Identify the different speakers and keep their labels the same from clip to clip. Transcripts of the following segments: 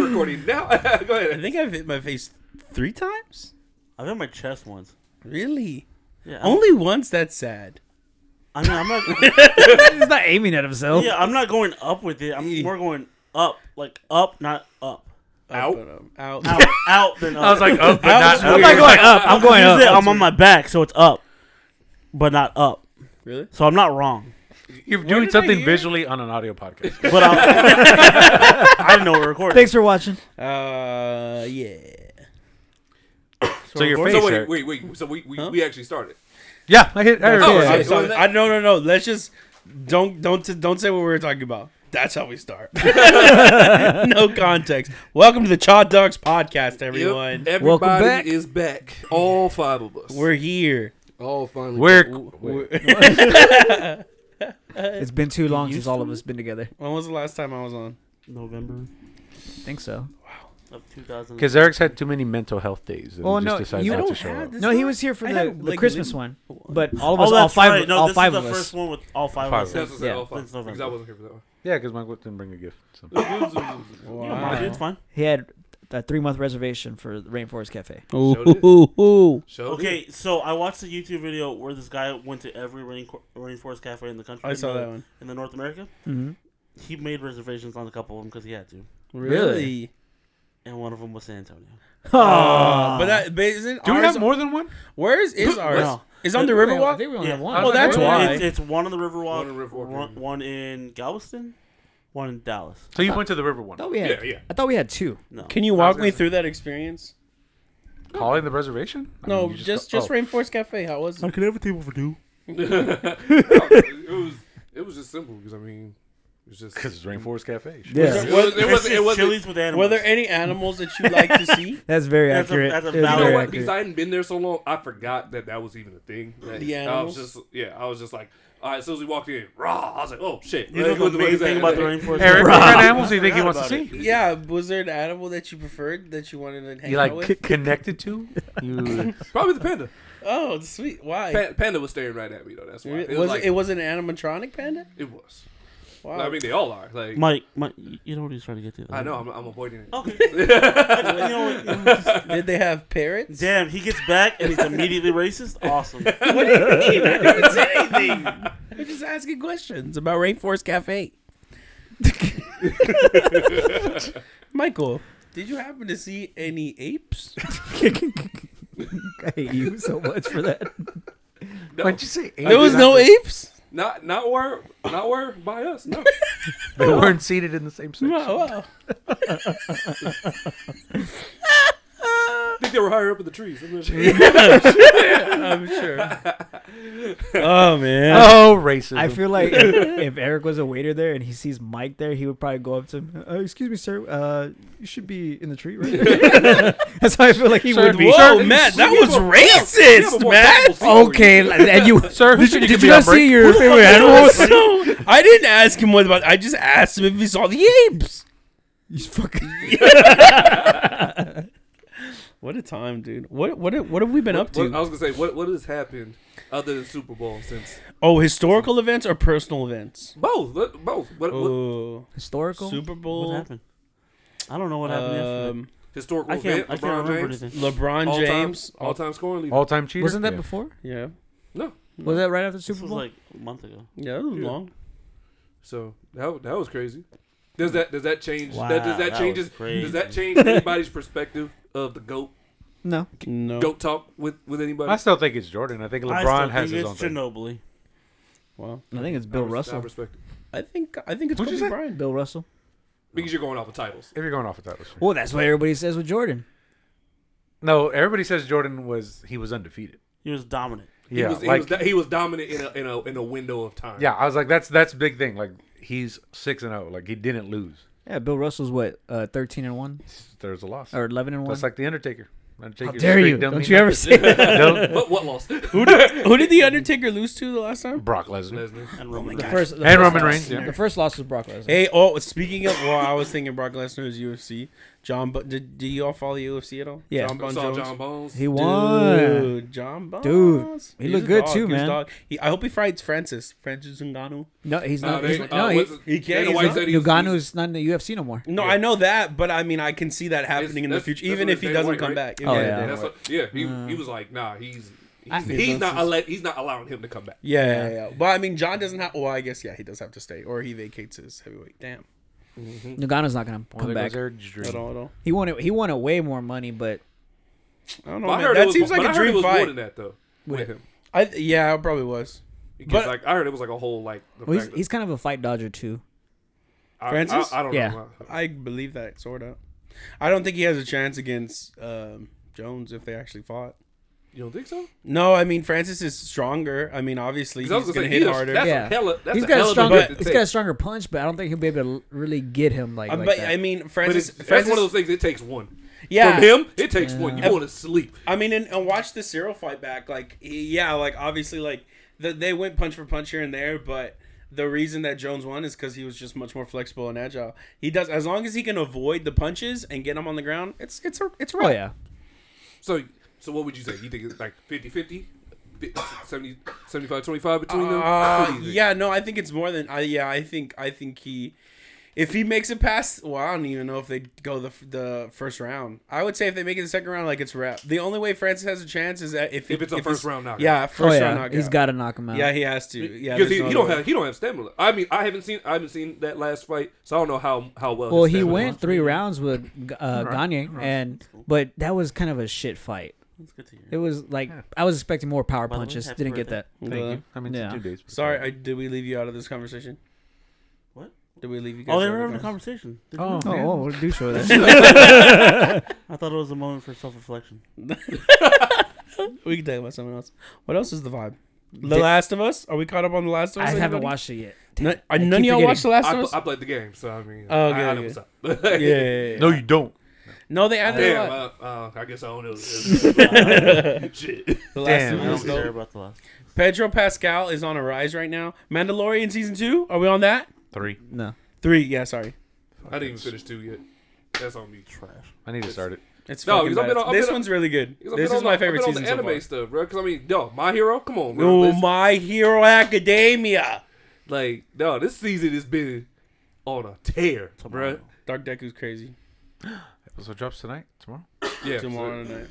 Speaker 1: Recording now. Go
Speaker 2: I
Speaker 1: ahead.
Speaker 2: think I've hit my face three times.
Speaker 3: I've done my chest once.
Speaker 2: Really?
Speaker 3: Yeah. I'm-
Speaker 4: Oh.
Speaker 2: Only once. That's sad.
Speaker 3: I mean, I'm not.
Speaker 4: He's not aiming at himself.
Speaker 3: Yeah, I'm not going up with it. I'm more going up, like up, not up.
Speaker 1: Out.
Speaker 2: But, um, out.
Speaker 3: Out, out then up.
Speaker 4: I was like, oh, but
Speaker 2: That
Speaker 4: not
Speaker 2: was
Speaker 4: I'm not
Speaker 2: weird.
Speaker 4: going up. I'm going
Speaker 3: Usually
Speaker 4: up.
Speaker 3: I'm on my back, so it's up, but not up.
Speaker 2: Really?
Speaker 3: So I'm not wrong.
Speaker 5: You're
Speaker 2: did
Speaker 5: doing
Speaker 2: I
Speaker 5: something
Speaker 2: hear?
Speaker 5: visually on an audio podcast.
Speaker 3: But I'm, I didn't know we we're recording.
Speaker 4: Thanks for watching.
Speaker 2: Uh, yeah.
Speaker 5: so your face
Speaker 1: So wait,
Speaker 5: hurt.
Speaker 1: wait, wait. So we we, we actually started.
Speaker 5: Yeah, I hit. I heard
Speaker 1: Oh,
Speaker 5: it.
Speaker 2: I'm
Speaker 1: yeah.
Speaker 2: sorry. I no no no. Let's just don't don't don't say what we were talking about. That's how we start. no context. Welcome to the Chaw Ducks podcast, everyone.
Speaker 1: Yep,
Speaker 4: Welcome
Speaker 1: everybody
Speaker 4: back.
Speaker 1: is back. All five of us.
Speaker 2: We're here.
Speaker 1: all finally.
Speaker 5: We're
Speaker 2: We're-
Speaker 4: It's been too long since all of us been together.
Speaker 2: when was the last time I was on?
Speaker 3: November
Speaker 4: I think so.
Speaker 3: of 2000.
Speaker 5: because Eric's had too many mental health days. And
Speaker 4: Well,
Speaker 5: he
Speaker 4: no,
Speaker 5: just decided
Speaker 4: you
Speaker 5: not to
Speaker 4: don't
Speaker 5: show
Speaker 2: have
Speaker 5: up.
Speaker 2: this-
Speaker 4: No, he was here for
Speaker 2: I
Speaker 4: the,
Speaker 2: had,
Speaker 4: the
Speaker 2: like,
Speaker 4: Christmas
Speaker 2: lit-
Speaker 4: one, but all of
Speaker 3: Oh,
Speaker 4: us,
Speaker 3: that's
Speaker 4: all five,
Speaker 3: right. No,
Speaker 4: all
Speaker 3: this
Speaker 4: five
Speaker 3: is
Speaker 4: of
Speaker 3: the first
Speaker 4: us.
Speaker 3: one with all five,
Speaker 5: Five
Speaker 3: of
Speaker 5: of
Speaker 1: That's
Speaker 3: us.
Speaker 1: what I said,
Speaker 4: Yeah.
Speaker 1: all five.
Speaker 3: Since November.
Speaker 1: Because I wasn't here for that one.
Speaker 5: Yeah, because Michael didn't bring a gift. So.
Speaker 3: You don't mind, dude, It's fine.
Speaker 4: He had a three month reservation for the Rainforest Cafe.
Speaker 2: Ooh.
Speaker 1: Show
Speaker 3: Okay, so I watched the YouTube video where this guy went to every rain, rainforest cafe in the country.
Speaker 2: I
Speaker 3: in
Speaker 2: saw
Speaker 3: the-
Speaker 2: that one.
Speaker 3: In the North America,
Speaker 4: Mm-hmm.
Speaker 3: he made reservations on a couple of them because he had to,
Speaker 2: Really?
Speaker 3: and one of them was San Antonio.
Speaker 4: Oh.
Speaker 2: Uh, but that but isn't
Speaker 5: Do we
Speaker 2: ours-
Speaker 5: have more than one?
Speaker 2: Where is is ours?
Speaker 3: No.
Speaker 2: It's on the
Speaker 4: I
Speaker 2: Riverwalk.
Speaker 4: think we only
Speaker 3: Yeah.
Speaker 4: have one.
Speaker 5: Oh,
Speaker 2: Well, that's
Speaker 5: Why?
Speaker 2: why.
Speaker 3: It's, it's one in the Riverwalk,
Speaker 1: One in Riverwalk,
Speaker 3: one,
Speaker 1: yeah.
Speaker 3: one in Galveston, one in Dallas.
Speaker 5: So you went to the river one,
Speaker 4: I thought we
Speaker 1: Yeah,
Speaker 4: had.
Speaker 1: yeah. yeah.
Speaker 4: I thought we had two.
Speaker 3: No,
Speaker 2: Can you walk me through that experience?
Speaker 5: calling the reservation. I
Speaker 2: No,
Speaker 5: mean, you
Speaker 2: just
Speaker 5: go-
Speaker 2: just,
Speaker 5: oh.
Speaker 2: Rainforest Cafe. How was it?
Speaker 3: can have a table for two.
Speaker 1: it was it was just simple because I mean it was just
Speaker 5: Because it's Rainforest Cafe. Shit.
Speaker 4: Yeah,
Speaker 1: It was it was it was
Speaker 3: Chili's with animals.
Speaker 2: Were there any animals that you like to see?
Speaker 4: that's very
Speaker 3: That's a-
Speaker 4: accurate.
Speaker 3: that's a valid-
Speaker 4: That's
Speaker 1: You know
Speaker 4: very
Speaker 1: what? Because
Speaker 4: accurate.
Speaker 1: I hadn't been there so long, I forgot that that was even a thing. Like,
Speaker 2: The
Speaker 1: I was
Speaker 2: animals?
Speaker 1: just yeah, I was just like, all right. As soon as we walked in, raw. I was like, oh shit.
Speaker 3: You
Speaker 1: Like,
Speaker 3: know
Speaker 1: what
Speaker 3: the
Speaker 1: fuck
Speaker 3: main
Speaker 1: is
Speaker 3: thing
Speaker 1: that?
Speaker 3: about the rainforest.
Speaker 5: Eric, what
Speaker 3: Cafe?
Speaker 5: kind of animals do you think he
Speaker 3: forgot
Speaker 5: wants to
Speaker 3: about it.
Speaker 5: see?
Speaker 2: Yeah, was there an animal that you preferred that you wanted to hang
Speaker 5: You
Speaker 2: out
Speaker 5: like
Speaker 2: with?
Speaker 5: connected to? You
Speaker 1: Probably the panda.
Speaker 2: Oh, sweet. Why?
Speaker 1: Pa- panda was staring right at me though. That's why.
Speaker 2: Re-
Speaker 1: It was,
Speaker 2: was
Speaker 1: like,
Speaker 2: it, it was an animatronic panda?
Speaker 1: it was.
Speaker 2: Wow.
Speaker 1: I mean, they all are. Like
Speaker 3: Mike, Mike, you know what he's trying to get to. though.
Speaker 1: I know, I'm, I'm avoiding it.
Speaker 3: Okay. You know what?
Speaker 2: Did they have parrots?
Speaker 3: Damn, he gets back and he's immediately racist. Awesome.
Speaker 2: What do you mean? I didn't say anything. I'm just asking questions about Rainforest Cafe. Michael, did you happen to see any apes?
Speaker 4: I hate you so much for that.
Speaker 1: No,
Speaker 5: what'd you say?
Speaker 2: There was no apes.
Speaker 1: not not where not where by us. No.
Speaker 5: They weren't seated in the same section.
Speaker 2: Wow, Oh, wow.
Speaker 1: I think they were higher up in the trees. I'm not sure.
Speaker 2: I'm sure. Oh man.
Speaker 5: Oh, racism!
Speaker 4: I feel like if, if Eric was a waiter there and he sees Mike there, he would probably go up to him. Uh, excuse me, sir. Uh, you should be in the tree, right? That's how I feel like he
Speaker 5: Sir,
Speaker 4: would be.
Speaker 5: be-
Speaker 2: Whoa,
Speaker 5: Sir,
Speaker 2: Matt, that
Speaker 1: we
Speaker 2: was
Speaker 1: have a- We have a
Speaker 2: racist,
Speaker 1: more
Speaker 2: Matt.
Speaker 1: comfortable seat for you.
Speaker 4: and you
Speaker 5: sir. Who should you
Speaker 4: did
Speaker 5: could
Speaker 4: you
Speaker 5: be on
Speaker 4: guys see
Speaker 5: break?
Speaker 4: your favorite animal?
Speaker 2: So I didn't ask him what about. I just asked him if he saw the apes.
Speaker 4: He's fucking.
Speaker 2: What a time, dude! What what what have we been up
Speaker 1: What-
Speaker 2: to?
Speaker 1: I was gonna say, what what has happened other than Super Bowl since
Speaker 2: oh, historical events or personal events?
Speaker 1: both what- both what, what
Speaker 2: Oh,
Speaker 4: Historical.
Speaker 2: Super Bowl.
Speaker 3: What happened? I don't know what happened yesterday.
Speaker 2: Um,
Speaker 1: historical
Speaker 3: I
Speaker 1: event?
Speaker 3: can't. I can't
Speaker 1: LeBron
Speaker 3: remember
Speaker 1: James,
Speaker 3: anything.
Speaker 2: LeBron
Speaker 1: all
Speaker 2: James.
Speaker 1: time all time scoring leader.
Speaker 5: All-time cheater.
Speaker 4: Wasn't that
Speaker 5: Yeah.
Speaker 4: before?
Speaker 2: Yeah,
Speaker 1: No,
Speaker 4: Was that right after the
Speaker 3: This
Speaker 4: Super
Speaker 3: was
Speaker 4: Bowl?
Speaker 3: like a month ago.
Speaker 2: yeah, that was
Speaker 1: Yeah.
Speaker 2: long.
Speaker 1: so that wa- that was crazy. Does that does that change?
Speaker 3: Wow,
Speaker 1: that, does that,
Speaker 3: that
Speaker 1: change?
Speaker 3: was crazy.
Speaker 1: Does that change anybody's perspective of the goat
Speaker 4: no.
Speaker 2: No.
Speaker 1: goat talk with with anybody?
Speaker 5: I still think it's Jordan. I think
Speaker 3: I
Speaker 5: LeBron
Speaker 3: still
Speaker 5: has
Speaker 3: think
Speaker 5: his own
Speaker 3: it's
Speaker 5: thing.
Speaker 3: Ginobili.
Speaker 2: Wow.
Speaker 4: I think it's Bill
Speaker 1: I res- I
Speaker 4: Russell.
Speaker 1: respect it.
Speaker 2: I think I think it's
Speaker 5: What'd you
Speaker 2: Kobe
Speaker 5: say?
Speaker 2: Bryant.
Speaker 4: Bill Russell.
Speaker 1: because you're going off of titles.
Speaker 5: If you're going off of that, list.
Speaker 4: Well, that's what everybody says with Jordan.
Speaker 5: no, everybody says Jordan was he was undefeated.
Speaker 3: He was dominant.
Speaker 1: He
Speaker 5: Yeah,
Speaker 1: was, he,
Speaker 5: like
Speaker 1: was, do- he was dominant in a in a in a window of time.
Speaker 5: yeah, I was like that's that's big thing. Like he's six and zero. Like he didn't lose.
Speaker 4: Yeah, Bill Russell's what uh, thirteen and one
Speaker 5: There's a loss.
Speaker 4: or eleven and one.
Speaker 5: That's like the Undertaker.
Speaker 4: How
Speaker 5: Undertaker
Speaker 4: dare you? Don't you ever say that?
Speaker 5: ever?
Speaker 1: What, what loss?
Speaker 2: Who did, who did the Undertaker lose to the last time?
Speaker 5: Brock Lesnar.
Speaker 1: Lesnar.
Speaker 3: And Roman
Speaker 4: The
Speaker 3: Reigns.
Speaker 4: first, the
Speaker 5: And
Speaker 4: first
Speaker 5: Roman
Speaker 4: loss-
Speaker 5: Reigns, yeah.
Speaker 4: The first loss was Brock Lesnar.
Speaker 2: Hey, oh, speaking of, well, I was thinking Brock Lesnar is UFC. John, but did, did you all follow UFC at all?
Speaker 4: Yeah.
Speaker 2: John
Speaker 1: I
Speaker 2: Bon
Speaker 1: saw
Speaker 2: Jones.
Speaker 1: John Bones.
Speaker 4: He won.
Speaker 2: Dude, John Bones.
Speaker 4: Dude, he
Speaker 2: He's
Speaker 4: looked
Speaker 2: a
Speaker 4: good
Speaker 2: dog.
Speaker 4: too,
Speaker 2: He was
Speaker 4: man.
Speaker 2: dog. He, I hope he fights Francis. Francis Ngannou.
Speaker 4: No, he's
Speaker 1: Nah,
Speaker 4: not.
Speaker 1: they-
Speaker 4: he's,
Speaker 1: uh,
Speaker 4: no, he,
Speaker 1: what's his-
Speaker 2: he can't-
Speaker 1: Dana
Speaker 2: he's
Speaker 1: White
Speaker 2: not-
Speaker 1: said he was-
Speaker 4: Lugano's not in the UFC no more.
Speaker 2: No,
Speaker 1: Yeah.
Speaker 2: I know that, but I mean, I can see that happening in the
Speaker 1: that's-
Speaker 2: future,
Speaker 1: that's
Speaker 2: even
Speaker 1: what
Speaker 2: if he
Speaker 1: Dana
Speaker 2: doesn't
Speaker 1: White,
Speaker 2: come
Speaker 1: right?
Speaker 2: back.
Speaker 4: Oh,
Speaker 2: yeah,
Speaker 4: yeah.
Speaker 2: Dana
Speaker 1: That's
Speaker 2: White. Uh,
Speaker 1: what, yeah, he, he was like, nah, he's he's,
Speaker 4: I-
Speaker 1: he's not alle- he's not allowing him to come back.
Speaker 2: yeah, yeah, yeah, But I mean, John doesn't have. Well, I guess yeah, he does have to stay, or he vacates his heavyweight. Damn, Mm-hmm.
Speaker 4: Lugano's not gonna come back.
Speaker 2: at all, at all.
Speaker 4: He wanted. He wanted way more money, but
Speaker 2: I don't know.
Speaker 1: But I
Speaker 2: man.
Speaker 1: heard
Speaker 2: That
Speaker 1: it was,
Speaker 2: seems
Speaker 1: but
Speaker 2: like
Speaker 1: I
Speaker 2: a
Speaker 1: heard it
Speaker 2: dream
Speaker 1: was more
Speaker 2: fight.
Speaker 1: than that though. With him,
Speaker 2: I, yeah, it probably was.
Speaker 1: because
Speaker 2: But-
Speaker 1: like I heard it was like a whole like. The
Speaker 4: well, he's,
Speaker 1: fact that-
Speaker 4: he's kind of a fight dodger too.
Speaker 1: I-
Speaker 2: Francis?
Speaker 1: I, I don't
Speaker 4: Yeah.
Speaker 1: know.
Speaker 2: I believe that sort of. I don't think he has a chance against um, Jones if they actually fought.
Speaker 1: You don't think so?
Speaker 2: No, I mean Francis is stronger. I mean, obviously
Speaker 1: 'Cause
Speaker 2: he's
Speaker 1: I was
Speaker 2: gonna
Speaker 1: gonna say,
Speaker 2: hit
Speaker 1: he is-
Speaker 2: harder.
Speaker 1: That's
Speaker 4: Yeah.
Speaker 1: a hella. That's
Speaker 4: he's
Speaker 1: a
Speaker 4: got a
Speaker 1: hell of
Speaker 4: stronger.
Speaker 1: a bit to
Speaker 4: he's
Speaker 1: take.
Speaker 4: got a stronger punch, but I don't think he'll be able to l- really get him like.
Speaker 2: Uh,
Speaker 4: like
Speaker 2: but
Speaker 4: that.
Speaker 2: I mean,
Speaker 1: But
Speaker 2: Francis.
Speaker 1: it's, that's
Speaker 2: Francis
Speaker 1: one of those things. It takes one.
Speaker 2: yeah,
Speaker 1: From him, it takes one. You want to sleep.
Speaker 2: I mean, and, and watch the Cyril fight back. Like, he- yeah, like obviously, like the, they went punch for punch here and there, but the reason that Jones won is because he was just much more flexible and agile. He does as long as he can avoid the punches and get them on the ground. It's it's a it's a
Speaker 4: oh
Speaker 2: wrap.
Speaker 4: yeah,
Speaker 1: So, so what would you say? You think it's like 50-50? 70, 75-25 between them? What do
Speaker 2: Uh,
Speaker 1: you think?
Speaker 2: yeah, no, I think it's more than. I yeah, I think I think he, if he makes it past, well, I don't even know if they go the the first round. I would say if they make it the second round, like it's wrap. The only way Francis has a chance is that if
Speaker 1: If it's a first
Speaker 2: he's-
Speaker 1: round knockout.
Speaker 2: Yeah,
Speaker 4: oh
Speaker 2: first round
Speaker 4: yeah.
Speaker 2: knockout.
Speaker 4: He's got to knock him out.
Speaker 2: Yeah, he has to. Yeah,
Speaker 1: Because
Speaker 2: there's
Speaker 1: he, he
Speaker 2: no other
Speaker 1: don't
Speaker 2: way.
Speaker 1: have he don't have stamina. I mean, I haven't seen I haven't seen that last fight, so I don't know how how well.
Speaker 4: Well,
Speaker 1: his
Speaker 4: he
Speaker 1: stamina
Speaker 4: went
Speaker 1: was.
Speaker 4: three rounds with uh, Gagne, and but that was kind of a shit fight.
Speaker 3: That's good to hear.
Speaker 4: It was like I was expecting more power
Speaker 3: By the way,
Speaker 4: punches.
Speaker 3: happy
Speaker 4: Didn't get
Speaker 3: birthday.
Speaker 4: that.
Speaker 5: Thank you. I mean, it's
Speaker 4: uh, Yeah.
Speaker 5: two days.
Speaker 2: Sorry, I, did we leave you out of this conversation?
Speaker 3: What?
Speaker 2: Did we leave you guys?
Speaker 3: Oh,
Speaker 2: out
Speaker 3: they
Speaker 2: of
Speaker 3: were having
Speaker 2: the
Speaker 3: a conversation. Did you
Speaker 5: Oh,
Speaker 3: know?
Speaker 5: man.
Speaker 4: we'll do show that.
Speaker 3: I thought it was a moment for self-reflection.
Speaker 2: conversation? We can talk about something else. What else is the vibe? The Last of Us? Are we caught up on The Last of
Speaker 4: I
Speaker 2: Us?
Speaker 4: haven't
Speaker 2: anybody?
Speaker 4: watched it yet.
Speaker 2: None,
Speaker 4: I
Speaker 2: are none of
Speaker 4: keep
Speaker 2: y'all watched The Last
Speaker 1: I,
Speaker 2: of Us?
Speaker 1: pl- I played the game, so I mean,
Speaker 2: Oh,
Speaker 1: oh,
Speaker 2: okay,
Speaker 1: I, I know
Speaker 2: okay.
Speaker 1: what's up.
Speaker 2: yeah, yeah, yeah, yeah.
Speaker 5: No, you don't.
Speaker 2: No, they added a
Speaker 1: Damn,
Speaker 2: lot.
Speaker 1: uh, uh, I guess I don't know. Shit.
Speaker 2: The Last
Speaker 5: damn,
Speaker 2: of
Speaker 3: I
Speaker 2: Us.
Speaker 3: don't
Speaker 2: though.
Speaker 3: care about the last.
Speaker 2: Pedro Pascal is on a rise right now. Mandalorian season two. Are we on that?
Speaker 5: Three.
Speaker 4: No.
Speaker 2: Three. Yeah, sorry.
Speaker 1: I didn't even finish two yet. That's on me.
Speaker 3: Trash.
Speaker 5: I need to start it.
Speaker 2: It's
Speaker 1: No,
Speaker 2: fucking
Speaker 1: because I've been
Speaker 2: badass.
Speaker 1: on- I've
Speaker 2: This
Speaker 1: been on-
Speaker 2: one's really good.
Speaker 1: Because I've
Speaker 2: This
Speaker 1: been
Speaker 2: is
Speaker 1: on the-
Speaker 2: my
Speaker 1: I've been
Speaker 2: favorite
Speaker 1: on
Speaker 2: season
Speaker 1: the anime
Speaker 2: so far.
Speaker 1: stuff, bro. Because I mean, no, My Hero, come on, bro.
Speaker 2: Oh,
Speaker 1: Let's-
Speaker 2: My Hero Academia.
Speaker 1: Like, no, this season has been on a tear, bro.
Speaker 3: Tomorrow.
Speaker 2: Dark Deku's crazy.
Speaker 5: Episode drops tonight, tomorrow.
Speaker 1: Yeah,
Speaker 2: Tomorrow
Speaker 1: So,
Speaker 2: night.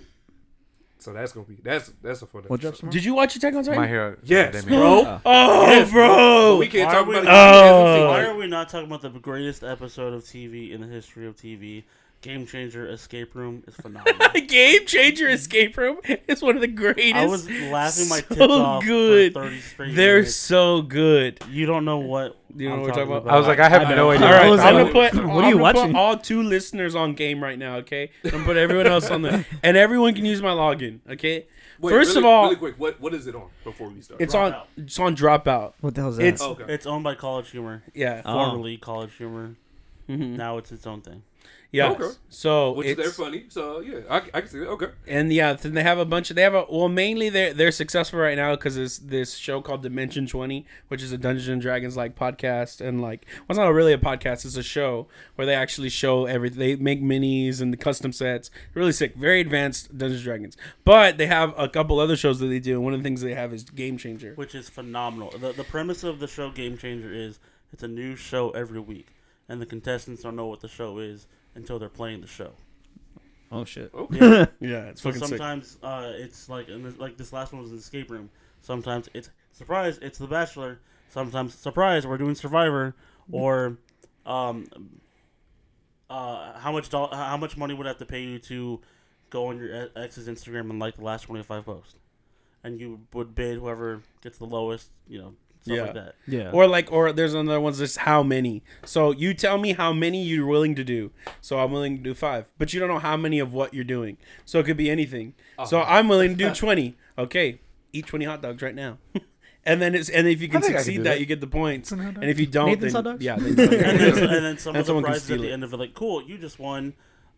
Speaker 1: so that's gonna be that's that's a fun.
Speaker 4: What
Speaker 1: episode.
Speaker 4: drops tomorrow?
Speaker 2: Did you watch Attack on Titan?
Speaker 5: My hero.
Speaker 1: Yes,
Speaker 5: Academia.
Speaker 1: bro.
Speaker 2: Oh,
Speaker 1: Yes,
Speaker 2: bro.
Speaker 1: But we can't
Speaker 3: Why
Speaker 1: talk
Speaker 3: are we-
Speaker 1: about it.
Speaker 2: Oh.
Speaker 3: Why are we not talking about the greatest episode of TV in the history of TV? Game Changer Escape Room is phenomenal.
Speaker 2: The Game Changer Escape Room is one of the greatest.
Speaker 3: I was laughing my
Speaker 2: so
Speaker 3: tits off
Speaker 2: good.
Speaker 3: for 30 straight
Speaker 2: They're
Speaker 3: minutes.
Speaker 2: so good.
Speaker 3: You don't know what
Speaker 2: You know
Speaker 3: I'm
Speaker 2: what we're talking about?
Speaker 5: I was like, I have
Speaker 3: I
Speaker 5: no
Speaker 3: don't-
Speaker 5: idea.
Speaker 2: All right,
Speaker 4: was
Speaker 2: I'm
Speaker 4: that?
Speaker 2: gonna put.
Speaker 4: What are
Speaker 2: I'm
Speaker 4: you
Speaker 2: gonna put
Speaker 4: watching?
Speaker 2: all two listeners on game right now, okay? I'm gonna put everyone else on the, and everyone can use my login, okay?
Speaker 1: Wait,
Speaker 2: First
Speaker 1: really-
Speaker 2: of all,
Speaker 1: really quick, what what is it on before we start?
Speaker 2: it's on.
Speaker 3: Dropout.
Speaker 2: It's on Dropout.
Speaker 4: What the hell's that?
Speaker 2: It's
Speaker 1: okay.
Speaker 3: It's owned by College Humor.
Speaker 2: yeah,
Speaker 4: Oh.
Speaker 3: Formerly College Humor.
Speaker 2: Mhm.
Speaker 3: Now it's its own thing.
Speaker 2: yeah.
Speaker 1: Okay.
Speaker 2: So
Speaker 1: Which
Speaker 2: it's,
Speaker 1: they're funny, so yeah, I, I can see that. Okay,
Speaker 2: and yeah, then they have a bunch of they have a well mainly they're they're successful right now because this this show called Dimension Twenty, which is a Dungeons and Dragons like podcast and like well, it's not really a podcast, it's a show where they actually show everything. They make minis and the custom sets, really sick, very advanced Dungeons and Dragons. But they have a couple other shows that they do, and one of the things they have is Game Changer.
Speaker 3: which is phenomenal. The, the premise of the show Game Changer is it's a new show every week, and the contestants don't know what the show is until they're playing the show.
Speaker 4: oh shit.
Speaker 1: okay.
Speaker 2: Yeah, it's
Speaker 3: So
Speaker 2: fucking sick.
Speaker 3: sometimes uh, it's like and this, like this last one was an escape room. Sometimes it's surprise, it's The Bachelor. Sometimes surprise, we're doing Survivor or um, uh, how much doll- how much money would I have to pay you to go on your e- ex's Instagram and like the last twenty five posts, and you would bid whoever gets the lowest, you know, stuff
Speaker 2: Yeah.
Speaker 3: like that.
Speaker 4: Yeah.
Speaker 2: Or like, or there's another one's just how many. So you tell me how many you're willing to do. So I'm willing to do five, but you don't know how many of what you're doing.
Speaker 5: Uh-huh.
Speaker 2: So it could be anything. So I'm willing to do twenty. Okay, eat twenty hot dogs right now, and then it's and if you can
Speaker 5: think I can
Speaker 2: succeed
Speaker 5: do
Speaker 2: that,
Speaker 5: that.
Speaker 2: you get the points,
Speaker 5: Nathan saw
Speaker 2: and if you don't,
Speaker 4: Nathan
Speaker 2: then
Speaker 4: saw dogs?
Speaker 2: yeah, then,
Speaker 3: and then, and then someone
Speaker 2: And someone can
Speaker 3: surprises at
Speaker 2: steal
Speaker 3: the
Speaker 2: it.
Speaker 3: end of it, like, cool, you just won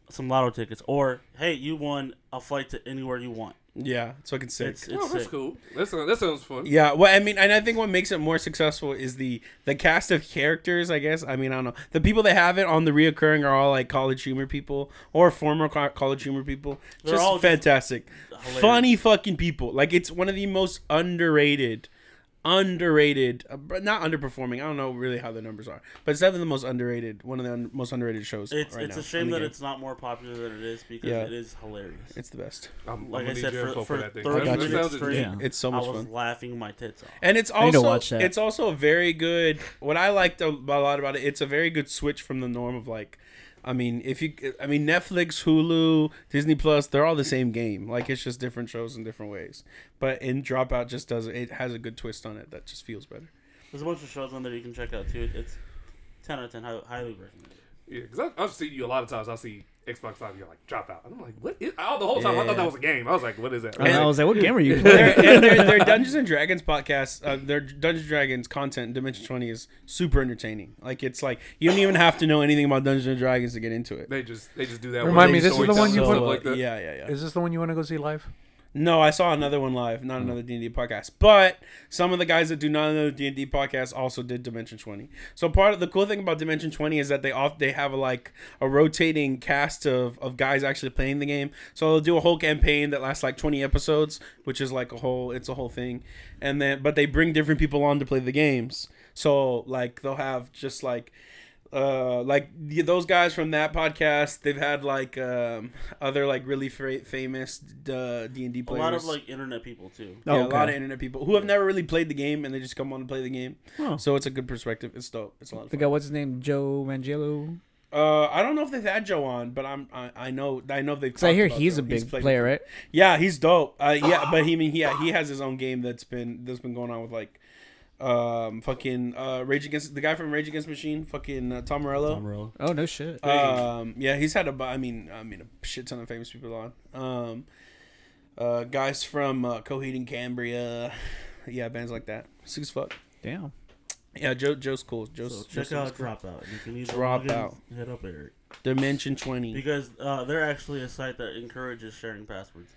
Speaker 3: some lotto tickets, or hey, you won a flight to anywhere you want.
Speaker 2: yeah, it's fucking sick.
Speaker 3: It's it's
Speaker 1: Oh, that's
Speaker 3: sick.
Speaker 1: cool. That sounds, that sounds fun.
Speaker 2: Yeah, well, I mean, and I think what makes it more successful is the the cast of characters. I guess I mean I don't know the people that have it on the reoccurring are all like college humor people or former co- college humor people.
Speaker 3: They're
Speaker 2: just
Speaker 3: all just
Speaker 2: fantastic,
Speaker 3: hilarious.
Speaker 2: funny fucking people. Like it's one of the most underrated, underrated, uh, but not underperforming. I don't know really how the numbers are, but it's definitely the most underrated, one of the un- most underrated shows.
Speaker 3: It's
Speaker 2: right
Speaker 3: it's
Speaker 2: now
Speaker 3: a
Speaker 2: in
Speaker 3: shame
Speaker 2: the
Speaker 3: that
Speaker 2: game.
Speaker 3: it's not more popular than it is because
Speaker 2: Yeah.
Speaker 3: it is hilarious.
Speaker 2: it's the best.
Speaker 1: I'm,
Speaker 3: Like
Speaker 1: I'm
Speaker 3: I
Speaker 1: gonna need
Speaker 3: said,
Speaker 1: your
Speaker 3: for-
Speaker 1: info
Speaker 3: for
Speaker 1: that thing.
Speaker 3: 30
Speaker 1: That
Speaker 2: minutes
Speaker 1: sounds
Speaker 3: straight,
Speaker 1: interesting.
Speaker 4: Yeah.
Speaker 2: It's so
Speaker 3: I
Speaker 2: much
Speaker 3: was
Speaker 2: fun.
Speaker 3: laughing my tits off.
Speaker 2: And it's
Speaker 4: need to
Speaker 2: also
Speaker 4: watch that.
Speaker 2: it's also a very good. What I liked a, a lot about it, it's a very good switch from the norm of like, I mean, if you, I mean, Netflix, Hulu, Disney Plus, they're all the same game. Like it's just different shows in different ways. But in Dropout, just does it has a good twist on it that just feels better.
Speaker 3: There's a bunch of shows on there you can check out too. It's ten out of ten, hi- highly recommended.
Speaker 1: Yeah, because I've seen you a lot of times. I see Xbox Live, you're like drop out. And I'm like, what? Is, all the whole time I
Speaker 2: Yeah.
Speaker 1: thought that was a game. I was like, what is that?
Speaker 4: And I was like, what game are you playing?
Speaker 2: their, and their, their Dungeons and Dragons podcast, uh, their Dungeons and Dragons content, Dimension Twenty, is super entertaining. Like it's like you don't even have to know anything about Dungeons and Dragons to get into it.
Speaker 1: They just they just do that.
Speaker 5: Remind
Speaker 1: with
Speaker 5: me,
Speaker 1: their
Speaker 5: this is the
Speaker 1: storytelling
Speaker 5: one you
Speaker 1: and
Speaker 5: put-
Speaker 1: stuff like that.
Speaker 2: Yeah, yeah, yeah.
Speaker 5: Is this the one you want to go see live?
Speaker 2: No, I saw another one live, not another D and D podcast. But some of the guys that do not another D and D podcast also did Dimension Twenty. So part of the cool thing about Dimension Twenty is that they off they have a, like a rotating cast of, of guys actually playing the game. So they'll do a whole campaign that lasts like twenty episodes, which is like a whole it's a whole thing, and then but they bring different people on to play the games. So like they'll have just like uh like y- those guys from that podcast they've had like um other like really fa- famous uh, d&d
Speaker 3: A
Speaker 2: players
Speaker 3: lot of like internet people too.
Speaker 2: yeah,
Speaker 4: Oh,
Speaker 2: a lot
Speaker 4: okay.
Speaker 2: of internet people who have never really played the game and they just come on to play the game.
Speaker 4: Oh.
Speaker 2: So it's a good perspective. It's dope. It's a lot of
Speaker 4: The
Speaker 2: fun.
Speaker 4: guy, what's his name? Joe Mangiello.
Speaker 2: Uh, I don't know if they've had Joe on, but I'm I, I know I know they've.
Speaker 4: Because I
Speaker 2: talked
Speaker 4: hear
Speaker 2: about
Speaker 4: he's a
Speaker 2: Joe.
Speaker 4: big
Speaker 2: played
Speaker 4: player,
Speaker 2: with-
Speaker 4: right?
Speaker 2: Yeah, he's dope. Uh, yeah, but he I mean he yeah, he has his own game that's been that's been going on with like, um, fucking uh, Rage Against the guy from Rage Against the Machine, fucking uh, Tom Morello.
Speaker 4: Oh no shit.
Speaker 2: Um, yeah, he's had a. bu- I mean, I mean, a shit ton of famous people on. Um, uh, guys from uh, Coheed and Cambria, yeah, bands like that. Sick as fuck.
Speaker 4: Damn.
Speaker 2: Yeah, Joe. Joe's cool. Joe's
Speaker 3: So
Speaker 2: Joe's
Speaker 3: check out Dropout. If you need to
Speaker 2: Dropout.
Speaker 3: log in, Hit up Eric
Speaker 2: Dimension Twenty.
Speaker 3: because uh, they're actually a site that encourages sharing passwords.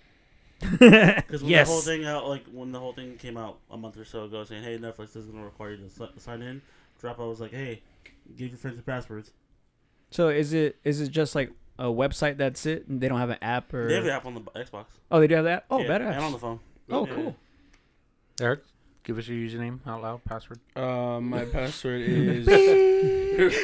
Speaker 3: Because when
Speaker 4: yes.
Speaker 3: the whole thing out, like when the whole thing came out a month or so ago, saying, "Hey, Netflix is going to require you to si- sign in," Dropout was like, "Hey, give your friends your passwords."
Speaker 4: so is it is it just like a website? That's it. And they don't have an app or
Speaker 3: They have the app on the Xbox.
Speaker 4: oh, they do have that. Oh,
Speaker 3: Yeah,
Speaker 4: better.
Speaker 3: And on the phone.
Speaker 4: Oh,
Speaker 3: Yeah.
Speaker 4: cool.
Speaker 5: Eric, give us your username out loud, password.
Speaker 2: Uh, my password is.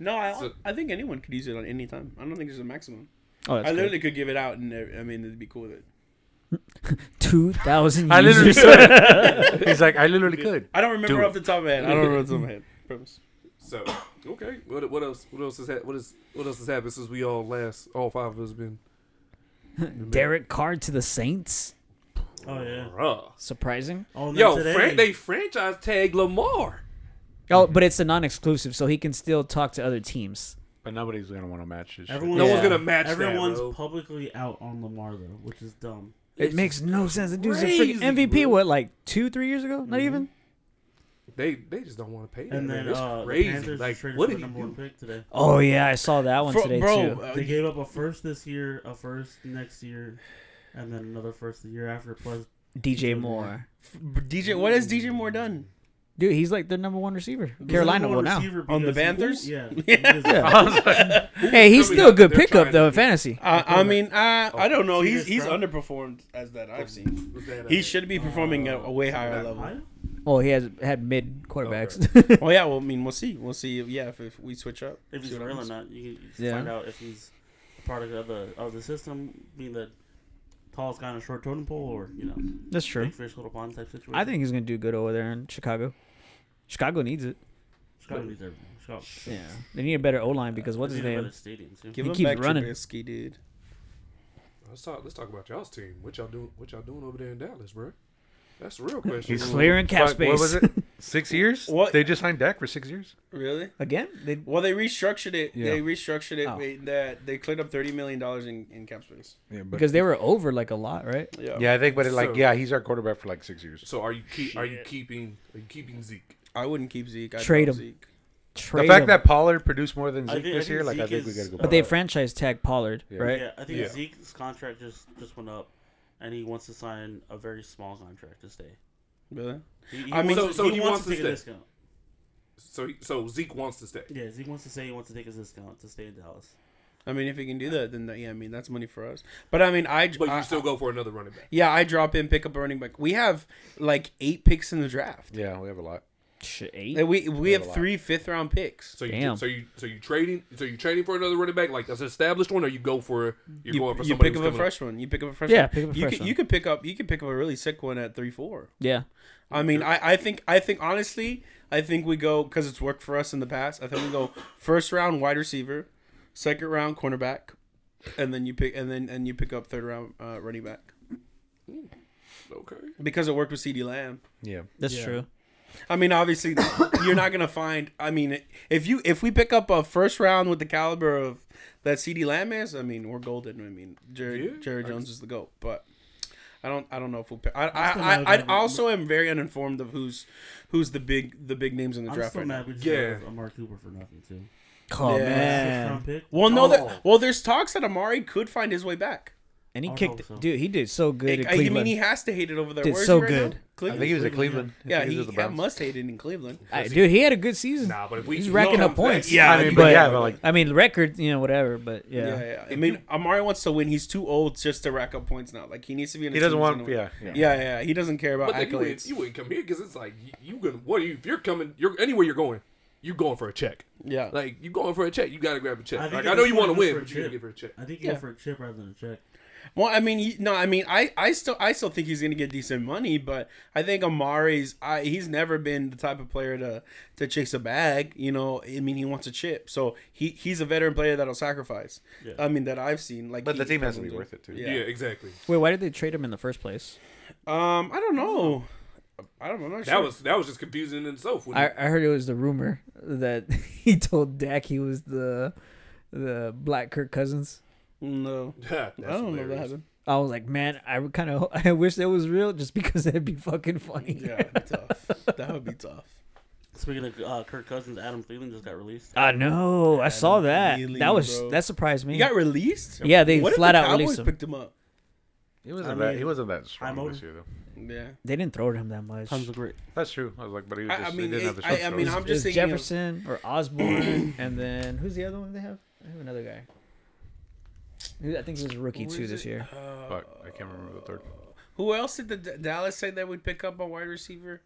Speaker 2: no, I,
Speaker 1: So-
Speaker 2: I think anyone could use it on any time. I don't think there's a maximum.
Speaker 4: Oh, that's
Speaker 2: I
Speaker 4: cool.
Speaker 2: literally could give it out, and uh, I mean, it'd be cool with it.
Speaker 4: two thousand.
Speaker 5: I literally could. He's like, I literally could.
Speaker 2: I don't remember
Speaker 5: Do it.
Speaker 2: off the top of my head. I don't remember off the top of my head. Promise.
Speaker 1: So okay, what what else? What else has ha- what is what else has happened since we all last all five of us been?
Speaker 4: Derek Carr to the Saints.
Speaker 3: Oh yeah.
Speaker 1: Bruh.
Speaker 4: Surprising.
Speaker 3: Oh, and then
Speaker 1: Yo,
Speaker 3: today-
Speaker 1: Fran- they franchise tag Lamar.
Speaker 4: Oh, but it's a non-exclusive, so he can still talk to other teams.
Speaker 5: But nobody's gonna want to match this. shit.
Speaker 3: Everyone-
Speaker 1: No one's
Speaker 4: Yeah.
Speaker 1: gonna match
Speaker 3: Everyone's
Speaker 1: that. bro.
Speaker 3: publicly out on Lamar though, which is dumb.
Speaker 4: It makes no sense. The dude's a freaking
Speaker 1: crazy,
Speaker 4: MVP.
Speaker 1: bro.
Speaker 4: What, like two, three years ago? Not even.
Speaker 1: They they just don't want to pay. That,
Speaker 3: And then
Speaker 1: man. It's
Speaker 3: uh, the
Speaker 1: crazy.
Speaker 3: Panthers
Speaker 1: Like
Speaker 3: traded
Speaker 1: what
Speaker 3: for
Speaker 1: did
Speaker 3: the
Speaker 1: he
Speaker 3: number one
Speaker 1: do?
Speaker 3: pick today.
Speaker 4: Oh yeah, I saw that one
Speaker 2: Fro-
Speaker 4: today
Speaker 2: bro,
Speaker 4: too.
Speaker 2: uh,
Speaker 3: They gave up a first this year, a first next year, and then another first the year after. Plus,
Speaker 4: DJ Moore,
Speaker 2: DJ, what has DJ Moore done?
Speaker 4: dude, he's like their number one receiver.
Speaker 3: He's
Speaker 4: Carolina
Speaker 3: the
Speaker 4: will
Speaker 3: number
Speaker 4: now.
Speaker 3: one receiver
Speaker 2: On the
Speaker 3: because-
Speaker 2: Panthers?
Speaker 3: Yeah.
Speaker 4: Yeah. Hey, he's
Speaker 1: They're
Speaker 4: still a good
Speaker 1: trying-
Speaker 4: pickup though
Speaker 1: they're
Speaker 4: in fantasy.
Speaker 2: Uh, I mean, I, I don't know.
Speaker 3: See
Speaker 2: He's
Speaker 3: this
Speaker 2: he's
Speaker 3: drop?
Speaker 2: underperformed as that I've seen.
Speaker 1: Was that, uh,
Speaker 2: He should be performing at a way higher level.
Speaker 3: Ohio?
Speaker 4: Well, he has had mid quarterbacks.
Speaker 2: Oh yeah, well, I mean, we'll see. We'll see. Yeah, if, if we switch up,
Speaker 3: If
Speaker 2: See
Speaker 3: he's
Speaker 2: what
Speaker 3: real or
Speaker 2: happens.
Speaker 3: not, you can
Speaker 4: Yeah.
Speaker 3: find out if he's a product of the of the system, being the tallest guy on a short totem pole, or you know,
Speaker 4: That's true.
Speaker 3: big fish little pond type situation.
Speaker 4: I think he's gonna do good over there in Chicago. Chicago needs it.
Speaker 3: Chicago needs everything. Chicago.
Speaker 4: Yeah, they need a better O line because what's
Speaker 3: They
Speaker 4: his
Speaker 3: need a better
Speaker 4: name?
Speaker 3: Stadium too.
Speaker 2: Give
Speaker 4: He
Speaker 2: him
Speaker 4: keeps
Speaker 2: back
Speaker 4: running.
Speaker 2: Trubisky, dude.
Speaker 1: Let's talk. Let's talk about y'all's team. What y'all doing? What y'all doing over there in Dallas, bro? That's a real question.
Speaker 5: He's-
Speaker 4: Clearing cap
Speaker 5: Fuck, What was
Speaker 4: space.
Speaker 5: it? Six years?
Speaker 2: What-
Speaker 5: They just signed Dak for six years.
Speaker 2: Really?
Speaker 4: Again? They,
Speaker 2: Well, they restructured it.
Speaker 5: Yeah.
Speaker 2: They restructured it.
Speaker 4: Oh.
Speaker 2: They, that they cleared up thirty million dollars in, in cap space.
Speaker 5: Yeah, but
Speaker 4: because they were over like a lot, right?
Speaker 2: Yeah.
Speaker 5: yeah, I think, but it, like,
Speaker 1: So-
Speaker 5: yeah, he's our quarterback for like six years.
Speaker 1: so are you keep, are you keeping are you keeping Zeke?
Speaker 2: I wouldn't keep Zeke. I'd
Speaker 4: Trade
Speaker 2: drop
Speaker 4: him.
Speaker 2: Zeke.
Speaker 5: the
Speaker 4: Trade
Speaker 5: fact
Speaker 4: him.
Speaker 5: that Pollard produced more than
Speaker 3: I
Speaker 5: Zeke
Speaker 3: think- I
Speaker 5: this
Speaker 3: think
Speaker 5: year, like, I
Speaker 3: Zeke
Speaker 5: think we
Speaker 3: is-
Speaker 5: gotta go.
Speaker 4: but
Speaker 5: back.
Speaker 4: they franchise tag Pollard,
Speaker 5: Yeah.
Speaker 4: right?
Speaker 3: Yeah, I think
Speaker 1: Yeah.
Speaker 3: Zeke's contract just just went up, and he wants to sign a very small contract to stay.
Speaker 2: Really?
Speaker 3: He, he
Speaker 2: I mean-
Speaker 1: So- so he wants to
Speaker 3: take a
Speaker 1: stay.
Speaker 3: discount.
Speaker 1: So he, so Zeke wants to stay.
Speaker 3: Yeah, Zeke wants to say he wants to take a discount to stay in Dallas.
Speaker 2: I mean, if he can do that, then that, yeah, I mean that's money for us. But I mean, I
Speaker 1: But
Speaker 2: I-
Speaker 1: you still go for another running back.
Speaker 2: yeah, I drop in, pick up a running back. We have like eight picks in the draft.
Speaker 5: Yeah, we have a lot.
Speaker 4: Shit, eight?
Speaker 2: And we we
Speaker 5: have a
Speaker 2: have
Speaker 5: lot.
Speaker 2: three fifth round picks.
Speaker 1: So you
Speaker 4: Damn.
Speaker 1: so you so you trading so you trading for another running back like that's an established one, or you go for you're
Speaker 2: You,
Speaker 1: going for
Speaker 2: you
Speaker 1: somebody
Speaker 2: pick up
Speaker 1: who's
Speaker 2: a
Speaker 1: coming
Speaker 2: fresh one. You pick up a fresh
Speaker 4: Yeah,
Speaker 2: one.
Speaker 4: pick up a
Speaker 2: you
Speaker 4: fresh
Speaker 2: could,
Speaker 4: one.
Speaker 2: You could pick up you could pick up a really sick one at three four.
Speaker 4: Yeah.
Speaker 2: I mean, I, I think I think honestly, I think we go because it's worked for us in the past. I think we go first round wide receiver, second round cornerback, and then you pick and then and you pick up third round uh, running back
Speaker 1: Okay.
Speaker 2: because it worked with CD Lamb.
Speaker 5: Yeah.
Speaker 4: That's
Speaker 2: Yeah.
Speaker 4: true.
Speaker 2: I mean, obviously, you're not gonna find. I mean, if you if we pick up a first round with the caliber of that CD Lamb is, I mean, we're golden. I mean, Jerry
Speaker 1: Yeah,
Speaker 2: Jerry
Speaker 1: I
Speaker 2: Jones is the goat, but I don't I don't know if we'll. Pick, I
Speaker 3: still
Speaker 2: I,
Speaker 3: mad
Speaker 2: I, I
Speaker 3: about-
Speaker 2: also am very uninformed of who's who's the big the big names in the
Speaker 3: I'm
Speaker 2: draft
Speaker 3: still
Speaker 2: right now.
Speaker 3: mad we just
Speaker 1: Yeah.
Speaker 3: got Amari Cooper for nothing too.
Speaker 4: Oh,
Speaker 2: Yeah.
Speaker 4: man.
Speaker 3: Sixth round pick.
Speaker 2: Well, no,
Speaker 1: Oh.
Speaker 2: that well, there's talks that Amari could find his way back.
Speaker 4: And he
Speaker 3: I would
Speaker 4: kicked,
Speaker 3: hope so.
Speaker 4: dude. He did so good.
Speaker 2: I,
Speaker 4: at
Speaker 2: I
Speaker 4: Cleveland.
Speaker 2: mean, he has to hate it over there.
Speaker 4: Did
Speaker 2: Where is
Speaker 4: so
Speaker 2: he right
Speaker 4: good.
Speaker 2: now?
Speaker 5: I
Speaker 2: Cleveland.
Speaker 5: think he was at
Speaker 3: Cleveland,
Speaker 5: Cleveland.
Speaker 2: yeah,
Speaker 5: I think
Speaker 2: he,
Speaker 5: was with the
Speaker 2: yeah,
Speaker 5: Browns.
Speaker 2: must hate it in Cleveland.
Speaker 4: I- dude, he had a good season.
Speaker 1: Nah, but if we
Speaker 4: He's
Speaker 1: if
Speaker 4: racking
Speaker 1: y'all
Speaker 4: up
Speaker 1: come
Speaker 4: points.
Speaker 1: back-
Speaker 5: Yeah, I mean, but
Speaker 4: But-
Speaker 5: yeah, but like,
Speaker 4: I mean, record, you know, whatever. But yeah,
Speaker 2: Yeah. yeah, I mean, Amari wants to win. He's too old just to rack up points now. Like he needs to be. In a
Speaker 5: he
Speaker 2: team
Speaker 5: doesn't
Speaker 2: that's
Speaker 5: want.
Speaker 2: gonna
Speaker 5: Yeah,
Speaker 2: win. Yeah, yeah, yeah. He doesn't care about
Speaker 1: But then you wouldn't,
Speaker 2: accolades.
Speaker 1: you wouldn't come here because it's like you, you gonna what are you if you're coming you're anywhere you're going you going for a check
Speaker 2: yeah,
Speaker 1: like you going for a check you gotta grab a check
Speaker 3: I think
Speaker 1: like
Speaker 3: they
Speaker 1: I know
Speaker 3: just
Speaker 1: you
Speaker 3: wanna
Speaker 1: want to win
Speaker 3: miss for a
Speaker 1: but you gotta
Speaker 3: chip.
Speaker 1: get for a check
Speaker 3: I think he
Speaker 2: Yeah.
Speaker 3: went for a chip rather than a check.
Speaker 2: Well, I mean, you- no, I mean, I, I still, I still think he's gonna get decent money, but I think Amari's, I, he's never been the type of player to, to chase a bag. You know, I mean, he wants a chip, so he, he's a veteran player that'll sacrifice.
Speaker 3: Yeah.
Speaker 2: I mean, that I've seen. Like,
Speaker 5: but
Speaker 2: he-
Speaker 5: the team has to be
Speaker 2: doesn't
Speaker 5: worth it too.
Speaker 2: Yeah.
Speaker 1: yeah. exactly
Speaker 4: Wait, why did they trade him in the first place?
Speaker 2: do- Um, I don't know. I don't. I'm not sure.
Speaker 1: that was that was just confusing in itself when
Speaker 4: I, I heard it was the rumor that he told Dak he was the the black Kirk Cousins.
Speaker 2: no.
Speaker 1: you, that's
Speaker 2: I don't know
Speaker 1: hilarious.
Speaker 2: what happened.
Speaker 4: I was like, man, I kind of I wish that was real, just because that'd be fucking funny.
Speaker 2: Yeah, that'd be tough. that would be tough.
Speaker 3: Speaking of uh, Kirk Cousins, Adam Thielen just got released.
Speaker 4: I know. I saw
Speaker 2: Adam
Speaker 4: that.
Speaker 2: Thielen,
Speaker 4: that was
Speaker 2: bro.
Speaker 4: that surprised me.
Speaker 2: He got released.
Speaker 4: yeah, they
Speaker 2: What if
Speaker 4: flat
Speaker 2: the
Speaker 4: out
Speaker 2: Cowboys
Speaker 4: released him.
Speaker 2: picked him up?
Speaker 5: He wasn't
Speaker 3: I
Speaker 5: that.
Speaker 3: mean,
Speaker 5: he wasn't that
Speaker 3: I'm
Speaker 5: strong
Speaker 3: over-
Speaker 5: this year though.
Speaker 2: Yeah.
Speaker 4: They didn't throw to him that much.
Speaker 3: Tons of great.
Speaker 5: That's true. I was like, but he was
Speaker 2: I- I
Speaker 5: just,
Speaker 2: mean,
Speaker 5: he didn't
Speaker 2: it-
Speaker 5: have the
Speaker 2: I-
Speaker 5: strong
Speaker 2: I mean,
Speaker 5: skills.
Speaker 2: I'm just
Speaker 4: It was
Speaker 2: thinking of-
Speaker 4: Jefferson or Osborne, and then who's the other one they have? I have another guy. Who- I think he was a rookie
Speaker 2: Who
Speaker 4: too
Speaker 2: is
Speaker 4: this
Speaker 2: it?
Speaker 4: year.
Speaker 2: Uh,
Speaker 5: Fuck, I can't remember the third.
Speaker 2: Who else did the D- Dallas say that would pick up a wide receiver?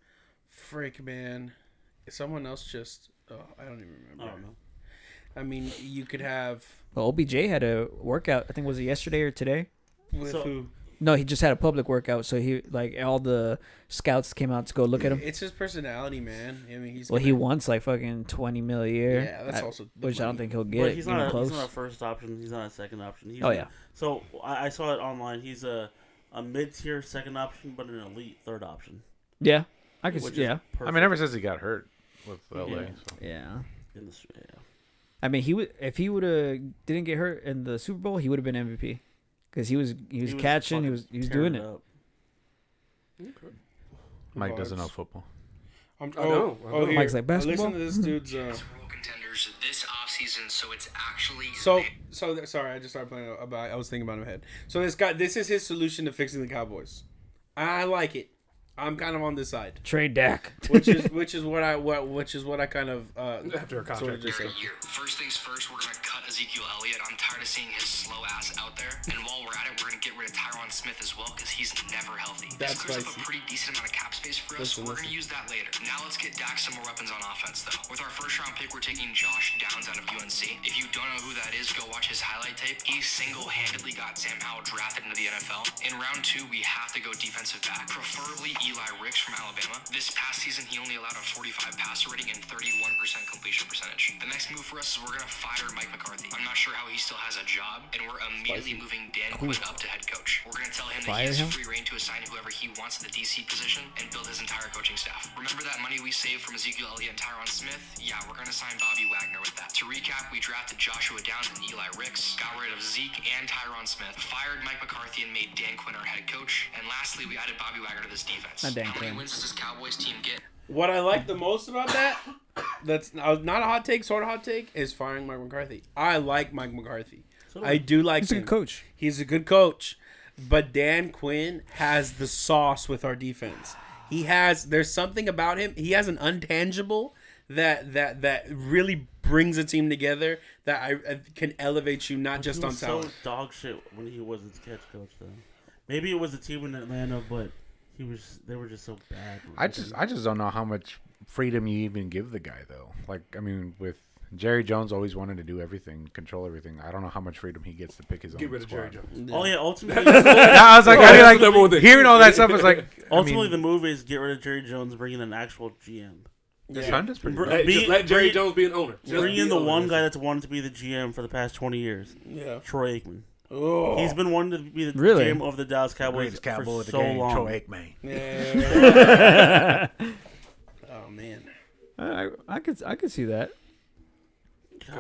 Speaker 2: Frick, man. Someone else just. Oh, I don't even
Speaker 3: I
Speaker 2: remember.
Speaker 3: don't know.
Speaker 2: I mean, you could have
Speaker 4: Well, OBJ had a workout. I think was it yesterday or today?
Speaker 2: with
Speaker 3: So-
Speaker 2: who?
Speaker 4: No, he just had a public workout. So he like all the scouts came out to go look at him.
Speaker 2: It's his personality, man. I mean, he's
Speaker 4: Well, he
Speaker 2: gonna-
Speaker 4: wants like fucking twenty mil a year.
Speaker 2: Yeah, that's
Speaker 4: I-
Speaker 2: also the
Speaker 4: which I don't
Speaker 2: money.
Speaker 4: think he'll get.
Speaker 3: But he's
Speaker 4: even
Speaker 3: not, a,
Speaker 4: close.
Speaker 3: he's not a first option. He's not a second option. He's
Speaker 4: Oh, yeah.
Speaker 3: So I, I saw it online. He's a, a mid tier second option, but an elite third option.
Speaker 4: yeah, I could.
Speaker 3: which
Speaker 4: Yeah,
Speaker 3: Is perfect
Speaker 5: I mean, ever since he got hurt with LA,
Speaker 3: Yeah.
Speaker 5: so.
Speaker 4: yeah.
Speaker 3: in this, yeah.
Speaker 4: I mean, he would if he would have didn't get hurt in the Super Bowl, he would have been MVP because he was he was catching,
Speaker 3: fucking
Speaker 4: he was he was
Speaker 3: tearing
Speaker 4: doing it.
Speaker 3: up.
Speaker 5: Mike doesn't
Speaker 2: Vibes.
Speaker 5: know football.
Speaker 2: I'm,
Speaker 1: I
Speaker 2: oh,
Speaker 1: know, I
Speaker 2: oh,
Speaker 1: know.
Speaker 2: here.
Speaker 4: Mike's like, basketball?
Speaker 2: Listen to this dude's. Uh,
Speaker 6: Super Bowl contenders this offseason, so it's actually
Speaker 2: so, so th- sorry, I just started playing about. I was thinking about him ahead. So this guy, this is his solution to fixing the Cowboys. I like it. I'm kind of on this side,
Speaker 4: Trade Dak.
Speaker 2: which is which is what I what which is what I kind of uh,
Speaker 1: after a contract
Speaker 2: sort of just
Speaker 6: They're
Speaker 2: said.
Speaker 6: a year. First things first, we're gonna cut Ezekiel Elliott. I'm tired of seeing his slow ass out there. And while we're at it, we're gonna get rid of Tyron Smith as well because he's never healthy.
Speaker 2: That's
Speaker 6: this clears
Speaker 2: spicy.
Speaker 6: up a pretty decent amount of cap space for us.
Speaker 2: Listen,
Speaker 6: we're
Speaker 2: listen.
Speaker 6: gonna use that later. Now let's get Dak some more weapons on offense though. With our first round pick, we're taking Josh Downs out of UNC. If you don't know who that is, go watch his highlight tape. He single-handedly got Sam Howell drafted into the NFL. In round two, we have to go defensive back, preferably Eli Ricks from Alabama. This past season, he only allowed a 45 passer rating and 31% completion percentage. The next move for us is we're going to fire Mike McCarthy. I'm not sure how he still has a job, and we're immediately moving Dan Quinn up to head coach. We're going to tell him that he
Speaker 7: Fire
Speaker 6: has
Speaker 7: him?
Speaker 6: free reign to assign whoever he wants to the DC position and build his entire coaching staff. Remember that money we saved from Ezekiel Elliott and Tyron Smith? Yeah, we're going to sign Bobby Wagner with that. To recap, we drafted Joshua Downs and Eli Ricks, got rid of Zeke and Tyron Smith, fired Mike McCarthy and made Dan Quinn our head coach, and lastly, we added Bobby Wagner to this defense.
Speaker 4: Not Dan
Speaker 6: How many
Speaker 4: Quinn.
Speaker 6: wins does this Cowboys team get?
Speaker 2: What I like the most about that, that's uh, not a hot take, sort of hot take, is firing Mike McCarthy. I like Mike McCarthy. I do like
Speaker 4: He's a
Speaker 2: him.
Speaker 4: good coach.
Speaker 2: He's a good coach. But Dan Quinn has the sauce with our defense. He has there's something about him. He has an untangible that that that really brings a team together that I, I can elevate you not just
Speaker 3: he
Speaker 2: on
Speaker 3: was so
Speaker 2: talent.
Speaker 3: dog shit when he was a catch coach though. Maybe it was a team in Atlanta, but he was they were just so bad.
Speaker 5: I just I just don't know how much freedom you even give the guy though. Like I mean, with Jerry Jones always wanted to do everything, control everything. I don't know how much freedom he gets to pick his own.
Speaker 1: Get rid of Jerry
Speaker 5: squad.
Speaker 1: Jones.
Speaker 3: oh yeah, ultimately,
Speaker 5: Yeah, I was like, I
Speaker 1: that's
Speaker 5: mean, like
Speaker 1: the number one thing.
Speaker 5: hearing all that stuff is like
Speaker 3: ultimately
Speaker 5: I
Speaker 3: the
Speaker 5: mean,
Speaker 3: move is get rid of Jerry Jones, bring in an actual GM.
Speaker 5: the sound is pretty
Speaker 3: Br-
Speaker 5: good.
Speaker 1: Let, just
Speaker 3: Be-
Speaker 1: let Jerry
Speaker 3: bring-
Speaker 1: Jones be an owner. Just
Speaker 3: Bring
Speaker 1: be
Speaker 3: in the
Speaker 1: an
Speaker 3: one
Speaker 1: owner.
Speaker 3: guy that's wanted to be the GM for the past twenty years,
Speaker 2: Yeah.
Speaker 3: Troy Aikman.
Speaker 2: Oh.
Speaker 3: He's been wanting to be the
Speaker 4: Really?
Speaker 3: GM of the Dallas Cowboys
Speaker 5: Greatest cowboy
Speaker 3: for
Speaker 5: of the
Speaker 3: so
Speaker 5: game,
Speaker 3: long.
Speaker 5: Troy Aikman.
Speaker 2: oh man.
Speaker 4: I, I could I could see that.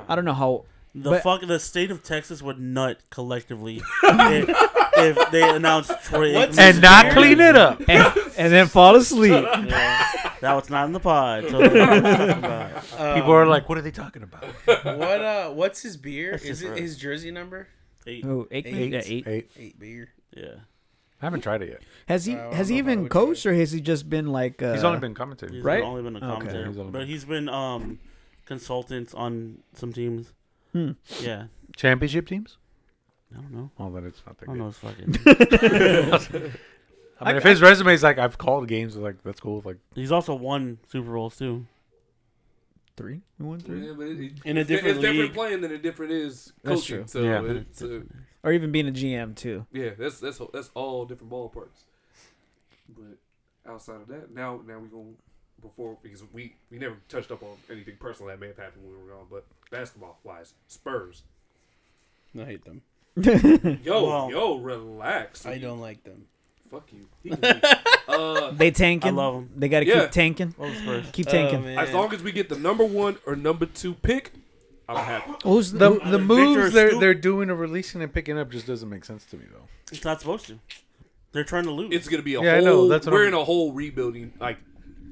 Speaker 4: I don't know how.
Speaker 3: The
Speaker 4: But-
Speaker 3: fuck, the state of Texas would nut collectively if, if they announced Troy
Speaker 2: What's
Speaker 3: Aikman.
Speaker 2: his
Speaker 5: And not clean it up.
Speaker 4: And, and then fall asleep.
Speaker 3: That was not in the pod. So yeah,
Speaker 5: People are like, what are they talking about?
Speaker 2: What uh what's his beer?
Speaker 3: just
Speaker 2: Is it
Speaker 3: right.
Speaker 2: his jersey number?
Speaker 4: Who, Aikman?
Speaker 2: Eight.
Speaker 4: Yeah, Oh, eight.
Speaker 5: Hey,
Speaker 2: Eight beer.
Speaker 5: I haven't tried it yet.
Speaker 4: Has he
Speaker 2: I don't
Speaker 4: has he
Speaker 2: know if I
Speaker 4: even
Speaker 2: would try it.
Speaker 4: coached or has he just been like? Uh,
Speaker 5: He's only been commentating.
Speaker 3: he's
Speaker 4: Right?
Speaker 3: only been a
Speaker 4: Okay.
Speaker 3: commentator,
Speaker 5: He's only
Speaker 3: but
Speaker 5: been-
Speaker 3: he's been um consultants on some teams.
Speaker 5: Hmm.
Speaker 3: Yeah,
Speaker 5: Championship teams?
Speaker 3: I don't know.
Speaker 5: Oh, then it's not that
Speaker 3: I don't
Speaker 5: good.
Speaker 3: know. It's fucking.
Speaker 5: I mean, if his resume is like, I've called games, like that's cool. Like
Speaker 3: he's also won Super Bowls too.
Speaker 4: three. He won three.
Speaker 1: Yeah, but it, it,
Speaker 2: In a
Speaker 1: it's-
Speaker 2: different
Speaker 1: it's different
Speaker 2: league.
Speaker 1: playing than a different is coaching.
Speaker 4: That's
Speaker 1: So
Speaker 4: true.
Speaker 5: Yeah.
Speaker 1: it's, uh,
Speaker 4: Or even being a GM too.
Speaker 1: yeah, that's that's that's all different ballparks. But outside of that, now now we going before because we we never touched up on anything personal that may have happened when we were on, but basketball wise, Spurs.
Speaker 2: I hate them.
Speaker 1: Yo
Speaker 3: Well-
Speaker 1: yo, relax.
Speaker 2: I don't like them.
Speaker 1: Fuck you. He can leave. uh,
Speaker 4: They tanking.
Speaker 3: I love 'em.
Speaker 4: They got to
Speaker 1: Yeah.
Speaker 4: keep tanking.
Speaker 3: Well, the Spurs.
Speaker 4: Keep
Speaker 2: Oh,
Speaker 4: tanking.
Speaker 2: man.
Speaker 1: as long as we get the number one or number two pick, I'm happy.
Speaker 4: Who's the,
Speaker 5: the the moves they're
Speaker 3: Scoop.
Speaker 5: they're doing or releasing and picking up just doesn't make sense to me though.
Speaker 3: It's not supposed to. They're trying to lose.
Speaker 1: It's gonna be a
Speaker 5: Yeah, I
Speaker 1: whole.
Speaker 5: know, that's what
Speaker 1: we're
Speaker 5: I'm-
Speaker 1: in a whole rebuilding. Like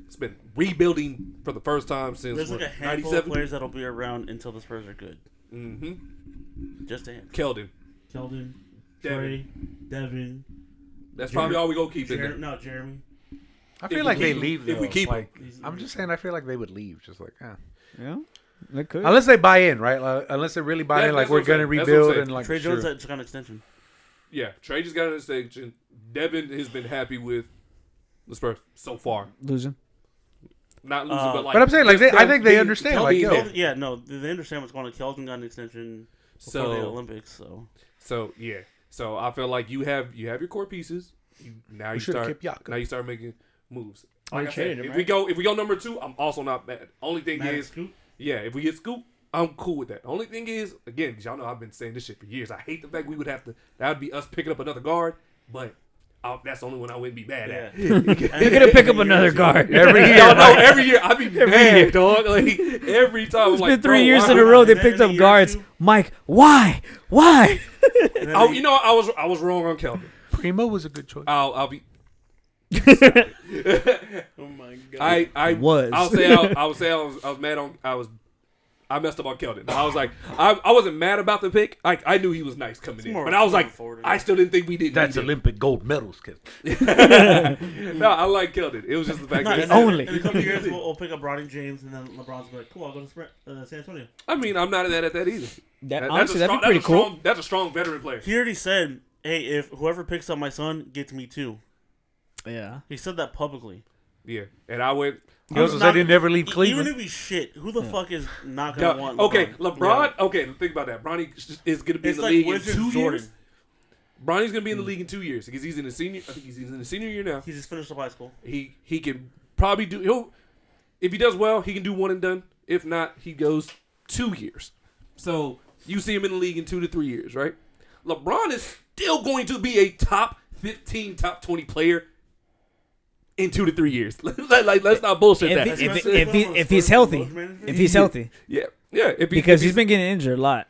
Speaker 1: it's been rebuilding for the first time since
Speaker 3: There's like a
Speaker 1: what,
Speaker 3: handful of
Speaker 1: 97.
Speaker 3: players that'll be around until the Spurs are good.
Speaker 1: Mm-hmm.
Speaker 3: Just a hand.
Speaker 1: Keldon.
Speaker 3: Keldon,
Speaker 1: Devin.
Speaker 3: Trey, Devin,
Speaker 1: That's probably all we gonna keep in
Speaker 3: Jer-
Speaker 1: there.
Speaker 3: no Jeremy.
Speaker 5: I
Speaker 1: we
Speaker 5: feel like they
Speaker 1: keep-
Speaker 5: leave. Though.
Speaker 1: if we keep
Speaker 5: like,
Speaker 3: him.
Speaker 5: I'm just saying, I feel like they would leave. Just like, eh.
Speaker 4: Yeah, they could.
Speaker 5: unless they buy in, right? Like, unless they really buy
Speaker 1: That-
Speaker 5: in, like
Speaker 1: that's
Speaker 5: we're
Speaker 1: what I'm
Speaker 5: gonna
Speaker 1: saying. That's what I'm
Speaker 5: rebuild
Speaker 1: saying.
Speaker 5: and like.
Speaker 3: Trey Jones
Speaker 5: sure.
Speaker 3: just got an extension.
Speaker 1: Yeah, Trey just got an extension. Devin has been happy with the Spurs so far.
Speaker 4: losing.
Speaker 1: Not losing,
Speaker 3: Uh,
Speaker 1: but like.
Speaker 5: But I'm saying, like, they, I
Speaker 1: they're
Speaker 5: think they
Speaker 1: being-
Speaker 5: understand.
Speaker 1: they'll
Speaker 5: Like,
Speaker 1: be-
Speaker 5: yo,
Speaker 1: they'll-
Speaker 3: Yeah, no, they they understand what's going on. Keldon got an extension before the
Speaker 1: so
Speaker 3: Olympics, so
Speaker 1: so yeah. So I feel like you have you have your core pieces. You, now you
Speaker 5: should've
Speaker 1: start
Speaker 5: kept Jakob.
Speaker 1: now you start making moves.
Speaker 7: Oh, you
Speaker 1: Like I said,
Speaker 7: traded him,
Speaker 1: if
Speaker 7: right?
Speaker 1: we go if we go number two, I'm also not mad. Only thing
Speaker 3: Matt
Speaker 1: is
Speaker 3: Scoop?
Speaker 1: Yeah, if we get Scoop, I'm cool with that. The only thing is, again, 'cause y'all know I've been saying this shit for years. I hate the fact we would have to. That would be us picking up another guard, but i that's the only one I wouldn't be mad
Speaker 3: Yeah.
Speaker 1: at.
Speaker 4: They're gonna pick up another guard.
Speaker 5: every year,
Speaker 1: Y'all know
Speaker 5: like,
Speaker 1: every year I'd be mad, dog. Like every time,
Speaker 4: It's
Speaker 1: I'm like,
Speaker 4: been three
Speaker 1: bro,
Speaker 4: years
Speaker 1: why
Speaker 4: in a
Speaker 1: would-
Speaker 4: row.
Speaker 3: and
Speaker 4: They
Speaker 3: then
Speaker 4: picked
Speaker 3: in a
Speaker 4: up
Speaker 3: year
Speaker 4: guards.
Speaker 3: two-
Speaker 4: Mike, why? Why?
Speaker 3: And then
Speaker 1: Oh,
Speaker 3: they-
Speaker 1: you know, what? I was I was wrong on Kelvin.
Speaker 5: Primo was a good choice.
Speaker 1: I'll I'll be
Speaker 2: Oh my god.
Speaker 1: I I
Speaker 4: Was.
Speaker 1: I'll say I, I would say I was I was mad on I was. I messed up on Keldon. I was like, I, I wasn't mad about the pick. Like I knew he was nice coming in,
Speaker 3: more
Speaker 1: but I was like,
Speaker 3: forward,
Speaker 1: I still didn't think we did.
Speaker 5: That's
Speaker 1: need him.
Speaker 5: Olympic gold medals, kid.
Speaker 1: No, I like Keldon. It was just the fact
Speaker 3: No,
Speaker 1: that
Speaker 3: and then
Speaker 4: only.
Speaker 3: in a couple years we'll, we'll pick up Ronnie James and then LeBron's be like, cool, I'll go to Spr- uh, San Antonio.
Speaker 1: I mean, I'm not mad at that either.
Speaker 4: That,
Speaker 1: That-
Speaker 4: honestly,
Speaker 1: that's a strong, that's
Speaker 4: that'd be pretty
Speaker 1: a strong,
Speaker 4: cool.
Speaker 1: That's a strong veteran player.
Speaker 3: He already said, hey, if whoever picks up my son gets me too.
Speaker 4: Yeah.
Speaker 3: He said that publicly.
Speaker 1: Yeah, and I went.
Speaker 5: He also
Speaker 3: I'm
Speaker 5: said
Speaker 3: not-
Speaker 5: he never leave
Speaker 3: e-
Speaker 5: Cleveland.
Speaker 3: Even if he's shit, who the fuck is not gonna
Speaker 1: Yeah,
Speaker 3: want?
Speaker 1: okay,
Speaker 3: LeBron?
Speaker 1: LeBron. Okay, think about that. Bronny is going to be
Speaker 3: It's
Speaker 1: in the
Speaker 3: like
Speaker 1: league in
Speaker 3: Wizards
Speaker 1: two
Speaker 3: Jordan.
Speaker 1: years. Bronny's gonna be in the league in two years because he's in his senior. I think he's, he's in his senior year now.
Speaker 3: He's just finished up high school.
Speaker 1: He he can probably do. He'll if he does well, he can do one and done. If not, he goes two years. So you see him in the league in two to three years, right? LeBron is still going to be a top fifteen, top twenty player in two to three years. like, like, let's not bullshit that.
Speaker 4: If, if, if, he, if he's healthy, if he's healthy,
Speaker 1: yeah, yeah. If he,
Speaker 4: because
Speaker 1: if
Speaker 4: he's been getting injured a lot.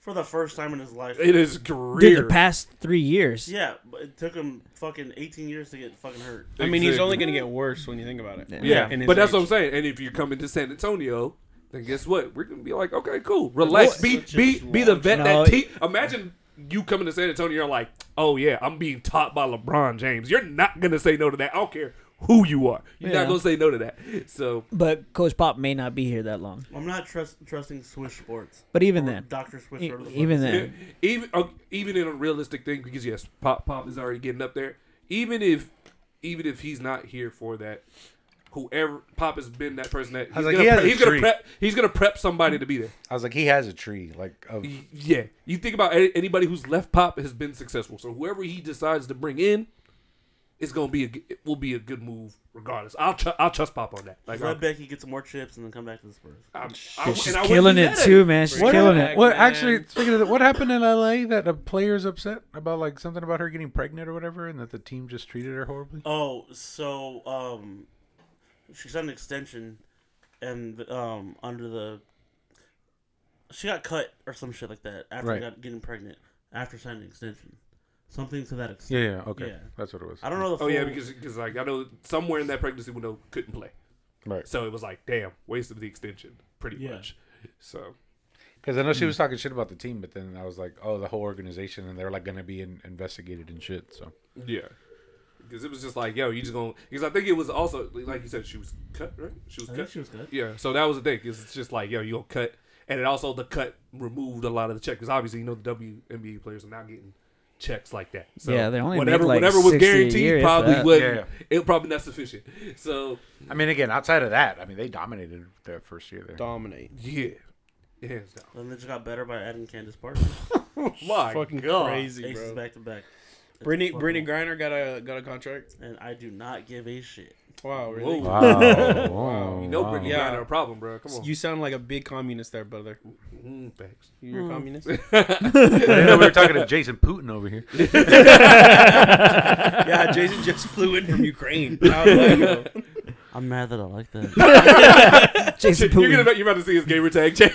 Speaker 3: For the first time in his life.
Speaker 1: in his
Speaker 4: Dude,
Speaker 1: career.
Speaker 4: the past three years.
Speaker 3: Yeah, but it took him fucking 18 years to get fucking hurt.
Speaker 2: I mean, he's
Speaker 1: Exactly.
Speaker 2: only going to get worse when you think about it.
Speaker 1: Yeah,
Speaker 2: In his
Speaker 1: but that's what
Speaker 2: age.
Speaker 1: I'm saying. And if you're coming to San Antonio, then guess what? We're gonna be like, okay, cool, relax, be
Speaker 3: Such a
Speaker 1: be be the vet
Speaker 4: No,
Speaker 1: that te- Imagine you coming to San Antonio, you're like, oh yeah, I'm being taught by LeBron James. You're not gonna say no to that. I don't care who you are. You're
Speaker 4: Yeah.
Speaker 1: not gonna say no to that. So
Speaker 4: But Coach Pop may not be here that long.
Speaker 3: I'm not trust, trusting Swish Sports.
Speaker 4: But even
Speaker 3: Or
Speaker 4: then,
Speaker 3: Dr. Swish.
Speaker 4: E-
Speaker 3: whatever the fuck
Speaker 4: even
Speaker 3: his name
Speaker 4: then,
Speaker 1: even uh, even in a realistic thing, because yes, Pop Pop is already getting up there. Even if even if he's not here for that. Whoever Pop has been that person that he's,
Speaker 5: was like,
Speaker 1: gonna,
Speaker 5: he has
Speaker 1: pre-
Speaker 5: a
Speaker 1: he's gonna
Speaker 5: treat.
Speaker 1: prep he's gonna prep somebody to be there.
Speaker 5: I was like, he has a tree, like of
Speaker 1: Y- Yeah, you think about a- anybody who's left pop has been successful. So whoever he decides to bring in, it's gonna be a g- it will be a good move regardless. I'll tr- I'll trust pop on that. Like
Speaker 3: Let
Speaker 1: I'm,
Speaker 3: Becky get some more chips and then come back to the Spurs.
Speaker 1: I'm,
Speaker 4: she's killing it too, man. She's
Speaker 5: What
Speaker 4: killing
Speaker 5: hap-
Speaker 4: it.
Speaker 5: What
Speaker 2: man.
Speaker 5: actually? Speaking of that, what happened in LA that a player's upset about like something about her getting pregnant or whatever, and that the team just treated her horribly.
Speaker 3: Oh, so um, she signed an extension, and um, under the she got cut or some shit like that after
Speaker 5: Right.
Speaker 3: got, getting pregnant after signing an extension, something to that
Speaker 5: Yeah,
Speaker 3: extent.
Speaker 5: yeah, okay,
Speaker 3: Yeah.
Speaker 5: that's what it was.
Speaker 3: I don't know the.
Speaker 1: Oh
Speaker 3: Full,
Speaker 1: yeah, because because like I know somewhere in that pregnancy window couldn't play,
Speaker 5: Right,
Speaker 1: so it was like damn waste of the extension pretty
Speaker 3: Yeah.
Speaker 1: much. So
Speaker 5: because I know she was talking shit about the team, but then I was like, oh, the whole organization, and they're like going to be in, investigated and shit. So
Speaker 1: yeah. Because it was just like, yo, you just gonna. Because I think it was also like you said, she was cut, right? She was
Speaker 3: I
Speaker 1: cut.
Speaker 3: think she was cut.
Speaker 1: Yeah, so that was the thing. 'cause It's just like, yo, you gonna cut, and it also the cut removed a lot of the check because obviously you know the WNBA players are not getting checks like that. So
Speaker 4: Yeah, they only
Speaker 1: whatever
Speaker 4: make, like,
Speaker 1: whatever was
Speaker 4: 60 a
Speaker 1: guaranteed
Speaker 4: year, if
Speaker 1: probably
Speaker 4: that.
Speaker 1: would
Speaker 5: Yeah,
Speaker 1: not it probably not sufficient. So
Speaker 5: I mean, again, outside of that, I mean, they dominated that first year there.
Speaker 2: Dominate.
Speaker 1: yeah, hands down.
Speaker 3: And they just got better by adding Candace Parker.
Speaker 1: My
Speaker 2: Fucking
Speaker 1: God.
Speaker 2: crazy,
Speaker 3: Aces
Speaker 2: bro.
Speaker 3: back to back. It's
Speaker 2: Brittany
Speaker 3: fucking-
Speaker 2: Brittany Griner got a got a contract.
Speaker 3: and I do not give a shit.
Speaker 2: Wow,
Speaker 1: Whoa.
Speaker 2: really?
Speaker 5: Wow, wow,
Speaker 1: You know, Brittany
Speaker 4: Oh,
Speaker 2: Yeah.
Speaker 1: Griner a problem, bro. Come on.
Speaker 2: You sound like a big communist there, brother.
Speaker 1: Mm, thanks.
Speaker 2: You're a communist.
Speaker 5: I didn't know we were talking to Jason Putin over here.
Speaker 2: yeah, Jason just flew in from Ukraine. How did that go?
Speaker 3: I'm mad that I like that.
Speaker 4: Jason
Speaker 1: You're
Speaker 4: Putin.
Speaker 1: gonna you're about to see his gamer tag change.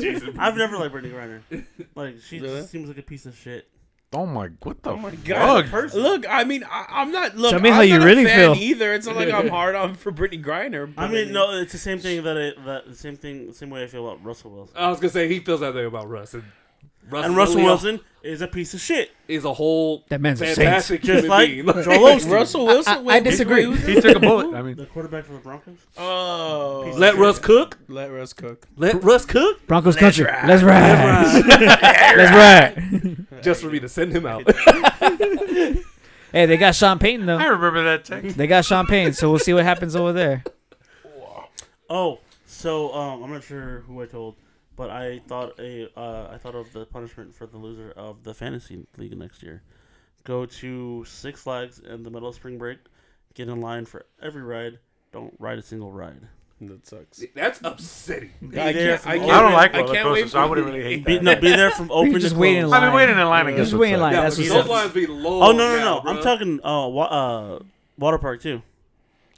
Speaker 1: Jason.
Speaker 3: I've never liked Brittany Griner. Like she
Speaker 2: Really?
Speaker 3: just seems like a piece of shit.
Speaker 5: Oh my, what the?
Speaker 2: Oh my god!
Speaker 5: Fuck?
Speaker 2: Look, I mean, I, I'm not. Look,
Speaker 4: Tell me
Speaker 2: I'm
Speaker 4: how you
Speaker 2: not a
Speaker 4: really
Speaker 2: fan
Speaker 4: feel.
Speaker 2: either. It's not like I'm hard on for Brittany Griner.
Speaker 3: I
Speaker 2: but
Speaker 3: mean, no, it's the same thing that I that the same thing same way I feel about Russell Wilson.
Speaker 1: I was gonna say he feels that way about Russ, and, Russ
Speaker 3: and Russell
Speaker 1: really
Speaker 3: Wilson is a piece of shit.
Speaker 1: is a whole
Speaker 4: That man's a saint.
Speaker 1: fantastic
Speaker 3: Just
Speaker 1: human
Speaker 3: like
Speaker 1: being.
Speaker 3: Joel
Speaker 1: Like-
Speaker 3: Osteen.
Speaker 2: Russell Wilson.
Speaker 4: I- I
Speaker 2: wait,
Speaker 4: disagree.
Speaker 2: wait, who's
Speaker 5: He took a bullet. I mean,
Speaker 3: the quarterback for the Broncos.
Speaker 2: Oh,
Speaker 3: Piece of
Speaker 1: Let
Speaker 3: shit.
Speaker 1: Russ cook.
Speaker 2: let Russ cook.
Speaker 1: Let Russ cook.
Speaker 4: Broncos country. Let's ride. Let's ride.
Speaker 1: Just for me to send him out.
Speaker 4: Hey, they got Sean Payton
Speaker 5: I
Speaker 4: though.
Speaker 5: remember that text.
Speaker 4: They got Sean Payton, so we'll see what happens over there.
Speaker 3: Oh, so um, I'm not sure who I told, but I thought a uh, I thought of the punishment for the loser of the fantasy league next year. Go to Six Flags in the middle of spring break. Get in line for every ride. Don't ride a single ride.
Speaker 2: That sucks.
Speaker 1: That's upsetting.
Speaker 2: I
Speaker 3: there
Speaker 2: can't.
Speaker 3: for
Speaker 2: I
Speaker 3: all-
Speaker 2: can't
Speaker 5: I don't
Speaker 2: wait-
Speaker 5: like
Speaker 2: I
Speaker 5: roller
Speaker 2: can't wait.
Speaker 5: coasters, so I
Speaker 2: for-
Speaker 5: wouldn't really hate
Speaker 3: Be,
Speaker 5: that.
Speaker 3: no, be there from open
Speaker 4: just
Speaker 3: to
Speaker 4: waiting in
Speaker 3: close.
Speaker 4: line.
Speaker 5: I've been waiting in line. I
Speaker 4: Yeah,
Speaker 5: guess
Speaker 4: just waiting in
Speaker 5: what's
Speaker 4: line.
Speaker 5: up.
Speaker 1: Yeah,
Speaker 4: that's
Speaker 1: those
Speaker 4: what's up.
Speaker 1: lines be low.
Speaker 3: Oh no no
Speaker 1: now,
Speaker 3: no! I'm
Speaker 1: bruh.
Speaker 3: talking uh, wa- uh water park too.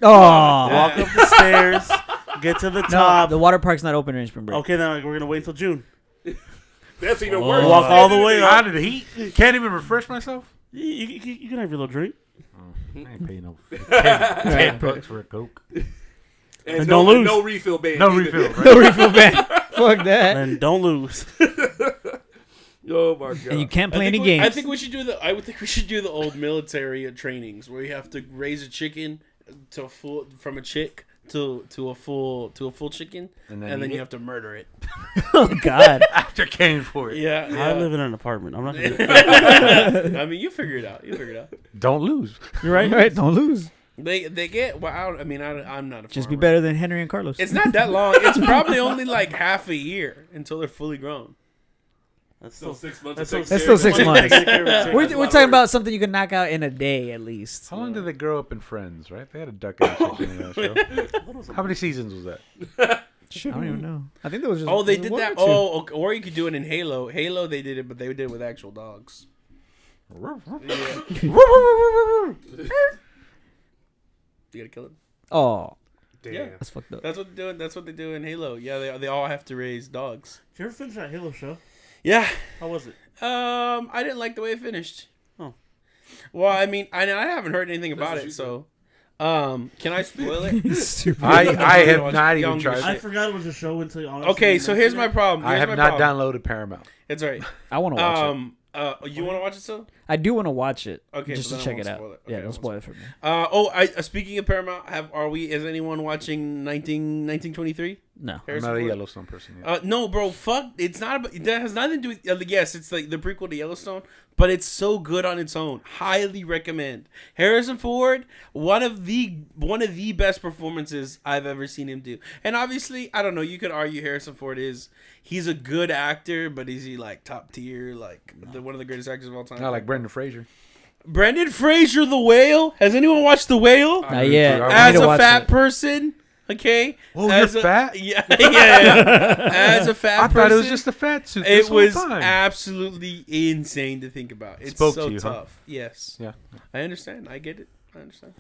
Speaker 4: Oh,
Speaker 3: Walk up the stairs, get to the
Speaker 4: no,
Speaker 3: top.
Speaker 4: the water park's not open during spring break.
Speaker 3: okay, then like, we're gonna wait until June.
Speaker 1: That's even
Speaker 4: Oh.
Speaker 1: worse.
Speaker 3: Walk all the way up.
Speaker 5: Out of the heat. Can't even refresh myself.
Speaker 3: You, you, you- you can have your little drink.
Speaker 5: I
Speaker 2: Hmm.
Speaker 5: ain't paying no ten, ten bucks for a coke.
Speaker 1: And
Speaker 3: And
Speaker 1: no,
Speaker 3: don't lose.
Speaker 1: no refill, babe.
Speaker 5: No refill. Right?
Speaker 4: No refill ban. Fuck that.
Speaker 3: And don't lose.
Speaker 1: Oh my god.
Speaker 4: And you can't play
Speaker 2: I
Speaker 4: any
Speaker 2: think we-
Speaker 4: games.
Speaker 2: I think we should do the. I would think we should do the old military uh, trainings where you have to raise a chicken to full from a chick to to a full to a full chicken, and
Speaker 5: And then
Speaker 2: then,
Speaker 5: eat
Speaker 2: you
Speaker 5: it?
Speaker 2: have to murder it.
Speaker 4: oh God.
Speaker 5: After came for it.
Speaker 2: Yeah,
Speaker 3: I live in an apartment. I'm not gonna.
Speaker 2: I mean, you figure it out. You figure it out.
Speaker 5: Don't lose.
Speaker 4: You're right. Right. Don't lose.
Speaker 2: They they get. Well, I, don't- I mean, I, don't- I'm not a.
Speaker 4: Just be
Speaker 2: farmer.
Speaker 4: better than Henry and Carlos.
Speaker 2: It's not that long. It's probably only like half a year until they're fully grown.
Speaker 3: That's
Speaker 1: Still
Speaker 3: still
Speaker 1: six months.
Speaker 3: that's
Speaker 1: to
Speaker 3: still,
Speaker 1: take
Speaker 4: That's still
Speaker 1: care of
Speaker 4: six
Speaker 1: it.
Speaker 4: months.
Speaker 1: That's
Speaker 4: We're,
Speaker 1: a
Speaker 4: we're
Speaker 1: lot of
Speaker 4: talking
Speaker 1: work.
Speaker 4: about something you can knock out in a day at least.
Speaker 5: How long did they grow up in Friends? Right, they had a duck and a chicken in that show. How many seasons was that?
Speaker 4: Shit, I don't even know. I think there was just
Speaker 2: Oh, they
Speaker 4: one
Speaker 2: did
Speaker 4: or
Speaker 2: that.
Speaker 4: two.
Speaker 2: Oh, okay. or you could do it in Halo. Halo, they did it, but they did it with actual dogs. You gotta kill them.
Speaker 4: oh,
Speaker 1: Damn.
Speaker 2: Yeah.
Speaker 4: that's fucked up.
Speaker 2: That's what they do. That's what they do in Halo. Yeah, they they all have to raise dogs.
Speaker 3: Did you ever finish that Halo show?
Speaker 2: Yeah.
Speaker 3: How was it?
Speaker 2: Um, I didn't like the way it finished.
Speaker 3: Oh.
Speaker 2: Well, I mean, I, I haven't heard anything
Speaker 1: what
Speaker 2: about
Speaker 1: you
Speaker 2: it, so. Um, can I spoil it?
Speaker 4: Stupid.
Speaker 5: I I
Speaker 2: Watch
Speaker 5: have not even
Speaker 2: Young
Speaker 5: tried.
Speaker 3: I
Speaker 5: it.
Speaker 2: Shit.
Speaker 3: forgot it was a show until honestly.
Speaker 2: Okay,
Speaker 3: you
Speaker 2: so
Speaker 3: mentioned
Speaker 2: here's my
Speaker 3: it.
Speaker 2: problem.
Speaker 5: I
Speaker 2: Here's
Speaker 5: have
Speaker 2: my
Speaker 5: not
Speaker 2: problem.
Speaker 5: downloaded Paramount.
Speaker 2: It's alright.
Speaker 4: I want to watch it.
Speaker 2: Um, uh, you want to watch it still?
Speaker 4: I do want to watch it.
Speaker 2: Okay,
Speaker 4: Okay, just
Speaker 2: so
Speaker 4: to
Speaker 2: then I
Speaker 4: check
Speaker 2: won't
Speaker 4: it out.
Speaker 2: spoil it. Okay,
Speaker 4: yeah,
Speaker 2: I
Speaker 4: don't
Speaker 2: won't
Speaker 4: spoil it for me.
Speaker 2: Uh, oh, I, uh, speaking of Paramount, have are we? Is anyone watching 19, 1923?
Speaker 4: No.
Speaker 5: I'm
Speaker 2: Harrison
Speaker 5: not a
Speaker 2: Ford?
Speaker 5: Yellowstone person. Yet.
Speaker 2: Uh, no, bro, fuck. It's not. About, that has nothing to do with. Uh, yes, it's like the prequel to Yellowstone, but it's so good on its own. Highly recommend. Harrison Ford, one of the one of the best performances I've ever seen him do. And obviously, I don't know. You could argue Harrison Ford is he's a good actor, but is he like top tier? Like the, one of the greatest actors of all time.
Speaker 5: not like Brendan Fraser.
Speaker 2: Brendan Fraser, The Whale. Has anyone watched The Whale?
Speaker 4: Not yet.
Speaker 5: I
Speaker 4: I
Speaker 2: as
Speaker 4: need to
Speaker 2: a
Speaker 4: watch
Speaker 2: fat
Speaker 4: it.
Speaker 2: person. Okay.
Speaker 5: Whoa,
Speaker 2: as
Speaker 5: you're
Speaker 2: a,
Speaker 5: fat?
Speaker 2: Yeah, yeah, yeah. As a fat
Speaker 5: I
Speaker 2: person,
Speaker 5: thought it was just a fat suit.
Speaker 2: it
Speaker 5: This whole
Speaker 2: was
Speaker 5: time.
Speaker 2: absolutely insane to think about. It's
Speaker 5: Spoke
Speaker 2: so
Speaker 5: to you, huh?
Speaker 2: tough. Yes,
Speaker 5: yeah.
Speaker 2: I understand. I get it. I understand.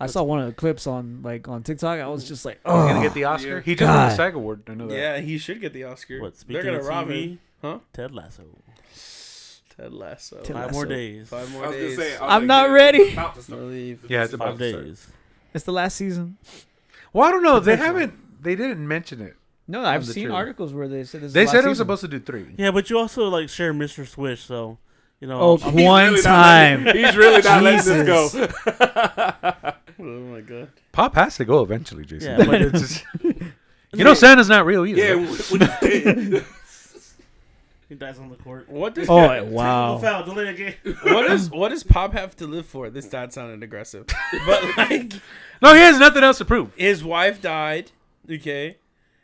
Speaker 4: I saw one of the clips on like on TikTok. I was just like,
Speaker 5: He's gonna
Speaker 4: oh,
Speaker 5: get the Oscar.
Speaker 1: yeah.
Speaker 5: He just won the
Speaker 4: God.
Speaker 5: SAG award. I know that.
Speaker 2: Yeah, he should get the Oscar.
Speaker 3: What,
Speaker 2: They're
Speaker 3: speaking
Speaker 2: gonna
Speaker 3: of
Speaker 2: rob
Speaker 3: TV?
Speaker 2: him. Huh?
Speaker 3: Ted Lasso.
Speaker 2: Ted Lasso.
Speaker 4: Ted
Speaker 3: Five
Speaker 4: Lasso.
Speaker 3: more days.
Speaker 2: Five
Speaker 1: I
Speaker 2: more
Speaker 1: was gonna
Speaker 2: days.
Speaker 1: say, uh, I was
Speaker 4: I'm
Speaker 1: like,
Speaker 4: not
Speaker 1: yeah,
Speaker 4: ready.
Speaker 1: About to start.
Speaker 2: No leave.
Speaker 5: yeah, it's about
Speaker 3: Five
Speaker 5: to start.
Speaker 3: days.
Speaker 4: it's the last season.
Speaker 5: Well, I don't know. They
Speaker 4: Potentially.
Speaker 5: haven't. They didn't mention it.
Speaker 4: No, I've
Speaker 5: the
Speaker 4: seen
Speaker 5: trailer.
Speaker 4: articles where they said this. is
Speaker 5: They
Speaker 4: the
Speaker 5: said
Speaker 4: last
Speaker 5: it was
Speaker 4: season.
Speaker 5: supposed to do three.
Speaker 3: Yeah, but you also like share Mr. Swish, so you know.
Speaker 4: Oh,
Speaker 3: I'm-
Speaker 1: He's
Speaker 4: one
Speaker 1: really not
Speaker 4: time.
Speaker 1: letting- He's really not letting this go.
Speaker 4: Jesus.
Speaker 2: Oh my god.
Speaker 5: Pop has to go eventually, Jason.
Speaker 3: Yeah, but-
Speaker 5: It's just- you know, Santa's not real either.
Speaker 1: Yeah,
Speaker 5: right?
Speaker 1: when he's dead.
Speaker 3: he dies on the court.
Speaker 2: What does
Speaker 4: Oh
Speaker 3: Technical
Speaker 4: wow!
Speaker 3: Foul, delay again.
Speaker 2: what does what does Pop have to live for? This dad sounded aggressive, but like
Speaker 5: No, he has nothing else to prove.
Speaker 2: his wife died. Okay.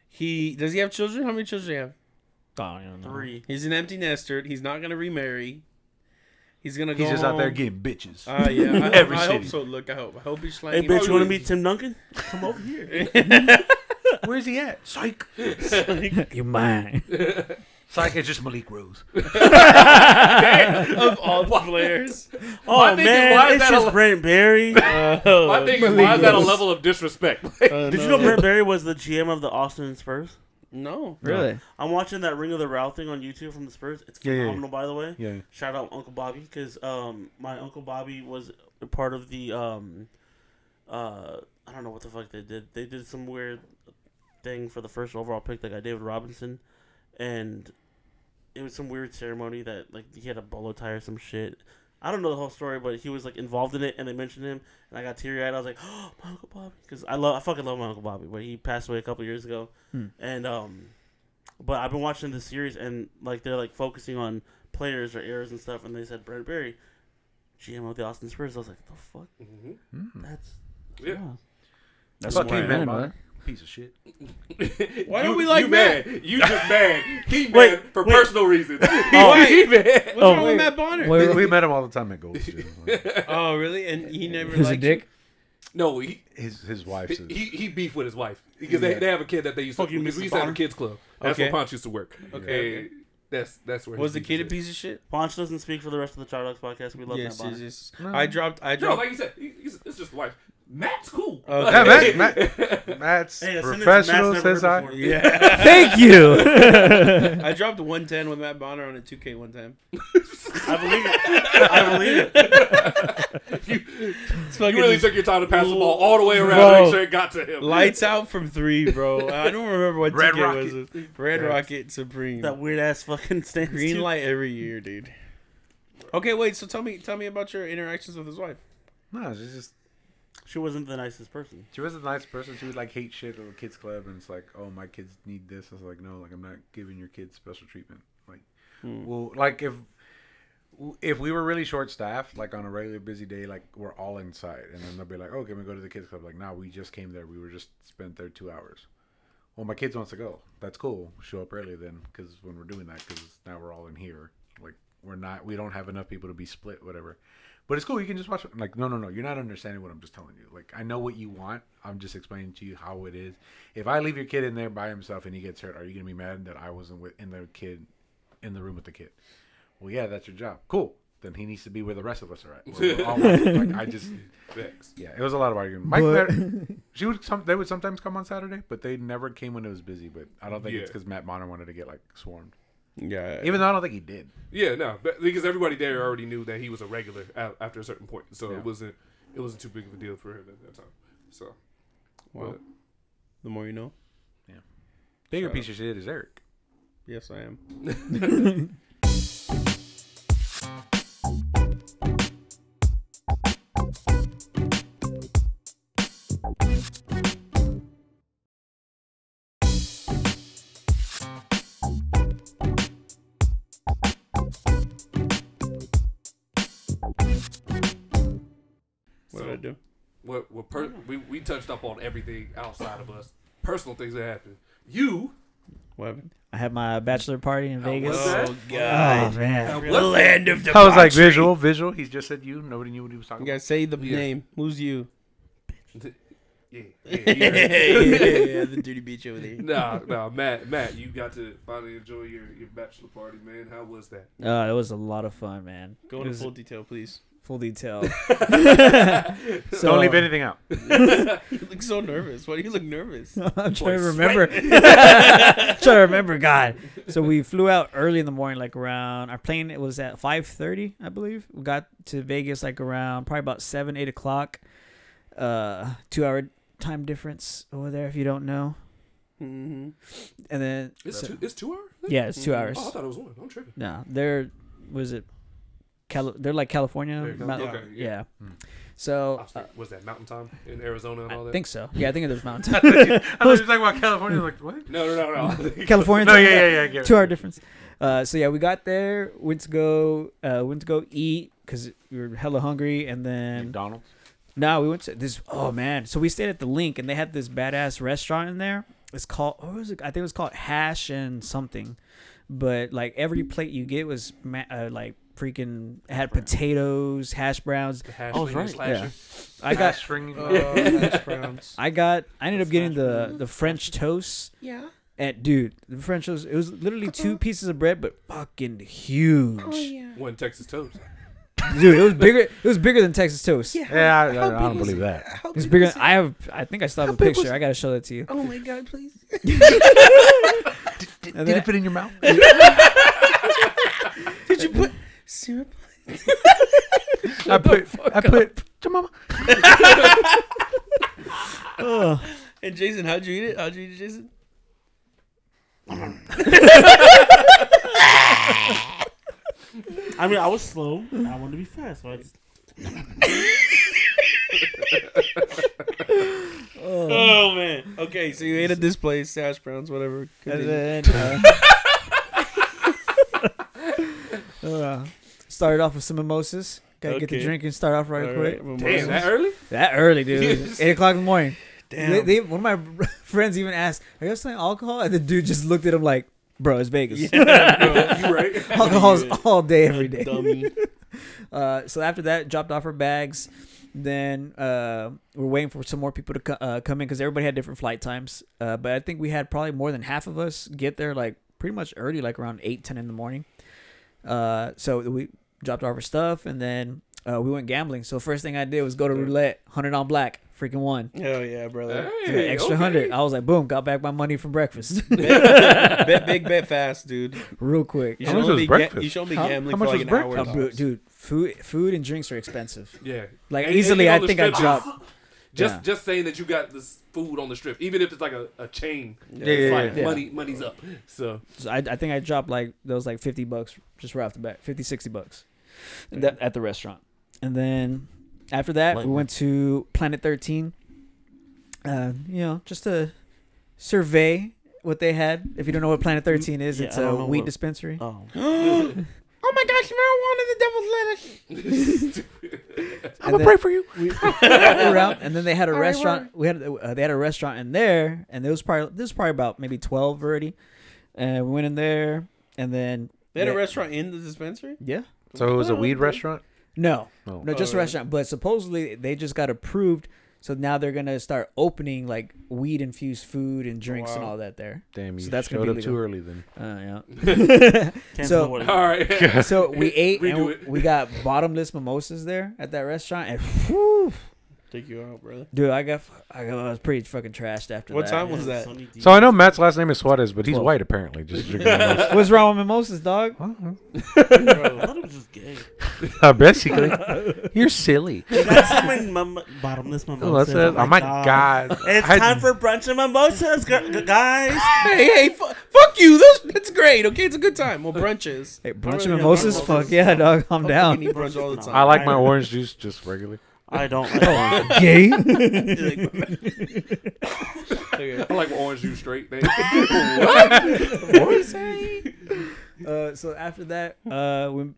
Speaker 2: He does he have children? How many children do you have?
Speaker 3: Three.
Speaker 2: He's an empty nester. He's not gonna remarry. He's gonna go.
Speaker 5: He's just out there
Speaker 2: home.
Speaker 5: getting bitches.
Speaker 2: Ah, yeah. I,
Speaker 5: Every
Speaker 2: I hope
Speaker 5: city.
Speaker 2: so. Look, I hope. I hope he's
Speaker 3: Hey,
Speaker 2: slanging.
Speaker 3: bitch, you want to meet Tim Duncan? Come over here.
Speaker 5: Where's he at? Psych.
Speaker 4: You mine?
Speaker 5: Psych is just Malik Rose.
Speaker 2: of all the players.
Speaker 3: Oh
Speaker 1: thing is, why
Speaker 3: man,
Speaker 1: is
Speaker 3: it's
Speaker 1: that
Speaker 3: just
Speaker 1: a-
Speaker 3: Brent Berry.
Speaker 1: My thing is, why is that a level of disrespect? Like,
Speaker 2: Oh,
Speaker 3: Did you know Brent Berry was the GM of the Austin Spurs?
Speaker 2: No.
Speaker 4: Really?
Speaker 3: I'm watching that Ring of the Row thing on YouTube from the Spurs. It's
Speaker 5: Yeah, yeah, yeah.
Speaker 3: phenomenal, by the way.
Speaker 5: Yeah.
Speaker 3: Shout out Uncle Bobby because um, my Uncle Bobby was a part of the um, uh, I don't know what the fuck they did. They did some weird thing for the first overall pick that got David Robinson, and it was some weird ceremony that like he had a bolo tie or some shit. I don't know the whole story, but he was like involved in it, and they mentioned him, and I got teary eyed. I was like, "Oh, my uncle Bobby," because I love, I fucking love my uncle Bobby, but he passed away a couple years ago,
Speaker 5: Hmm.
Speaker 3: and um, but I've been watching the series, and like they're like focusing on players or errors and stuff, and they said Brent Berry, GM of the Austin Spurs. I was like, the fuck,
Speaker 2: Mm-hmm. Hmm.
Speaker 3: that's
Speaker 1: Yeah.
Speaker 3: wow.
Speaker 5: That's Fuck
Speaker 4: wild.
Speaker 5: you,
Speaker 4: I
Speaker 5: man.
Speaker 4: know
Speaker 5: Mark.
Speaker 4: that.
Speaker 5: Piece of shit.
Speaker 2: Why
Speaker 1: you-
Speaker 2: don't we like
Speaker 1: you
Speaker 2: Matt?
Speaker 1: mad? You just mad. He mad
Speaker 3: Wait,
Speaker 1: for
Speaker 3: wait.
Speaker 1: personal reasons.
Speaker 2: Oh.
Speaker 1: he mad.
Speaker 2: What's wrong
Speaker 4: Oh,
Speaker 2: with
Speaker 4: wait.
Speaker 2: Matt Bonner?
Speaker 5: We,
Speaker 4: Wait,
Speaker 5: we met him all the time at Gold's.
Speaker 2: Oh, really? And he never
Speaker 4: Who's a
Speaker 2: liked
Speaker 4: dick?
Speaker 1: No, he
Speaker 5: His his wife's.
Speaker 1: he
Speaker 5: is-
Speaker 1: he beef with his wife because they, they have a kid that they used
Speaker 3: Fuck
Speaker 1: to
Speaker 3: you,
Speaker 1: because
Speaker 3: Mrs.
Speaker 1: we used to have a
Speaker 3: Bonner.
Speaker 1: kids club. That's
Speaker 2: Okay.
Speaker 1: where Ponch used to work.
Speaker 2: Okay,
Speaker 1: And that's that's where
Speaker 2: you? Was the
Speaker 1: his
Speaker 2: kid a
Speaker 1: beef is
Speaker 2: piece of shit?
Speaker 3: Ponch doesn't speak for the rest of the Chardogs podcast. We love
Speaker 2: Yes,
Speaker 3: that. Bonner.
Speaker 2: yes, yes. I dropped. I
Speaker 1: at. No,
Speaker 2: dropped.
Speaker 1: like you said, he- he's, it's just wife. Matt's cool.
Speaker 2: Okay.
Speaker 5: Yeah, Matt, Matt, Matt's
Speaker 3: Hey, a sentence
Speaker 5: professional,
Speaker 3: Matt's never
Speaker 5: says I.
Speaker 3: heard before.
Speaker 2: yeah,
Speaker 4: Thank you.
Speaker 2: I dropped 110 with Matt Bonner on a 2K one time.
Speaker 3: I believe it. I believe it.
Speaker 2: It's fucking
Speaker 1: You really
Speaker 2: just
Speaker 1: took your time to pass the ball all the way around to
Speaker 2: Bro.
Speaker 1: make sure it got to him.
Speaker 2: lights out from three, bro. I don't remember what
Speaker 5: Red
Speaker 2: 2K was.
Speaker 5: Rocket.
Speaker 2: It was Red Rocket Supreme.
Speaker 3: That weird ass fucking stance.
Speaker 2: Green
Speaker 3: too.
Speaker 2: light every year, dude. Okay, wait. So tell me, tell me about your interactions with his wife.
Speaker 5: No, she's just
Speaker 3: She wasn't the nicest person.
Speaker 5: she was a nice person. She would like hate shit at the kids club, and it's like, oh, my kids need this. I was like, no, like I'm not giving your kids special treatment. Like, well, like if if we were really short staffed, like on a regular busy day, like we're all inside, and then they'll be like, oh, can we go to the kids club? Like, nah, we just came there. We were just spent there two hours. well, my kids wants to go. That's cool. Show up early then, because when we're doing that, because now we're all in here. Like we're not, we don't have enough people to be split, whatever. But it's cool. You can just watch. it." I'm like, no, no, no. You're not understanding what I'm just telling you. Like, I know what you want. I'm just explaining to you how it is. If I leave your kid in there by himself and he gets hurt, are you gonna be mad that I wasn't with in the kid, in the room with the kid? Well, yeah, that's your job. Cool. Then he needs to be where the rest of us are at. We're- we're all- like, I just,
Speaker 1: Facts.
Speaker 5: yeah, it was a lot of arguing. Mike,
Speaker 4: But-
Speaker 5: Lar- she would some, they would sometimes come on Saturday, but they never came when it was busy. But I don't think it's
Speaker 1: Yeah.
Speaker 5: because Matt Bonner wanted to get like swarmed.
Speaker 2: Yeah.
Speaker 5: Even though I don't think he did.
Speaker 1: Yeah, no, but- because everybody there already knew that he was a regular a- after a certain point, so
Speaker 5: Yeah.
Speaker 1: it wasn't it wasn't too big of a deal for him at that time. So
Speaker 2: Well,
Speaker 1: but-
Speaker 2: the more you know.
Speaker 5: Bigger
Speaker 2: So-
Speaker 5: piece of shit is Eric.
Speaker 2: Yes, I am. What did I
Speaker 1: So-
Speaker 2: do?
Speaker 1: what what per- we we touched up on everything outside of us, personal things that happened. You
Speaker 2: What happened?
Speaker 4: I had my bachelor party in Vegas.
Speaker 1: was that?
Speaker 4: Oh man.
Speaker 1: Now, what-
Speaker 2: land of the
Speaker 5: I was like visual, visual. He just said you. Nobody knew what he was
Speaker 2: You
Speaker 5: talking
Speaker 2: gotta say the
Speaker 1: Yeah.
Speaker 2: name. Who's you?
Speaker 1: Yeah, yeah, yeah.
Speaker 2: the duty beach over there.
Speaker 1: nah, nah, Matt, Matt, you got to finally enjoy your, your bachelor party, man. How was that?
Speaker 4: Uh, it was a lot of fun, man.
Speaker 2: Go
Speaker 4: It
Speaker 2: into
Speaker 4: was
Speaker 2: full detail, please.
Speaker 4: full detail.
Speaker 5: about.
Speaker 4: so
Speaker 5: Don't leave anything out.
Speaker 2: You look so nervous. Why do you look nervous?
Speaker 4: I'm
Speaker 1: Boy,
Speaker 4: trying to remember. trying to remember. God. So we flew out early in the morning, like around our plane. It was at 5:30, I believe. We got to Vegas like around probably about seven, eight o'clock. Uh, two hour time difference over there, if you don't know.
Speaker 2: Mm-hmm.
Speaker 4: And then
Speaker 1: It's
Speaker 4: so-
Speaker 1: two, it's two hours.
Speaker 4: yeah, it's two
Speaker 2: Mhm.
Speaker 4: hours.
Speaker 1: Oh, I thought it was one. I'm tripping.
Speaker 4: No, they're was it? Cali- they're like California.
Speaker 1: There you go.
Speaker 4: Um, Mount-
Speaker 1: Okay,
Speaker 4: yeah.
Speaker 1: yeah.
Speaker 5: Hmm.
Speaker 4: So
Speaker 1: I was thinking, was that mountain time in Arizona and all
Speaker 4: I
Speaker 1: that?
Speaker 4: think so. Yeah, I think there's mountain
Speaker 5: I thought he was talking about California. I'm like what?
Speaker 1: no, no, no, no.
Speaker 4: California.
Speaker 5: No,
Speaker 4: time,
Speaker 5: yeah, yeah, yeah. I get it.
Speaker 4: Two hour difference. Uh, so yeah, we got there. Went to go. Uh, went to go eat because we were hella hungry. And then
Speaker 5: McDonald's.
Speaker 4: no, we went to this. Oh man! So we stayed at the Link, and they had this badass restaurant in there. It's called. What was it? I think it was called Hash and something. But like every plate you get was ma- uh, like freaking had potatoes, hash browns.
Speaker 1: Hash
Speaker 5: Oh, that's
Speaker 1: finger
Speaker 5: right.
Speaker 1: slasher.
Speaker 4: Yeah. I got Oh.
Speaker 5: Hash ring.
Speaker 4: I got. I ended up getting the the French toast.
Speaker 2: Yeah.
Speaker 4: At dude, the French toast. It was literally two pieces of bread, but fucking huge.
Speaker 8: Oh,
Speaker 1: One Texas toast.
Speaker 4: Dude, it was bigger. It was bigger than Texas toast.
Speaker 5: Yeah, I, I- I don't believe that.
Speaker 4: It was bigger. Than, I have. I think I still have a
Speaker 2: How big
Speaker 4: picture.
Speaker 2: was-
Speaker 4: I gotta show that to you.
Speaker 2: Oh my god, please.
Speaker 5: Did,
Speaker 4: And
Speaker 5: did
Speaker 4: then-
Speaker 5: it fit in your mouth?
Speaker 2: Did you put syrup?
Speaker 5: I put. I put. Your mama.
Speaker 2: And Jason, how'd you eat it? How'd you eat it, Jason?
Speaker 3: I mean, I was slow. and I wanted to be fast. So I just,
Speaker 2: Oh man. Okay, so you ate at this place, hash browns, whatever. Continue.
Speaker 4: And then, uh, uh, started off with some mimosas. Gotta get the
Speaker 2: Okay.
Speaker 4: drink and start off right
Speaker 2: All
Speaker 4: quick.
Speaker 2: right, mimosas.
Speaker 1: Damn, that early?
Speaker 4: That early, dude. It was
Speaker 1: Yes.
Speaker 4: Eight o'clock in the morning.
Speaker 2: Damn.
Speaker 4: They, they, one of my friends even asked, "Are you guys selling alcohol?" And the dude just looked at him like, "Bro, it's Vegas.
Speaker 1: Bro, you right?
Speaker 4: Alcohol's all day, every day."
Speaker 2: Dummy.
Speaker 4: Uh, so after that, dropped off her bags. Then uh, we're waiting for some more people to co- uh, come in because everybody had different flight times. Uh, but I think we had probably more than half of us get there like pretty much early, like around eight, ten in the morning. Uh, so we dropped off our stuff and then uh, we went gambling. So first thing I did was go to roulette, hundred on black, freaking one.
Speaker 2: Hell yeah, brother.
Speaker 1: Hey,
Speaker 4: An extra
Speaker 1: okay.
Speaker 4: hundred. I was like, boom, got back my money from breakfast
Speaker 2: bet, bet big, bet fast, dude.
Speaker 4: real quick.
Speaker 2: You
Speaker 5: How
Speaker 2: should
Speaker 5: much
Speaker 2: only
Speaker 5: was
Speaker 2: be
Speaker 5: breakfast?
Speaker 2: you should only be
Speaker 4: How-
Speaker 2: gambling
Speaker 5: how much
Speaker 2: for like
Speaker 5: was
Speaker 2: an hour.
Speaker 4: Uh,
Speaker 5: breakfast?
Speaker 2: tops.
Speaker 4: bro- dude, food, food and drinks are expensive.
Speaker 1: Yeah.
Speaker 4: Like
Speaker 1: And-
Speaker 4: easily,
Speaker 1: and
Speaker 4: I
Speaker 1: on the
Speaker 4: think I
Speaker 1: strip,
Speaker 4: dropped.
Speaker 1: Just
Speaker 4: Yeah.
Speaker 1: just saying that you got this food on the strip, even if it's like a, a chain,
Speaker 5: Yeah,
Speaker 1: it's
Speaker 5: yeah,
Speaker 1: like
Speaker 4: yeah.
Speaker 1: money money's up. So
Speaker 4: So I, I think I dropped like those like 50 bucks just right off the bat 50 60 bucks That- at the restaurant and then after that we
Speaker 3: Lightweight.
Speaker 4: went to planet 13 uh, you know just to survey what Oh. they had if you Mm, don't know what planet 13 is
Speaker 3: Yeah,
Speaker 4: it's
Speaker 3: I don't
Speaker 4: a
Speaker 3: know
Speaker 4: weed
Speaker 3: what-
Speaker 4: dispensary
Speaker 3: oh,
Speaker 2: oh my god, marijuana, the devil's lettuce.
Speaker 4: I'm gonna pray for you. We, we were out, and then they had a restaurant. We had uh, they had a restaurant in there, and there was probably this was probably about maybe twelve already. And we went in there, and then
Speaker 2: They had a
Speaker 4: yeah.
Speaker 2: restaurant in the dispensary.
Speaker 4: Yeah,
Speaker 5: So it was a
Speaker 2: Oh,
Speaker 5: weed
Speaker 2: okay.
Speaker 5: restaurant.
Speaker 4: no,
Speaker 5: Oh.
Speaker 4: no, just a restaurant. But supposedly they just got approved, so now they're gonna start opening like weed infused food and drinks and
Speaker 2: Wow.
Speaker 4: all that there.
Speaker 5: Damn, you
Speaker 4: So that's gonna
Speaker 5: showed
Speaker 4: be
Speaker 5: up
Speaker 4: legal.
Speaker 5: too early then.
Speaker 4: Uh, yeah.
Speaker 3: Cancel
Speaker 4: So-
Speaker 3: what it-
Speaker 1: All right.
Speaker 4: So we ate
Speaker 1: Redo
Speaker 4: and
Speaker 1: it.
Speaker 4: we got bottomless mimosas there at that restaurant, and whew,
Speaker 2: Take you out, brother.
Speaker 4: dude, I got I, got, I was pretty fucking trashed after
Speaker 2: What
Speaker 4: that.
Speaker 2: time was that?
Speaker 3: Sunny D.
Speaker 5: So I know Matt's last name is Suarez, but he's
Speaker 4: Twelve.
Speaker 5: white apparently. Just drinking those.
Speaker 4: What's wrong with mimosas, dog?
Speaker 3: Bro, I thought it was just gay.
Speaker 5: Uh, basically, you're silly.
Speaker 3: That's my mum- bottomless mimosa.
Speaker 5: Oh, that's it. Oh my god!
Speaker 3: It's
Speaker 5: I-
Speaker 3: time for brunch and mimosas, gu- gu- guys.
Speaker 2: Hey, hey, fu- fuck you. Those, that's great. Okay, it's a good time. Well, brunches.
Speaker 4: Hey,
Speaker 3: really
Speaker 4: brunch
Speaker 3: got
Speaker 4: of mimosas?
Speaker 3: mimosas.
Speaker 4: Fuck yeah, dog. I'm
Speaker 2: Fucking
Speaker 4: down.
Speaker 2: eat brunch all the
Speaker 5: I
Speaker 2: time.
Speaker 5: like my orange juice just regularly.
Speaker 3: I don't. Like
Speaker 4: Gay?
Speaker 2: Okay.
Speaker 1: I like my orange juice straight. Thank
Speaker 4: uh, so after that, uh, we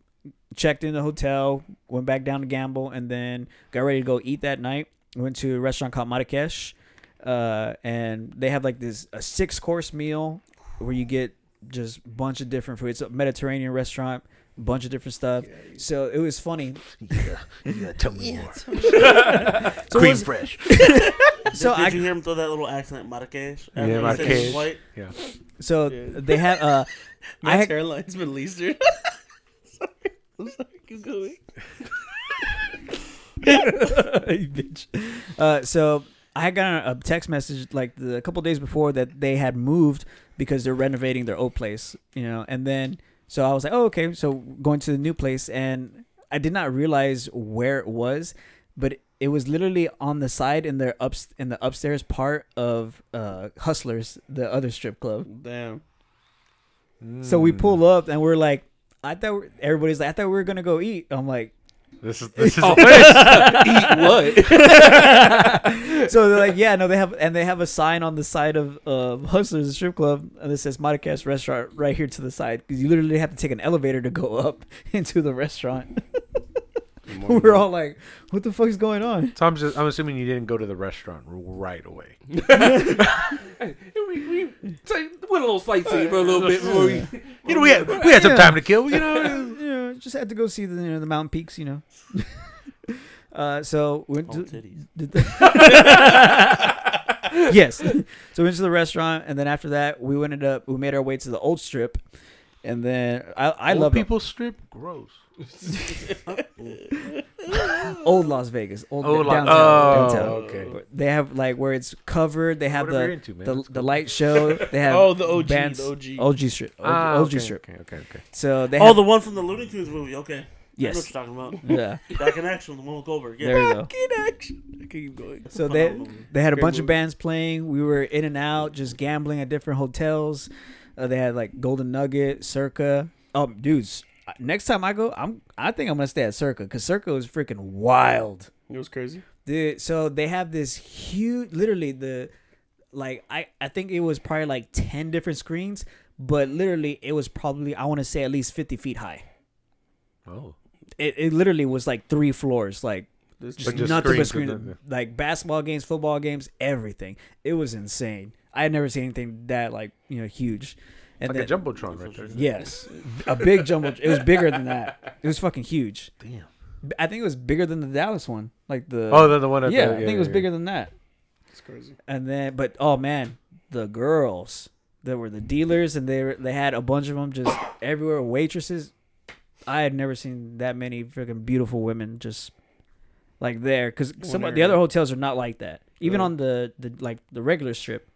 Speaker 4: checked in the hotel, went back down to gamble, and then got ready to go eat that night. Went to a restaurant called Marrakesh, uh, and they have like this a six course meal where you get just bunch of different food. It's a Mediterranean restaurant, bunch of different stuff. So it was funny. So it was-
Speaker 5: fresh.
Speaker 4: So
Speaker 3: Did
Speaker 4: I
Speaker 3: you hear him throw that little accent, Marrakesh? And
Speaker 5: Yeah,
Speaker 3: he said he was
Speaker 5: Marrakesh.
Speaker 3: White.
Speaker 5: Yeah.
Speaker 4: so they have uh, I
Speaker 2: My
Speaker 4: had-
Speaker 2: hairline's been lasered. Sorry. I'm sorry. Keep going.
Speaker 4: You bitch. Uh, so I had got a text message like the, a couple days before that they had moved because they're renovating their old place, you know. And then so I was like, oh okay, so going to the new place, and I did not realize where it was, but it was literally on the side in their ups in the upstairs part of uh, Hustlers, the other strip club.
Speaker 2: Damn.
Speaker 4: So we pull up and we're like, I thought we- everybody's like, I thought we were gonna go eat. I'm like.
Speaker 5: This is this
Speaker 4: Oh.
Speaker 5: is.
Speaker 4: so they're like, yeah, no, they have, and they have a sign on the side of uh, Hustlers the strip club and that says Marrakesh restaurant right here to the side because you literally have to take an elevator to go up into the restaurant. We're all like, what the fuck is going on?
Speaker 5: So I'm just I'm assuming you didn't go to the restaurant r- right away.
Speaker 1: you. we we take, went a little sightseeing for a little bit. Before we,
Speaker 5: You know we had we had some time to kill. You know.
Speaker 4: You know, just had to go see the you know, the mountain peaks, you know. uh, so we went
Speaker 3: Oh,
Speaker 4: to,
Speaker 3: titties.
Speaker 4: Did th- yes. So we went to the restaurant, and then after that, we went and up. We made our way to the old strip, and then I I
Speaker 5: Old
Speaker 4: love
Speaker 5: people strip. Gross.
Speaker 4: old Las Vegas, old
Speaker 5: Old Las-
Speaker 4: downtown,
Speaker 5: oh,
Speaker 4: downtown.
Speaker 5: okay.
Speaker 4: They have like where it's covered. They have
Speaker 5: Whatever
Speaker 4: the
Speaker 5: you're into, man.
Speaker 4: the,
Speaker 5: That's
Speaker 4: the light show. They have
Speaker 2: Oh, the OG,
Speaker 4: bands-
Speaker 2: the OG.
Speaker 4: strip, OG,
Speaker 5: Ah,
Speaker 4: OG
Speaker 5: okay,
Speaker 4: strip.
Speaker 5: Okay, okay, okay.
Speaker 4: So they
Speaker 3: Oh,
Speaker 4: have
Speaker 3: the one from the Looney Tunes movie. Okay. I know
Speaker 4: yes,
Speaker 3: what you're talking about.
Speaker 4: yeah.
Speaker 3: Back in action, the one with Goldberg. Yeah.
Speaker 4: There you go.
Speaker 2: Okay, keep going.
Speaker 4: So they
Speaker 3: Phenomenal movie.
Speaker 4: they had a
Speaker 2: Great
Speaker 4: bunch of
Speaker 2: movie.
Speaker 4: bands playing. We were in and out, just gambling at different hotels. Uh, they had like Golden Nugget, Circa. Oh, dudes! uh, Next time I go, I'm I think I'm gonna stay at Circa because Circa is freaking wild,
Speaker 2: It was crazy.
Speaker 4: dude. So they have this huge, literally the like I I think it was probably like ten different screens, but literally it was probably I want to say at least fifty feet high.
Speaker 5: Oh,
Speaker 4: It it literally was like three floors, like
Speaker 2: This
Speaker 5: But
Speaker 4: just
Speaker 5: just
Speaker 4: nothing but
Speaker 5: screens
Speaker 4: screen
Speaker 5: with them,
Speaker 4: like basketball games, football games, everything. It was insane. I had never seen anything that like you know huge. And
Speaker 5: like a
Speaker 4: then,
Speaker 5: jumbotron right there.
Speaker 4: Yes, a big jumbo. It was bigger than that. It was fucking huge.
Speaker 5: Damn.
Speaker 4: B- I think it was bigger than the Dallas one. Like the
Speaker 5: Oh, the the one. At
Speaker 4: yeah,
Speaker 5: the,
Speaker 4: I think it was bigger than that.
Speaker 2: It's crazy.
Speaker 4: And then, but oh man, the girls that were the dealers, and they were, they had a bunch of them just everywhere. Waitresses, I had never seen that many freaking beautiful women just like there, because some the
Speaker 2: area.
Speaker 4: other hotels are not like that. Even
Speaker 2: Really?
Speaker 4: on the the like the regular strip,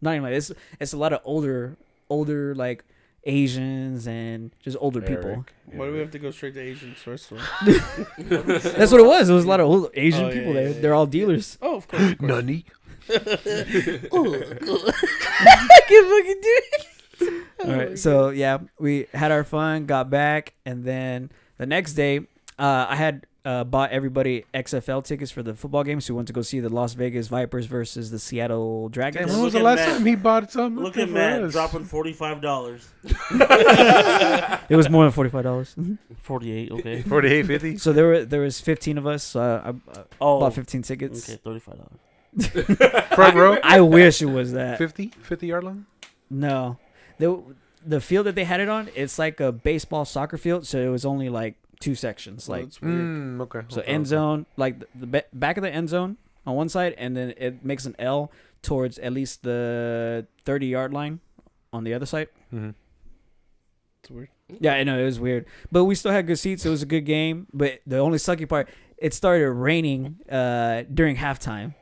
Speaker 4: not even like this. It's a lot of older older like Asians and just older people.
Speaker 5: Eric.
Speaker 2: Why do we have to go straight to Asians first of all?
Speaker 4: That's what it was. It was a lot of old Asian
Speaker 2: Oh, yeah,
Speaker 4: people
Speaker 2: yeah,
Speaker 4: there.
Speaker 2: yeah.
Speaker 4: They're all dealers.
Speaker 2: Oh, of course. Of course.
Speaker 5: Nunny.
Speaker 4: I can't fucking do it. All right. So yeah, we had our fun, got back, and then the next day, uh, I had uh, bought everybody XFL tickets for the football games who went to go see the Las Vegas Vipers versus the Seattle
Speaker 5: Damn,
Speaker 4: Dragons.
Speaker 5: when
Speaker 3: Look
Speaker 5: was the
Speaker 3: at
Speaker 5: last
Speaker 3: Matt.
Speaker 5: time he bought something?
Speaker 3: Look at
Speaker 5: for
Speaker 3: Matt
Speaker 5: us?
Speaker 3: dropping forty five dollars.
Speaker 4: It was more than forty five dollars.
Speaker 3: Forty eight. Okay.
Speaker 5: 48, 50?
Speaker 4: so there were there was fifteen of us. So I, I, I
Speaker 3: Oh.
Speaker 4: bought fifteen tickets.
Speaker 3: Okay. Thirty five dollars.
Speaker 5: Front row?
Speaker 4: I wish it was that.
Speaker 5: 50? 50 yard line?
Speaker 4: No, the the field that they had it on, it's like a baseball soccer field, so it was only like two sections, like
Speaker 2: That's weird.
Speaker 5: Mm, okay.
Speaker 4: so
Speaker 5: okay,
Speaker 4: end
Speaker 5: okay.
Speaker 4: zone, like the, the ba- back of the end zone on one side, and then it makes an L towards at least the thirty yard line on the other side.
Speaker 5: Mhm.
Speaker 2: That's weird.
Speaker 4: Yeah, I know it was weird, but we still had good seats. It was a good game, but the only sucky part, it started raining uh, during halftime.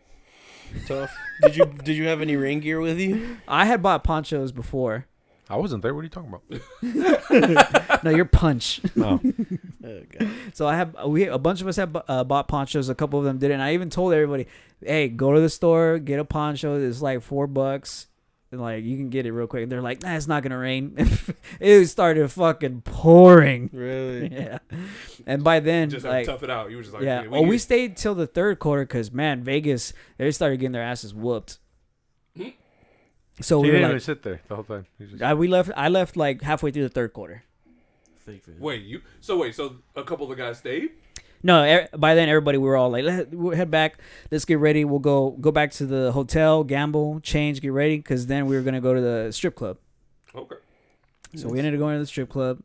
Speaker 2: mm. Tough. did you did you have any rain gear with you?
Speaker 4: I had bought ponchos before.
Speaker 5: I wasn't there. What are you talking about? Oh.
Speaker 4: No, your punch.
Speaker 2: Oh god.
Speaker 4: So I have we a bunch of us have uh, bought ponchos. A couple of them didn't. I even told everybody, "Hey, go to the store, get a poncho. It's like four bucks, and like you can get it real quick." And they're like, "Nah, it's not gonna rain." it started fucking pouring.
Speaker 2: Really?
Speaker 4: Yeah, and by then,
Speaker 1: just had
Speaker 4: like,
Speaker 1: to tough it out. You were just like,
Speaker 4: yeah.
Speaker 1: we
Speaker 4: Well, we
Speaker 1: get-
Speaker 4: stayed till the third quarter because man, Vegas they started getting their asses whooped. So
Speaker 1: Hmm?
Speaker 5: He
Speaker 4: we were
Speaker 5: didn't even
Speaker 4: like,
Speaker 5: sit there the whole time. He just-
Speaker 4: I, we left. I left like halfway through the third quarter.
Speaker 3: Fake food.
Speaker 1: Wait, you? So wait, so a couple of the guys stayed.
Speaker 4: No, er, by then everybody we were all like, Let, we'll head back. Let's get ready. We'll go go back to the hotel, gamble, change, get ready, because then we were gonna go to the strip club.
Speaker 1: Okay.
Speaker 4: So we ended up going to the strip club,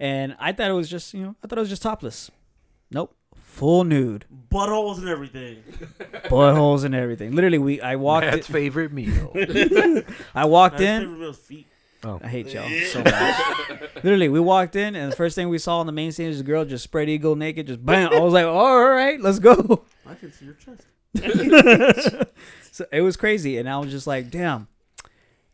Speaker 4: and I thought it was just you know I thought it was just topless. Nope, full nude,
Speaker 3: Buttholes and everything.
Speaker 4: buttholes and everything. Literally, we I walked
Speaker 5: Matt's
Speaker 4: in,
Speaker 5: favorite meal.
Speaker 4: I walked
Speaker 3: Matt's
Speaker 4: in.
Speaker 3: favorite meal is feet.
Speaker 4: I hate y'all so much. Literally, we walked in, and the first thing we saw on the main stage is a girl just spread eagle naked, just bam. I was like, all right, let's go.
Speaker 3: I can see your chest.
Speaker 4: So it was crazy, and I was just like, damn.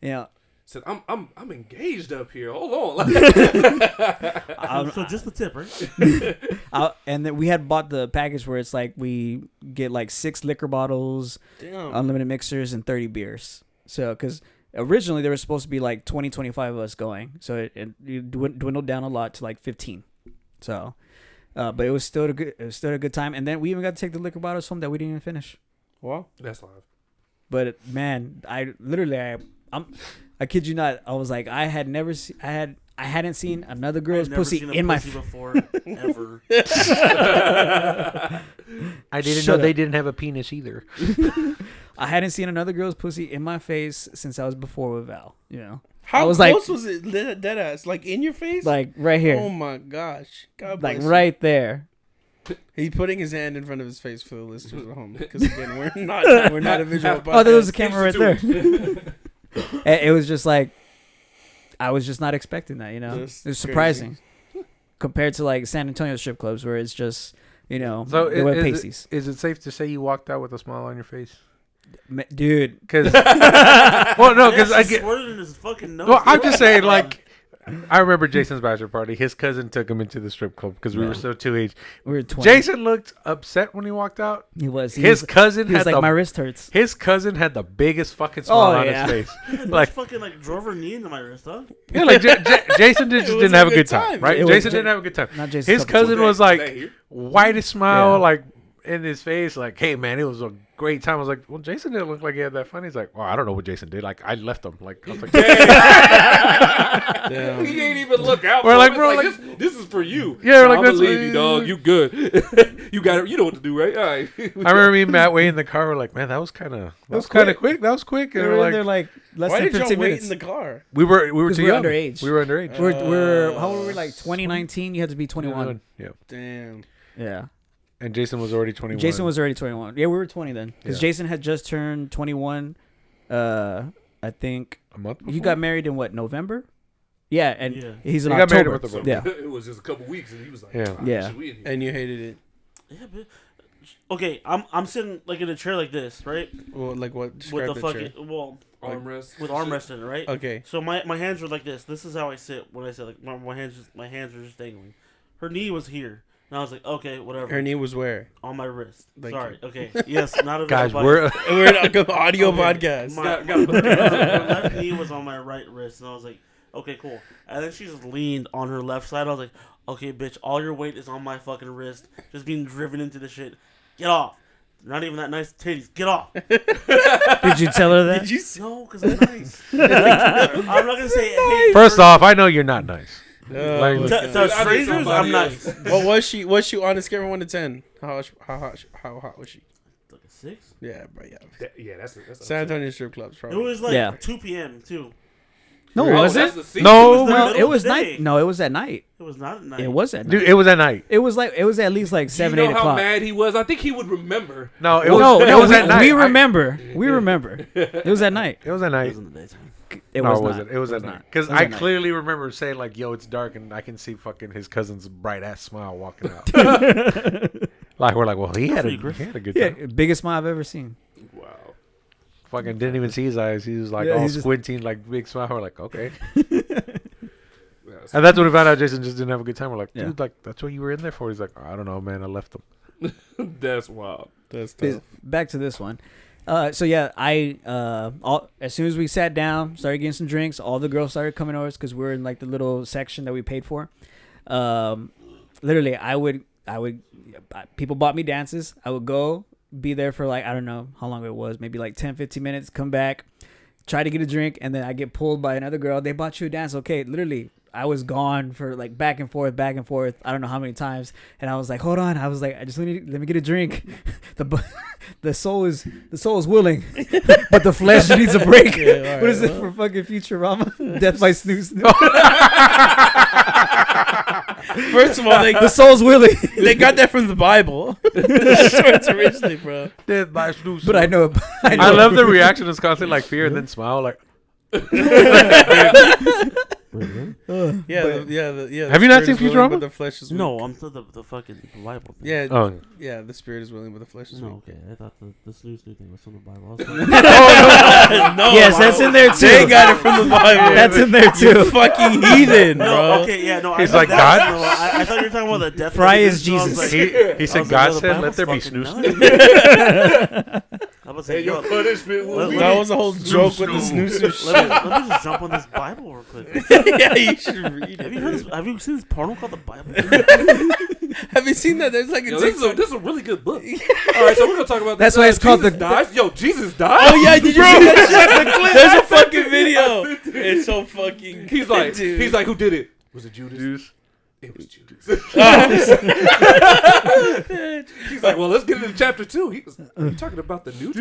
Speaker 4: You know,
Speaker 1: Said I'm I'm I'm engaged up here. Hold on. Like,
Speaker 4: Um,
Speaker 3: so just the tip, right?
Speaker 4: I, Uh, and then we had bought the package where it's like we get like six liquor bottles,
Speaker 2: Damn.
Speaker 4: unlimited mixers, and 30 beers. So, because originally there was supposed to be like 20, 25 of us going. So it, it, it dwin- dwindled down a lot to like 15. So, uh, but it was still a good, it was still a good time. And then we even got to take the liquor bottles home that we didn't even finish.
Speaker 2: Wow.
Speaker 1: That's live.
Speaker 4: But man, I literally, I, I'm, I kid you not, I was like, I had never, se- I had, I hadn't seen another girl's
Speaker 3: I've never
Speaker 4: pussy
Speaker 3: seen a
Speaker 4: in my.
Speaker 3: pussy
Speaker 4: f-
Speaker 3: before ever.
Speaker 5: I
Speaker 4: didn't Shut know they up.
Speaker 5: didn't have a penis either.
Speaker 4: I hadn't seen another girl's pussy in my face since I was before with Val. You know,
Speaker 2: How
Speaker 4: I was like-
Speaker 2: close was it? Dead dead ass, like in your face.
Speaker 4: like right here,
Speaker 2: Oh my gosh. God
Speaker 4: like
Speaker 2: bless. you.
Speaker 4: right there.
Speaker 2: He's putting his hand in front of his face for the listeners at home because again, we're not we're not a visual podcast.
Speaker 4: oh, there was a camera right
Speaker 1: It's
Speaker 4: there.
Speaker 1: two.
Speaker 4: And it was just like, I was just not expecting that. You know,
Speaker 2: That's
Speaker 4: it was
Speaker 2: crazy.
Speaker 4: surprising compared to like San Antonio strip clubs where it's just you know
Speaker 5: So
Speaker 4: they
Speaker 5: i-
Speaker 4: wear
Speaker 5: is it-
Speaker 4: pasties,
Speaker 5: Is it safe to say you walked out with a smile on your face?
Speaker 4: Ma- dude.
Speaker 5: Because well, no, because
Speaker 3: Yeah,
Speaker 5: I
Speaker 3: she
Speaker 5: get.
Speaker 3: squirted in his fucking nose.
Speaker 5: Well, I'm just saying, like, I remember Jason's bachelor party. His cousin took him into the strip club because we were still two age.
Speaker 4: We were twenty.
Speaker 5: Jason looked upset when he walked out.
Speaker 4: he was. He
Speaker 5: His
Speaker 4: was,
Speaker 5: cousin
Speaker 4: he was
Speaker 5: had
Speaker 4: like
Speaker 5: the
Speaker 4: my wrist hurts.
Speaker 5: his cousin had the biggest fucking smile
Speaker 4: Oh,
Speaker 5: on
Speaker 4: yeah.
Speaker 5: his face.
Speaker 3: like
Speaker 5: Like,
Speaker 3: fucking like drove her knee into my wrist, huh?
Speaker 5: yeah, like J- J- Jason did, just
Speaker 2: was
Speaker 5: didn't
Speaker 2: a
Speaker 5: have a
Speaker 2: good
Speaker 5: good time,
Speaker 2: time.
Speaker 5: right?
Speaker 4: It was
Speaker 5: Jason
Speaker 4: J-
Speaker 5: didn't have a good time.
Speaker 4: Not Jason's
Speaker 5: His
Speaker 4: couple.
Speaker 5: cousin was
Speaker 1: Is that
Speaker 5: like
Speaker 1: here?
Speaker 5: whitest smile,
Speaker 4: Yeah.
Speaker 5: like in his face, like, "Hey man, it was a great time." I was like, "Well, Jason didn't look like he had that fun." He's like, "Well, I don't know what Jason did. Like, I left him. Like, I was like, yeah,
Speaker 1: He ain't even look out.
Speaker 5: We're
Speaker 1: for
Speaker 5: like,
Speaker 1: him.
Speaker 5: bro,
Speaker 1: It's
Speaker 5: like-
Speaker 1: this, this is for you.
Speaker 5: Yeah, we're like,
Speaker 1: I
Speaker 5: that's-
Speaker 1: believe you, dog. You good. you got it. You know what to do, right? All right.
Speaker 5: I remember me and Matt way in the car. We're like, man, that was kind of that was kind of quick. That was quick. And
Speaker 4: They
Speaker 5: we're
Speaker 4: were
Speaker 5: like,
Speaker 4: in there like less
Speaker 2: Why
Speaker 4: than
Speaker 2: did y'all wait
Speaker 4: fifteen minutes.
Speaker 2: in the car?
Speaker 5: we were we were
Speaker 4: 'Cause
Speaker 5: too
Speaker 4: we were
Speaker 5: young.
Speaker 4: underage.
Speaker 5: We were underage.
Speaker 4: we're, we're how old were we?
Speaker 2: Uh,
Speaker 4: Like twenty nineteen. You had to be twenty one.
Speaker 5: Yeah.
Speaker 2: Damn.
Speaker 4: Yeah.
Speaker 5: And Jason was already twenty one.
Speaker 4: Jason was already 21. Yeah, we were 20 then because
Speaker 5: Yeah.
Speaker 4: Jason had just turned 21. Uh, I think
Speaker 5: a month.
Speaker 4: you got married in what November? Yeah, and
Speaker 3: Yeah.
Speaker 4: he's in
Speaker 5: He got married
Speaker 4: October.
Speaker 5: in October.
Speaker 4: Yeah,
Speaker 1: it was just a couple weeks, and he was like,
Speaker 5: Yeah.
Speaker 1: "Ah,
Speaker 4: Yeah.
Speaker 1: shit, we in here."
Speaker 2: And you hated it.
Speaker 3: Yeah, but okay, I'm I'm sitting like in a chair like this, right?
Speaker 2: Well, like what? Describe
Speaker 3: with the
Speaker 2: the chair.
Speaker 3: fucking well
Speaker 1: Armrest
Speaker 3: with
Speaker 1: and
Speaker 3: arm
Speaker 1: shit.
Speaker 3: rest in it, right?
Speaker 2: Okay.
Speaker 3: So my, my hands were like this. This is how I sit when I sit like my, my hands just, my hands are just dangling. Her knee was here, and I was like, okay, whatever.
Speaker 2: Her knee was where?
Speaker 3: on my wrist.
Speaker 2: Thank
Speaker 3: Sorry. Okay. Yes. Not a
Speaker 5: guys.
Speaker 3: visual
Speaker 5: We're
Speaker 2: We're an audio podcast.
Speaker 3: My,
Speaker 1: Got- got-
Speaker 3: my left knee was on my right wrist, and I was like, okay, cool. And then she just leaned on her left side. I was like, okay, bitch, all your weight is on my fucking wrist, just being driven into the shit. Get off. They're Not even that nice titties. Get off.
Speaker 4: Did you tell her that?
Speaker 2: Did you see?
Speaker 3: No, because I'm nice. Like, I'm not gonna say hey.
Speaker 5: First off, I know you're not nice.
Speaker 2: Oh,
Speaker 5: Like-
Speaker 3: To,
Speaker 2: God.
Speaker 3: to strangers, I'm
Speaker 1: somebody
Speaker 3: nice.
Speaker 1: else.
Speaker 2: Uh, what was she? Was she on a scale of one to ten? How hot? How hot? How hot was she?
Speaker 3: Like a six.
Speaker 2: Yeah, but yeah.
Speaker 1: That- yeah, that's that's.
Speaker 2: San Antonio strip clubs,
Speaker 3: It
Speaker 2: probably.
Speaker 3: was like
Speaker 4: Yeah.
Speaker 3: 2 p.m. too.
Speaker 4: no,
Speaker 1: Oh,
Speaker 4: was
Speaker 1: that's
Speaker 4: it?
Speaker 1: the secret.
Speaker 5: No,
Speaker 3: the-
Speaker 4: No,
Speaker 3: middle
Speaker 4: it
Speaker 3: of
Speaker 4: was
Speaker 3: the
Speaker 4: night.
Speaker 3: day.
Speaker 4: No, it was at night.
Speaker 3: It was not at night.
Speaker 4: It was at night.
Speaker 5: dude. It was at night.
Speaker 4: It was like it was at least like
Speaker 1: Do you
Speaker 4: seven,
Speaker 1: know
Speaker 4: eight
Speaker 1: how
Speaker 4: o'clock.
Speaker 1: mad he was? I think he would remember.
Speaker 5: No, it was.
Speaker 4: no,
Speaker 5: it
Speaker 4: no,
Speaker 5: was
Speaker 4: we,
Speaker 5: at night.
Speaker 4: we
Speaker 5: I-
Speaker 4: remember. we remember. It was at night.
Speaker 5: it was at
Speaker 3: It
Speaker 5: night.
Speaker 3: was in the daytime.
Speaker 4: It
Speaker 5: no,
Speaker 4: was
Speaker 5: it wasn't.
Speaker 4: not.
Speaker 5: It was at night.
Speaker 4: not.
Speaker 5: Because
Speaker 4: It was
Speaker 5: I
Speaker 4: at night.
Speaker 5: clearly remember saying like, "Yo, it's dark," and I can see fucking his cousin's bright ass smile walking out. like we're like, well, he had a
Speaker 3: you, Chris.
Speaker 5: he had a good time.
Speaker 4: Yeah, biggest smile I've ever seen.
Speaker 1: Wow.
Speaker 5: Fucking didn't even see his eyes. He was like
Speaker 4: Yeah,
Speaker 5: all
Speaker 4: he's just-
Speaker 5: squinting, like big smile. We're like, okay.
Speaker 1: Yeah, that's-
Speaker 5: And that's when we found out Jason just didn't have a good time. We're like,
Speaker 4: Yeah.
Speaker 5: dude, like that's what you were in there for. He's like, I don't know, man. I left him.
Speaker 1: that's wild.
Speaker 2: That's tough.
Speaker 4: Biz- Back to this one. Uh, so yeah, I uh, all, as soon as we sat down, started getting some drinks. All the girls started coming over us because we were in like the little section that we paid for. Um, literally, I would, I would, I- people bought me dances. I would go be there for like I don't know how long it was, maybe like 10, 15 minutes. Come back, try to get a drink, and then I get pulled by another girl. They bought you a dance, okay? Literally, I was gone for like back and forth, back and forth. I don't know how many times, and I was like, hold on. I was like, I just need let me get a drink. the bu- the soul is the soul is willing, but the flesh needs a break.
Speaker 2: Yeah, all
Speaker 4: what is
Speaker 2: right,
Speaker 4: it
Speaker 2: well.
Speaker 4: for fucking Futurama? Death by Snooze.
Speaker 2: First of all, they,
Speaker 4: the soul's willing,
Speaker 2: they got that from the Bible. That's where it's originally from.
Speaker 5: Dead by Snooze.
Speaker 4: but I know. I, know
Speaker 5: I love the reaction. It's constantly like fear and then smile. Like,
Speaker 2: Yeah, the, yeah, the, yeah. the
Speaker 5: Have you not
Speaker 2: spirit
Speaker 5: seen
Speaker 2: is willing,
Speaker 5: Futurama?
Speaker 2: But the flesh is weak.
Speaker 3: No, I'm still the, the fucking Bible thing.
Speaker 2: Yeah,
Speaker 5: oh,
Speaker 2: yeah. The spirit is willing, but the flesh is
Speaker 3: No,
Speaker 2: weak.
Speaker 3: Oh, okay. I thought the, the snooze new thing was from the Bible. I was
Speaker 5: Oh,
Speaker 2: no,
Speaker 4: yes, that's in there too.
Speaker 2: They got it from the Bible.
Speaker 4: that's in there too.
Speaker 2: you fucking heathen,
Speaker 3: No,
Speaker 2: bro.
Speaker 3: okay, yeah, no.
Speaker 5: He's
Speaker 3: I
Speaker 5: like,
Speaker 3: thought that-
Speaker 5: God?
Speaker 3: No, I, I thought you were talking about the death.
Speaker 4: Fry
Speaker 3: penalty,
Speaker 4: is
Speaker 3: so I was
Speaker 4: Jesus.
Speaker 3: like-
Speaker 5: he, he
Speaker 3: I
Speaker 5: said,
Speaker 3: was like,
Speaker 5: God
Speaker 3: yo, the
Speaker 5: said,
Speaker 3: Bible's
Speaker 5: let there be
Speaker 3: fucking
Speaker 5: snooze.
Speaker 3: nuts." I was like,
Speaker 1: And
Speaker 3: yo,
Speaker 1: your
Speaker 3: let,
Speaker 1: punishment will be.
Speaker 3: Well,
Speaker 2: That was a whole joke with the snooze
Speaker 3: me, let me just jump on this Bible real quick.
Speaker 2: shit. yeah, you should read it.
Speaker 3: Have you heard? This, have you seen this porno called the Bible?
Speaker 2: Have you seen that? There's like a
Speaker 1: Yo, this is
Speaker 2: TikTok.
Speaker 1: a this is a really good book. All right, so we're gonna talk about.
Speaker 4: That's
Speaker 1: this,
Speaker 4: why
Speaker 1: uh,
Speaker 4: it's called the-
Speaker 1: Jesus dies. Yo, Jesus dies.
Speaker 2: Oh yeah, did you see that shit? There's a fucking video. It's so fucking.
Speaker 1: He's like,
Speaker 2: Dude.
Speaker 1: he's like, who did it? Was it Judas? It was Judas.
Speaker 4: Oh.
Speaker 1: he's like, well, let's get into chapter two. He was are you talking about the New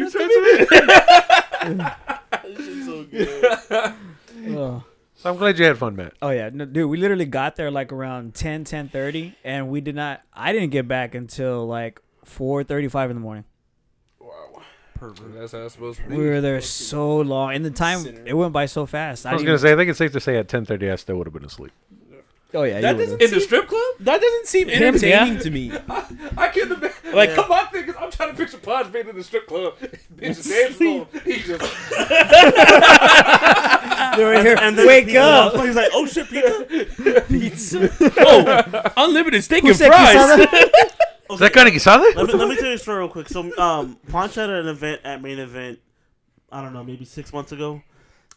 Speaker 1: Testament.
Speaker 4: Oh.
Speaker 5: So I'm glad you had fun, Matt.
Speaker 4: Oh, yeah, no, dude, we literally got there like around 10, 10.30, and we did not. I didn't get back until like four thirty-five in the morning.
Speaker 1: That's how it's supposed to be.
Speaker 4: We were there so long, and the time it went by so fast.
Speaker 5: I was
Speaker 4: didn't
Speaker 5: gonna say, I think it's safe to say at 10:30, I still would have been asleep.
Speaker 4: even- oh yeah,
Speaker 2: That
Speaker 4: you were
Speaker 2: doesn't-
Speaker 1: In the strip club?
Speaker 2: That doesn't seem
Speaker 4: Him,
Speaker 2: entertaining
Speaker 4: yeah.
Speaker 2: to me.
Speaker 1: I can't imagine.
Speaker 2: Like-
Speaker 1: Like, come on, think I'm trying to picture Podge being in the strip club. Bitch, dancing. He just.
Speaker 4: there. they were here.
Speaker 3: And then
Speaker 4: Wake
Speaker 3: pizza.
Speaker 4: up!
Speaker 3: He's like, oh shit, pizza.
Speaker 2: Oh, unlimited steak
Speaker 4: Who
Speaker 2: and
Speaker 4: said
Speaker 2: fries.
Speaker 4: quesada?
Speaker 5: Is that kind of
Speaker 3: let me let me tell you a story real quick. So, um, Ponch had an event at main event. I don't know, maybe six months ago.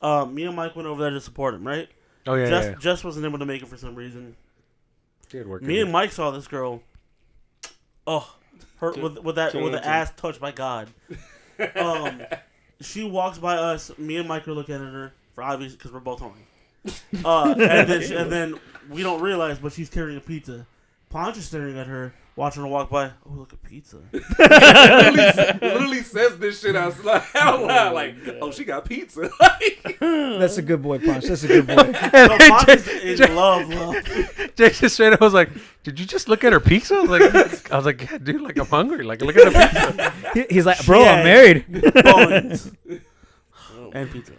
Speaker 3: Um, me and Mike went over there to support him, right?
Speaker 5: Oh yeah,
Speaker 3: Jess,
Speaker 5: yeah. yeah.
Speaker 3: Jess wasn't able to make it for some reason.
Speaker 5: She had work
Speaker 3: Me
Speaker 5: in
Speaker 3: and Mike saw this girl. Oh, her with, with that
Speaker 2: Turn
Speaker 3: with
Speaker 2: it
Speaker 3: the
Speaker 2: to-
Speaker 3: ass touched by God. Um, she walks by us. Me and Mike are looking at her for obvious because we're both horny. Uh, and then she, and then we don't realize, but she's carrying a pizza. Ponch is staring at her, watching her walk by. Oh, look at pizza.
Speaker 1: literally, literally says this shit out loud. Out loud like, oh, she got pizza. Like,
Speaker 4: That's a good boy, Punch. That's a good boy.
Speaker 5: And
Speaker 3: So
Speaker 5: then
Speaker 3: Ponch
Speaker 5: Jess-
Speaker 3: is in love, love.
Speaker 5: Jason straight up was like, "Did you just look at her pizza?" I was like, I was like, yeah, "Dude, like I'm hungry. Like look at her pizza."
Speaker 4: He- He's like, bro,
Speaker 3: Shit.
Speaker 4: I'm married.
Speaker 3: Bones. and pizza.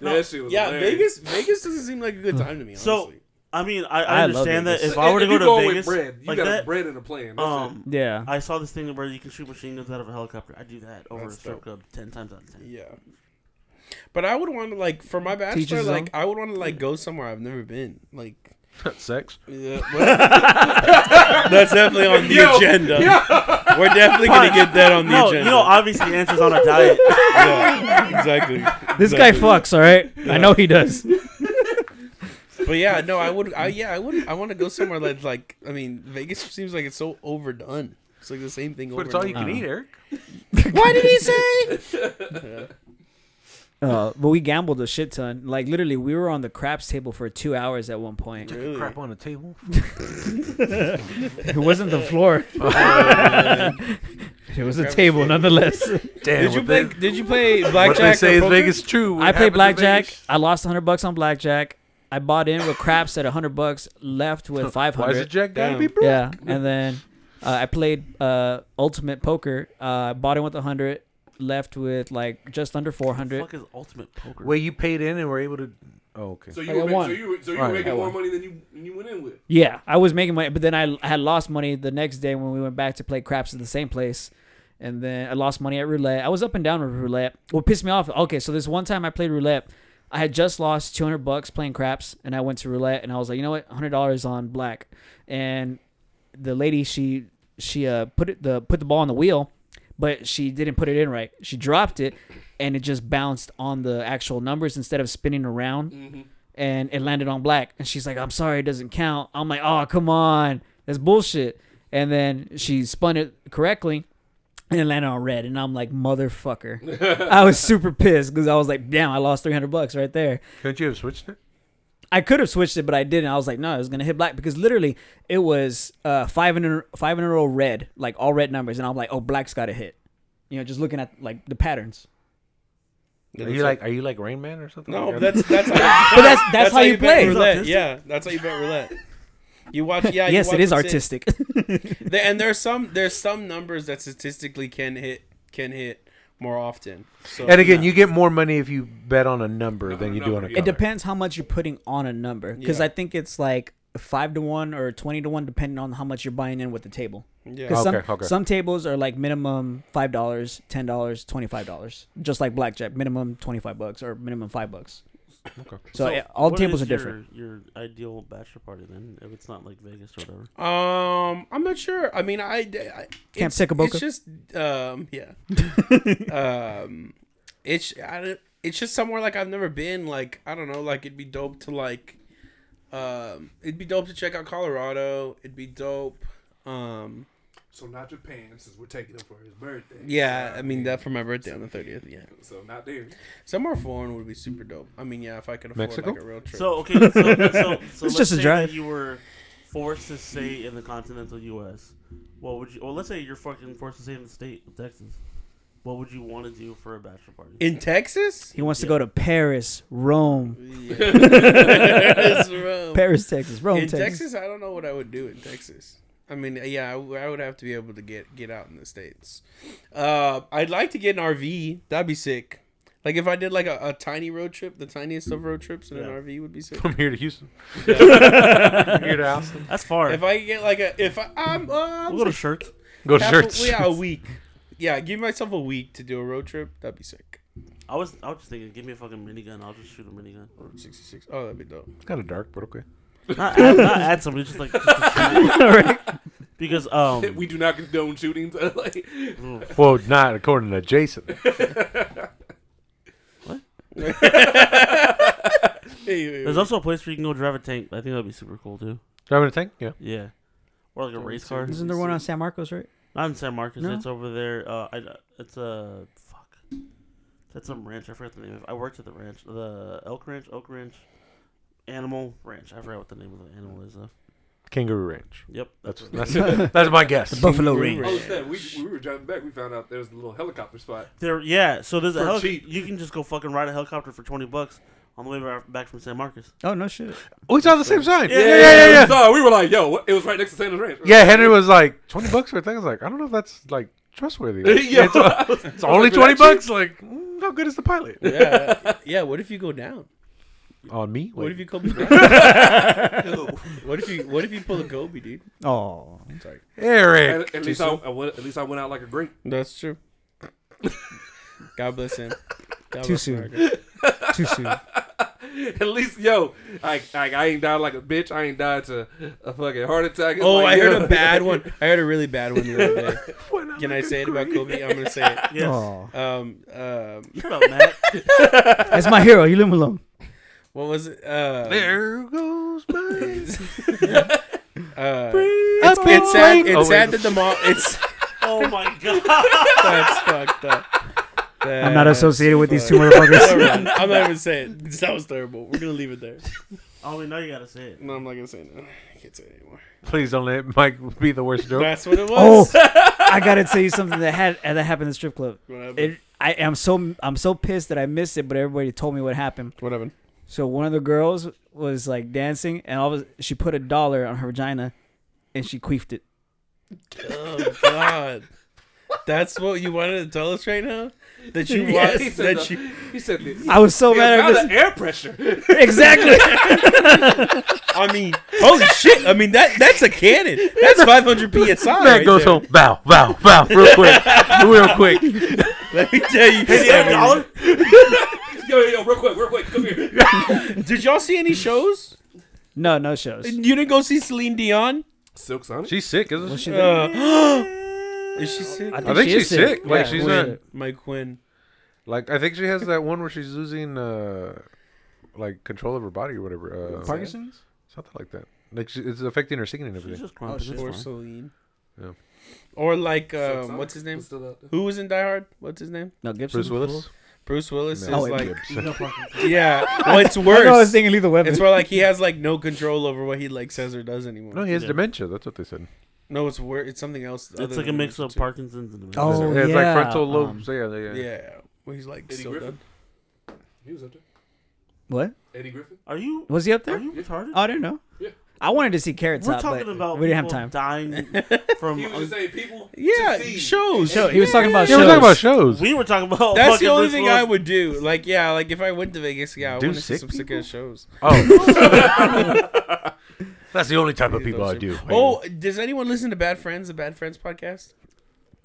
Speaker 1: that shit was
Speaker 2: Yeah,
Speaker 1: hilarious.
Speaker 2: Vegas. Vegas doesn't seem like a good time to me. Honestly.
Speaker 3: So- I mean, I, I,
Speaker 4: I love
Speaker 3: understand that
Speaker 4: Vegas.
Speaker 3: if I were to
Speaker 1: If
Speaker 3: go
Speaker 1: you
Speaker 3: to
Speaker 1: going
Speaker 3: Vegas
Speaker 1: with bread, you
Speaker 3: like
Speaker 1: got
Speaker 3: that,
Speaker 1: bread in a plan. That's it.
Speaker 3: um,
Speaker 4: Yeah.
Speaker 3: I saw this thing where you can shoot machine guns out of a helicopter. I do that over
Speaker 2: That's
Speaker 3: a strip
Speaker 2: dope.
Speaker 3: club ten times out of ten.
Speaker 2: yeah. But I would want to like for my
Speaker 4: Teachers
Speaker 2: bachelor,
Speaker 4: zone?
Speaker 2: like I would want to like go somewhere I've never been, like
Speaker 5: Sex.
Speaker 2: Yeah, well, that's definitely on the agenda. We're definitely gonna get that on the
Speaker 3: No,
Speaker 2: agenda.
Speaker 3: you know, obviously the answer's on a diet.
Speaker 2: yeah, exactly.
Speaker 4: This guy
Speaker 2: Exactly.
Speaker 4: fucks, all right. I know he does.
Speaker 2: But yeah, no, I would. I, yeah, I would. I want to go somewhere like like. I mean, Vegas seems like it's so overdone. It's like the same thing.
Speaker 5: But
Speaker 2: over
Speaker 5: it's all
Speaker 2: and
Speaker 5: you
Speaker 2: over.
Speaker 5: can eat, Eric.
Speaker 4: what did he say? Uh, but we gambled a shit ton. Like literally, we were on the craps table for two hours at one point.
Speaker 2: Really?
Speaker 5: Crap on the table.
Speaker 4: It wasn't the floor. it was a table, nonetheless.
Speaker 5: Damn.
Speaker 2: Did you play? Did you play
Speaker 5: What they
Speaker 2: blackjack?
Speaker 5: say
Speaker 2: or
Speaker 5: is
Speaker 2: poker?
Speaker 5: Vegas true. What
Speaker 4: I played
Speaker 5: happens in
Speaker 4: blackjack.
Speaker 5: Vegas?
Speaker 4: I lost 100 bucks on blackjack. I bought in with craps at 100 bucks, left with 500.
Speaker 5: Why is it Jack gotta be
Speaker 2: Damn.
Speaker 5: broke?
Speaker 4: Yeah, and then uh, I played uh, ultimate poker. Uh, bought in with 100, left with like just under 400.
Speaker 3: Fuck is ultimate poker?
Speaker 5: Well, you paid in and were able to. Oh, okay.
Speaker 1: So you
Speaker 4: I
Speaker 1: were
Speaker 4: got
Speaker 1: ma-
Speaker 4: one.
Speaker 1: so you were, so you
Speaker 5: All
Speaker 1: were
Speaker 5: right.
Speaker 1: making
Speaker 5: I got
Speaker 1: more money than you than you went in with.
Speaker 4: Yeah, I was making money, but then I l- had lost money the next day when we went back to play craps at the same place. And then I lost money at roulette. I was up and down with roulette. What pissed me off? Okay, so this one time I played roulette, I had just lost 200 bucks playing craps, and I went to roulette, and I was like, you know what, $100 on black. And the lady, she she uh put it the put the ball on the wheel, but she didn't put it in right. She dropped it, and it just bounced on the actual numbers instead of spinning around and it landed on black. And she's like, I'm sorry, it doesn't count. I'm like, oh, come on. That's bullshit. And then she spun it correctly and it landed on red. And I'm like, motherfucker. I was super pissed because I was like, damn, I lost 300 bucks right there.
Speaker 5: Couldn't you have switched it?
Speaker 4: I could have switched it, but I didn't. I was like, no, I was gonna hit black because literally it was uh, five in a, five in a row red, like all red numbers, and I'm like, oh, black's got to hit. You know, just looking at like the patterns.
Speaker 2: Yeah,
Speaker 5: Are
Speaker 2: that's
Speaker 5: you
Speaker 2: how-
Speaker 5: like, are you like Rain Man or something?
Speaker 2: No,
Speaker 5: Like,
Speaker 2: that's that's how,
Speaker 4: But that's that's, how, you,
Speaker 2: bet
Speaker 4: play.
Speaker 2: roulette. Yeah, that's how you bet roulette. You watch. Yeah. you
Speaker 4: yes,
Speaker 2: watch
Speaker 4: it is
Speaker 2: what's in-
Speaker 4: artistic.
Speaker 2: There, and there's some there's some numbers that statistically can hit can hit more often. So
Speaker 5: And again, you get more money if you bet on a number than
Speaker 1: on
Speaker 5: you
Speaker 1: a
Speaker 5: do on
Speaker 1: number,
Speaker 5: a.
Speaker 1: yeah.
Speaker 4: It
Speaker 5: color.
Speaker 4: depends how much you're putting on a number because
Speaker 2: Yeah.
Speaker 4: I think it's like five to one or twenty to one, depending on how much you're buying in with the table.
Speaker 2: yeah.
Speaker 4: Because
Speaker 5: Okay,
Speaker 4: some
Speaker 5: okay.
Speaker 4: some tables are like minimum five dollars, ten dollars, twenty five dollars, just like blackjack, minimum twenty five bucks or minimum five bucks. So, yeah, all
Speaker 3: what
Speaker 4: tables are
Speaker 3: is your-
Speaker 4: different.
Speaker 3: Your ideal bachelor party, then, if it's not like Vegas or whatever.
Speaker 2: Um, I'm not sure. I mean, I, I it's,
Speaker 4: pick a boca.
Speaker 2: It's just um, yeah. um, it's I don't. It's just somewhere like I've never been. Like I don't know. Like it'd be dope to like, um, it'd be dope to check out Colorado. It'd be dope. Um,
Speaker 1: So not Japan, since we're taking him for his birthday.
Speaker 2: yeah. I mean that for my birthday on the thirtieth. Yeah,
Speaker 1: So not there.
Speaker 2: somewhere foreign would be super dope. I mean, yeah, if I could afford
Speaker 5: Mexico?
Speaker 2: like a road trip.
Speaker 3: So okay, so, so, so
Speaker 4: It's
Speaker 3: let's
Speaker 4: just a
Speaker 3: say
Speaker 4: drive.
Speaker 3: that You were forced to stay in the continental U.S. What would you? Well, let's say you're fucking forced to stay in the state of Texas. What would you want to do for a bachelor party?
Speaker 2: in Texas.
Speaker 4: He wants to go to Paris, Rome,
Speaker 2: Yeah. It's rough.
Speaker 4: Paris, Texas, Rome,
Speaker 2: in
Speaker 4: Texas.
Speaker 2: Texas, I don't know what I would do in Texas. I mean, yeah, I, w- I would have to be able to get get out in the states. Uh, I'd like to get an RV. That'd be sick. Like if I did like a, a tiny road trip, the tiniest of road trips in an
Speaker 3: Yeah.
Speaker 2: RV would be sick.
Speaker 5: From here to Houston. From here to Austin.
Speaker 3: That's far.
Speaker 2: if I could get like a if I, I'm uh, I'm
Speaker 3: we'll go to shirts.
Speaker 5: Go to
Speaker 2: half
Speaker 5: shirts.
Speaker 2: A, yeah, a week. Yeah, give myself a week to do a road trip. That'd be sick.
Speaker 3: I was I was just thinking, give me a fucking minigun. I'll just shoot a minigun.
Speaker 2: Route 66. Oh, that'd be dope.
Speaker 5: It's kind of dark, but okay.
Speaker 3: Not add, not add somebody, just like just to shoot it. because um
Speaker 1: We do not condone shootings. like, oh,
Speaker 5: Well, not according to Jason.
Speaker 2: Hey, hey,
Speaker 3: there's
Speaker 2: hey.
Speaker 3: also a place where you can go drive a tank. I think that'd be super cool too.
Speaker 5: Driving a tank? Yeah.
Speaker 3: Yeah, or like a race car.
Speaker 4: Isn't there one on San Marcos, right?
Speaker 3: Not in San Marcos.
Speaker 4: No?
Speaker 3: It's over there. Uh, I, it's a fuck. That's some ranch. I forgot the name of. it. I worked at the ranch, the Elk Ranch, Oak Ranch, Animal Ranch. I forgot what the name of the animal is. Though.
Speaker 5: Kangaroo Ranch.
Speaker 3: Yep,
Speaker 5: That's
Speaker 3: what-
Speaker 5: that's that's my guess.
Speaker 4: Buffalo
Speaker 2: Ring.
Speaker 4: Ring.
Speaker 1: oh, it's that. We, we were driving back. We found out there's a little helicopter spot.
Speaker 3: there. Yeah, so there's a
Speaker 1: For
Speaker 3: heli-
Speaker 1: cheap.
Speaker 3: You can just go fucking ride a helicopter for twenty bucks on the way ba- back from San Marcos.
Speaker 4: Oh no shit!
Speaker 5: Oh, it's on the same sign. Yeah,
Speaker 3: yeah,
Speaker 5: yeah, yeah, yeah. Yeah,
Speaker 1: So we were like, yo, what? it was right next to Santa's Ranch.
Speaker 5: Henry was like twenty bucks for a thing. I was like, I don't know if that's like trustworthy. Like,
Speaker 1: Yo.
Speaker 5: it's, it's only twenty bucks. Like, mm, how good is the pilot?
Speaker 2: yeah, yeah. What if you go down?
Speaker 5: On me?
Speaker 2: What
Speaker 5: Wait.
Speaker 2: if you Kobe? Bryant? what if you What if you pull a Kobe, dude?
Speaker 4: Oh,
Speaker 5: Eric.
Speaker 1: At, at least I, I went, at least I went out like a great.
Speaker 2: That's true. God bless him. God
Speaker 4: Too soon.
Speaker 2: America.
Speaker 4: too soon.
Speaker 1: At least, yo, I, I I ain't died like a bitch. I ain't died to a fucking heart attack. It's
Speaker 2: Oh,
Speaker 1: like,
Speaker 2: I heard
Speaker 1: yo.
Speaker 2: a bad one. I heard a really bad one the other day.
Speaker 5: When I
Speaker 2: Can
Speaker 5: look
Speaker 2: I
Speaker 5: at
Speaker 2: say it about
Speaker 5: Korea-
Speaker 2: Kobe? I'm gonna say it.
Speaker 3: Yes.
Speaker 4: Oh,
Speaker 2: Um, um,
Speaker 3: Shut up, Matt.
Speaker 4: that's my hero. You leave him alone.
Speaker 2: what was it? Uh,
Speaker 5: There goes my.
Speaker 2: uh,
Speaker 5: It's,
Speaker 2: it's sad. It's sad that the mall. It's
Speaker 3: oh my god.
Speaker 2: that's fucked up.
Speaker 4: I'm not
Speaker 2: That's
Speaker 4: associated with these two
Speaker 2: fucked. Never
Speaker 4: motherfuckers.
Speaker 2: mind. I'm not even saying it. That was terrible. We're gonna leave it there.
Speaker 3: Oh, we know you gotta say it.
Speaker 2: No, I'm not gonna say it. No, I can't say it anymore.
Speaker 5: Please don't let Mike be the worst joke.
Speaker 2: That's what it
Speaker 4: oh,
Speaker 2: was.
Speaker 4: I gotta tell you something that had that happened in the strip club.
Speaker 2: What happened?
Speaker 4: It, I am so I'm so pissed that I missed it, but everybody told me what happened.
Speaker 2: what happened?
Speaker 4: So one of the girls was like dancing, and all of a, she put a dollar on her vagina, and she queefed it.
Speaker 2: Oh God. That's what you wanted to tell us right now? That you
Speaker 4: Yes.
Speaker 2: watched
Speaker 1: said
Speaker 2: that
Speaker 1: the-
Speaker 2: you
Speaker 1: He said this.
Speaker 4: I was so mad.
Speaker 1: Now
Speaker 4: at
Speaker 1: the
Speaker 4: this.
Speaker 1: air pressure.
Speaker 4: Exactly.
Speaker 2: I mean holy shit. I mean that that's a cannon. That's five hundred PSI.
Speaker 5: Matt
Speaker 2: right
Speaker 5: goes
Speaker 2: there.
Speaker 5: home. Bow, bow, bow, real quick, real quick.
Speaker 2: Let me tell you.
Speaker 3: Yeah, dollar?
Speaker 1: Yo, yo, yo, real quick, real quick, come here.
Speaker 2: Did y'all see any shows?
Speaker 4: no, no shows.
Speaker 2: You didn't go see Celine Dion?
Speaker 1: Silk Sonic?
Speaker 5: She's sick, isn't she?
Speaker 2: Uh, is she sick?
Speaker 5: I think
Speaker 4: she is
Speaker 5: she's sick. Like she's
Speaker 2: Quinn.
Speaker 5: not.
Speaker 2: Mike Quinn.
Speaker 5: Like I think she has that one where she's losing, uh, like control of her body or whatever. Uh,
Speaker 4: Parkinson's.
Speaker 5: something like that. Like she, it's affecting her singing and
Speaker 3: She's
Speaker 5: everything.
Speaker 3: just crying.
Speaker 4: Oh,
Speaker 3: but
Speaker 4: shit.
Speaker 3: it's
Speaker 2: Or
Speaker 3: fine.
Speaker 2: Celine.
Speaker 5: Yeah.
Speaker 2: Or like
Speaker 1: Silk
Speaker 2: um,
Speaker 1: Sonic
Speaker 2: what's his name?
Speaker 1: was still out there.
Speaker 2: Who was in Die Hard? What's his name?
Speaker 4: No Gibson.
Speaker 5: Bruce Willis.
Speaker 2: Bruce Willis
Speaker 5: No,
Speaker 2: is
Speaker 4: wait,
Speaker 2: like
Speaker 5: Gibbs.
Speaker 2: Yeah. Well it's
Speaker 4: Oh, I
Speaker 2: worse.
Speaker 4: know I was thinking lethal weapon.
Speaker 2: It's where like he has like no control over what he like says or does anymore.
Speaker 5: No,
Speaker 2: No,
Speaker 5: he has
Speaker 3: Yeah.
Speaker 5: dementia. That's what they said.
Speaker 2: it's where it's something else.
Speaker 3: It's
Speaker 2: other
Speaker 3: like a
Speaker 2: than
Speaker 3: mix
Speaker 2: that,
Speaker 3: of
Speaker 2: too.
Speaker 3: Parkinson's and
Speaker 4: Oh,
Speaker 5: Yeah, it's like
Speaker 4: yeah,
Speaker 5: frontal
Speaker 4: um,
Speaker 5: lobes. yeah, they, uh,
Speaker 2: Yeah, where he's like
Speaker 1: Eddie
Speaker 2: so
Speaker 1: Griffin?
Speaker 2: done.
Speaker 1: He was up there.
Speaker 4: what?
Speaker 1: Eddie Griffin?
Speaker 3: Are you
Speaker 4: Was he up
Speaker 3: are
Speaker 4: there?
Speaker 3: you retarded?
Speaker 4: Oh, I don't know.
Speaker 1: Yeah.
Speaker 4: I wanted to see Carrot
Speaker 3: We're
Speaker 4: Top,
Speaker 3: talking
Speaker 4: but
Speaker 3: about
Speaker 4: we didn't have
Speaker 3: people
Speaker 4: time.
Speaker 3: dying from.
Speaker 1: He was just saying people.
Speaker 2: Yeah,
Speaker 1: to see.
Speaker 2: shows.
Speaker 4: Show- he was talking about
Speaker 5: Yeah, we're
Speaker 4: shows.
Speaker 5: talking about shows.
Speaker 3: we were talking about.
Speaker 2: That's
Speaker 3: fucking
Speaker 2: the only
Speaker 3: Bruce
Speaker 2: thing
Speaker 3: Willis.
Speaker 2: I would do. Like, yeah, like if I went to Vegas, yeah, I
Speaker 5: Do
Speaker 2: want to see
Speaker 5: sick
Speaker 2: some sick
Speaker 5: people?
Speaker 2: ass shows.
Speaker 5: oh, that's the only type of people I do.
Speaker 2: Oh, does anyone listen to Bad Friends, the Bad Friends podcast?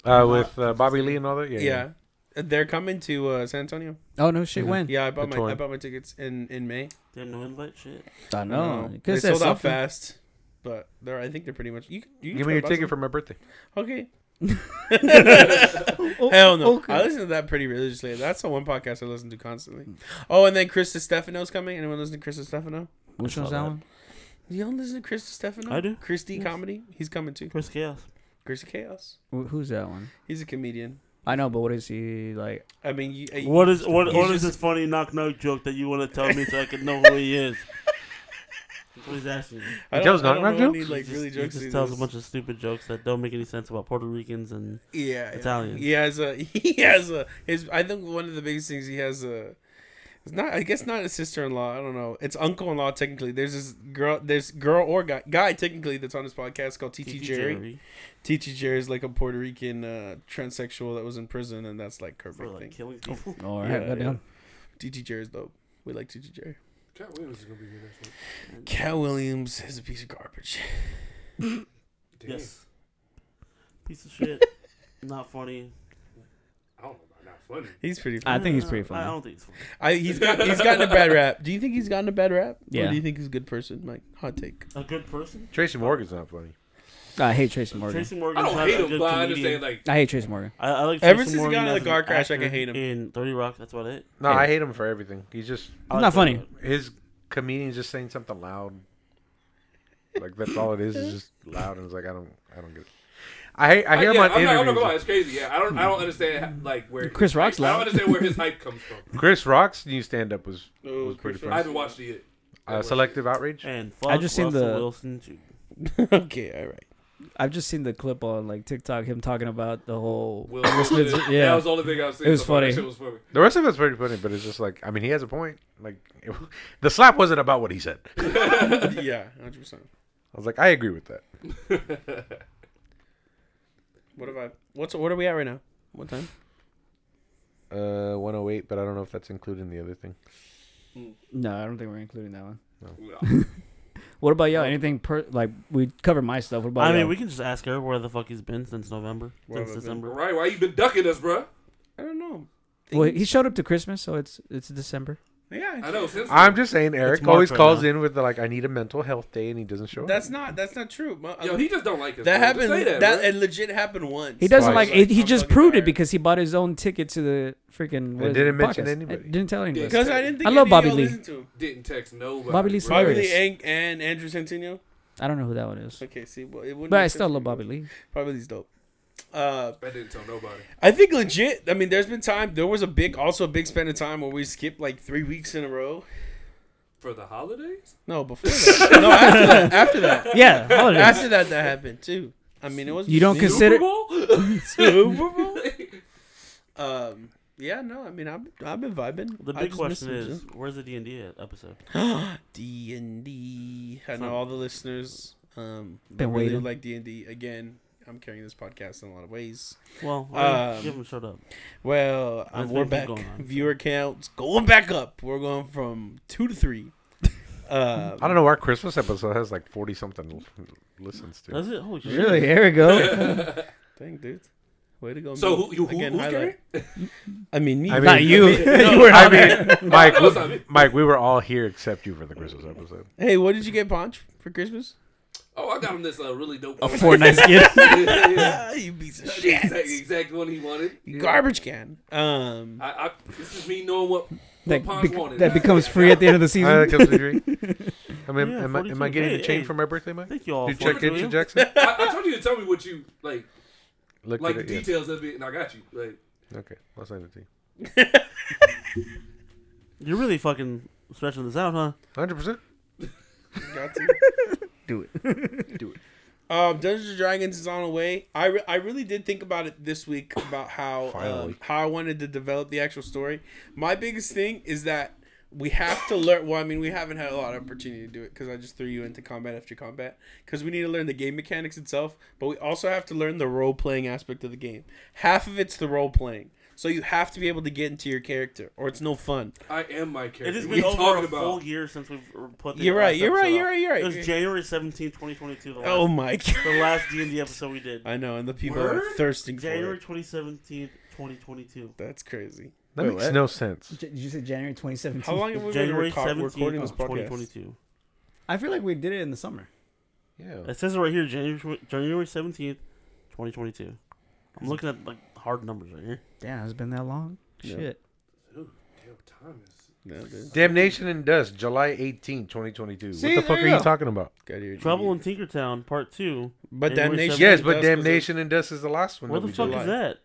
Speaker 5: uh, with uh, Bobby Lee and all that. Yeah,
Speaker 2: Yeah. They're coming to uh, San Antonio.
Speaker 4: Oh no, shit! When?
Speaker 2: Yeah, I bought
Speaker 5: The
Speaker 2: my
Speaker 5: tour.
Speaker 2: I bought my tickets in in May.
Speaker 3: Didn't know invite shit.
Speaker 4: I know. Oh, You could've
Speaker 2: They
Speaker 4: said
Speaker 2: sold out
Speaker 4: something.
Speaker 2: fast, but they're I think they're pretty much. You, you
Speaker 5: Give
Speaker 2: try
Speaker 5: me your
Speaker 2: to buy
Speaker 5: ticket
Speaker 2: some.
Speaker 5: for my birthday.
Speaker 2: Okay. Hell no.
Speaker 4: okay.
Speaker 2: I listen to that pretty religiously. That's the one podcast I listen to constantly. Oh, and then Chris Stefano's coming. Anyone listen to Chris Stefano?
Speaker 4: Which one's that one?
Speaker 2: You don't listen to Chris Stefano?
Speaker 3: I do.
Speaker 2: Christy
Speaker 3: Yes.
Speaker 2: Comedy. He's coming too.
Speaker 3: Chris Chaos.
Speaker 2: Christy Chaos.
Speaker 4: Wh- Who's that one?
Speaker 2: He's a comedian.
Speaker 4: I know, but what is he like?
Speaker 2: I mean, you, uh,
Speaker 3: What is what?
Speaker 2: He's
Speaker 3: What is
Speaker 2: just-
Speaker 3: this funny knock knock joke that you want to tell me so I can know who he is? That's what he's asking.
Speaker 2: I don't,
Speaker 5: Joe's
Speaker 2: I
Speaker 5: not
Speaker 2: don't
Speaker 5: right,
Speaker 2: really
Speaker 5: Joe?
Speaker 2: need, like
Speaker 3: He
Speaker 2: really
Speaker 3: just,
Speaker 2: jokes.
Speaker 3: He
Speaker 2: these
Speaker 3: just tells a
Speaker 2: days.
Speaker 3: bunch of stupid jokes that don't make any sense about Puerto Ricans and
Speaker 2: yeah,
Speaker 3: Italian.
Speaker 2: He has a he has a his. I think one of the biggest things he has a. It's not. I guess not a sister in law. I don't know. It's uncle in law technically. There's this girl. There's girl or guy guy technically that's on this podcast called TT
Speaker 3: TT
Speaker 2: Jerry. TT Jerry is like a Puerto Rican uh, transsexual that was in prison, and that's like her
Speaker 3: for
Speaker 2: big
Speaker 3: like
Speaker 2: thing.
Speaker 3: killing people.
Speaker 4: All right,
Speaker 2: Yeah,
Speaker 4: go
Speaker 2: yeah.
Speaker 4: down.
Speaker 2: TT Jerry's dope. We like TT Jerry.
Speaker 1: Cat Williams is going to be here next week.
Speaker 2: Cat Williams is a piece of garbage.
Speaker 1: Damn.
Speaker 3: Yes. Piece of shit. Not funny.
Speaker 1: I don't know about not funny.
Speaker 2: He's pretty. Funny.
Speaker 4: I think he's pretty
Speaker 3: I
Speaker 4: funny.
Speaker 3: don't think it's funny.
Speaker 2: I, he's got, he's gotten a bad rap. Do you think he's gotten a bad rap? Or
Speaker 4: Yeah.
Speaker 2: do you think he's a good person? Mike, hot take.
Speaker 3: A good person.
Speaker 5: Tracy Morgan's not funny.
Speaker 4: I hate Tracy Morgan.
Speaker 3: Tracy Morgan.
Speaker 1: I don't
Speaker 3: a
Speaker 1: hate
Speaker 3: good
Speaker 1: him, but I
Speaker 3: comedian.
Speaker 1: understand, like,
Speaker 4: I hate Tracy Morgan.
Speaker 3: I, I like.
Speaker 2: Ever
Speaker 3: Tracy
Speaker 2: since he got
Speaker 3: Morgan
Speaker 2: out of
Speaker 3: as
Speaker 2: the car
Speaker 3: an
Speaker 2: crash, I can
Speaker 3: actor
Speaker 2: hate him.
Speaker 3: In Thirty Rock, that's about it.
Speaker 5: No,
Speaker 4: Yeah.
Speaker 5: I hate him for everything. He's just
Speaker 3: I like
Speaker 4: He's not
Speaker 3: that
Speaker 4: funny.
Speaker 3: about it.
Speaker 5: his comedians just saying something loud. Like that's all it is. Is just loud, and it's like I don't, I don't get it. I hate, I hear
Speaker 1: Uh, yeah,
Speaker 5: him
Speaker 1: I'm
Speaker 5: on
Speaker 1: not, I'm not
Speaker 5: interviews.
Speaker 1: gonna lie, it's crazy. Yeah, I don't, I don't understand like where
Speaker 4: Chris Rock's
Speaker 1: I
Speaker 4: loud.
Speaker 1: don't understand where his hype comes from.
Speaker 5: Chris Rock's new stand-up was
Speaker 2: Oh,
Speaker 5: was pretty
Speaker 2: Chris
Speaker 5: funny.
Speaker 1: I haven't watched it yet.
Speaker 5: Uh, selective outrage.
Speaker 3: And fuck
Speaker 4: I just seen
Speaker 3: Russell
Speaker 4: the-
Speaker 3: Wilson too.
Speaker 2: okay, all right.
Speaker 4: I've just seen the clip on like TikTok him talking about the whole.
Speaker 1: Will
Speaker 4: Smith's-
Speaker 1: Smith,
Speaker 4: yeah.
Speaker 1: that was the only thing I've seen.
Speaker 4: It was
Speaker 1: so far. That
Speaker 4: funny.
Speaker 1: shit was funny.
Speaker 5: The rest of it's pretty funny, but it's just like I mean, he has a point. Like it, the slap wasn't about what he said. I
Speaker 2: yeah, hundred percent.
Speaker 5: was like, I agree with that.
Speaker 2: What about what's what are we at right now? What time?
Speaker 5: Uh, 108, but I don't know if that's included in the other thing.
Speaker 4: No, I don't think we're including that one.
Speaker 1: No.
Speaker 4: What about y'all? Anything per like we covered my stuff. What about?
Speaker 3: I
Speaker 4: y'all?
Speaker 3: mean, we can just ask her where the fuck he's been since November,
Speaker 2: Where have
Speaker 3: since
Speaker 2: I
Speaker 1: All
Speaker 2: been?
Speaker 3: December.
Speaker 1: right, why you been ducking us, bro?
Speaker 2: I don't know.
Speaker 4: Well, he showed up to Christmas, so it's it's December.
Speaker 2: Yeah,
Speaker 1: I know. Since
Speaker 5: I'm just saying, Eric
Speaker 3: Mark
Speaker 5: always
Speaker 3: right
Speaker 5: calls
Speaker 3: now.
Speaker 5: in with the, like, I need a mental health day, and he doesn't show
Speaker 2: that's
Speaker 5: up.
Speaker 2: not that's not true. My- uh,
Speaker 1: yo, he just don't like us.
Speaker 2: that
Speaker 1: bro. Just
Speaker 2: happened.
Speaker 1: say
Speaker 2: That,
Speaker 1: bro.
Speaker 2: it legit happened once.
Speaker 4: He doesn't
Speaker 5: Twice.
Speaker 4: like it. He
Speaker 2: I'm
Speaker 4: just
Speaker 2: fucking
Speaker 4: proved it
Speaker 2: tired.
Speaker 4: because he bought his own ticket to the freaking. what is
Speaker 5: didn't
Speaker 4: it,
Speaker 5: mention
Speaker 4: podcast.
Speaker 5: anybody.
Speaker 4: It didn't tell anybody.
Speaker 2: because I didn't think
Speaker 4: I
Speaker 2: any
Speaker 4: love
Speaker 2: of
Speaker 4: Bobby
Speaker 2: y'all
Speaker 4: Lee.
Speaker 2: listened to him.
Speaker 1: didn't text nobody.
Speaker 4: Bobby Lee's
Speaker 1: bro.
Speaker 2: Bobby
Speaker 4: Serious.
Speaker 2: Lee and, and Andrew Santino.
Speaker 4: I don't know who that one is,
Speaker 2: Okay, see, well, it wouldn't
Speaker 4: but
Speaker 2: make
Speaker 4: I still
Speaker 2: sense
Speaker 4: love
Speaker 2: to me.
Speaker 4: Bobby Lee.
Speaker 2: Bobby Lee's dope. Uh,
Speaker 1: I didn't tell nobody.
Speaker 2: I think legit. I mean, there's been time. There was a big, also a big span of time where we skipped like three weeks in a row.
Speaker 1: For the holidays?
Speaker 2: No, before that. no, after that. After that.
Speaker 4: Yeah, holidays.
Speaker 2: After that, that happened too. I mean, it was.
Speaker 4: You don't
Speaker 2: it-
Speaker 4: consider-
Speaker 1: Super Bowl?
Speaker 2: Super Bowl? Um. Yeah. No. I mean, I've I've been vibing.
Speaker 3: The
Speaker 2: I just
Speaker 3: big
Speaker 2: miss
Speaker 3: question
Speaker 2: him,
Speaker 3: is, where's the D and D episode?
Speaker 2: D and D. I know all the listeners um that
Speaker 4: Been
Speaker 2: really
Speaker 4: waiting.
Speaker 2: like D and D. Again, I'm carrying this podcast in a lot of ways.
Speaker 3: Well,
Speaker 2: Um,
Speaker 3: you haven't showed up.
Speaker 2: Well, uh,
Speaker 3: Let's
Speaker 2: we're
Speaker 3: make it
Speaker 2: back.
Speaker 3: going on.
Speaker 2: Viewer counts going back up. We're going from two to three. Uh,
Speaker 5: I don't know. Our Christmas episode has like 40 something listens to.
Speaker 3: Does it? Holy shit!
Speaker 4: Really? Here we go.
Speaker 2: Dang, dude. Way to go.
Speaker 1: So
Speaker 2: man.
Speaker 1: who, you, who who's
Speaker 2: highlight.
Speaker 1: carrying?
Speaker 2: I mean, me.
Speaker 5: I mean-
Speaker 4: Not you.
Speaker 2: No,
Speaker 4: you were
Speaker 5: I
Speaker 4: on it.
Speaker 5: mean, Mike,
Speaker 1: No, no, no.
Speaker 5: we, Mike, we were all here except you for the Christmas episode.
Speaker 2: hey, what did you get, Ponch, for Christmas?
Speaker 1: Oh, I got him this uh, really dope.
Speaker 4: a Fortnite skin.
Speaker 1: yeah, yeah.
Speaker 2: Ah, you piece of
Speaker 1: The exact,
Speaker 2: shit.
Speaker 1: exact one he wanted. Yeah.
Speaker 2: Garbage can. Um.
Speaker 1: I, I, this is me knowing what, what
Speaker 4: that,
Speaker 1: Pons
Speaker 4: bec-
Speaker 1: wanted.
Speaker 4: that
Speaker 1: I-
Speaker 4: becomes free at the end of the
Speaker 5: I like
Speaker 4: season.
Speaker 5: those three. I mean,
Speaker 3: Yeah,
Speaker 5: am, I, am I
Speaker 3: 42.
Speaker 5: getting the
Speaker 3: Hey,
Speaker 5: chain
Speaker 3: hey.
Speaker 5: for my birthday, Mike?
Speaker 3: Thank you all.
Speaker 5: Did you
Speaker 3: for
Speaker 5: check
Speaker 3: it,
Speaker 5: into
Speaker 3: Will.
Speaker 5: Jackson?
Speaker 1: I, I told you to tell me what you like,
Speaker 5: Look
Speaker 1: like the
Speaker 5: at it.
Speaker 1: details of it, and I got you. Like,
Speaker 5: Yeah. Okay, I'll send it to you.
Speaker 3: You're really fucking stretching this out, huh?
Speaker 5: 100. percent
Speaker 2: Got to. Do it. Do it. Um, Dungeons and Dragons is on the way. I, re- I really did think about it this week about how um,
Speaker 5: Finally.
Speaker 2: how I wanted to develop the actual story. My biggest thing is that we have to learn. Well, I mean, we haven't had a lot of opportunity to do it because I just threw you into combat after combat. Because we need to learn the game mechanics itself, but we also have to learn the role playing aspect of the game. Half of it's the role playing, so you have to be able to get into your character, or it's no fun.
Speaker 1: I am my character.
Speaker 3: It has
Speaker 1: What
Speaker 3: been
Speaker 1: you
Speaker 3: over
Speaker 1: talking
Speaker 3: a
Speaker 1: about?
Speaker 3: full year since we've uh, put. The
Speaker 2: You're right,
Speaker 3: last
Speaker 2: you're right,
Speaker 3: episode
Speaker 2: you're
Speaker 3: out.
Speaker 2: right, you're right.
Speaker 3: It was January 17, 2022. The last,
Speaker 2: Oh my god!
Speaker 3: the last D and D episode we did.
Speaker 2: I know, and the people are
Speaker 1: Word?
Speaker 2: thirsting for it.
Speaker 3: January 2017, 2022.
Speaker 2: That's crazy.
Speaker 5: That
Speaker 2: Wait,
Speaker 5: makes
Speaker 2: what?
Speaker 5: no sense.
Speaker 4: Did you say January 2017?
Speaker 2: How long have we been
Speaker 3: January
Speaker 2: reco-
Speaker 3: 17th,
Speaker 2: recording this
Speaker 3: of
Speaker 2: podcast?
Speaker 3: 2022.
Speaker 4: I feel like we did it in the summer.
Speaker 5: Yeah.
Speaker 3: It says it right here, January tw- January 17th, 2022. I'm looking at like hard numbers right here.
Speaker 4: Damn, it's been that long. Shit.
Speaker 1: Dude, damn time is-
Speaker 2: No, dude.
Speaker 5: Damnation and Dust, July 18, 2022.
Speaker 2: See,
Speaker 5: what the
Speaker 2: there
Speaker 5: fuck
Speaker 2: you
Speaker 5: are you
Speaker 2: go.
Speaker 5: talking about?
Speaker 2: Got your
Speaker 3: Trouble
Speaker 2: GD.
Speaker 3: in Tinkertown Part Two.
Speaker 2: But
Speaker 3: January
Speaker 2: Damnation.
Speaker 3: 17th.
Speaker 5: Yes, but
Speaker 2: Dust was in-
Speaker 5: Damnation and Dust is the last one.
Speaker 3: What
Speaker 5: that
Speaker 3: the
Speaker 5: we
Speaker 3: fuck
Speaker 5: did.
Speaker 3: is that?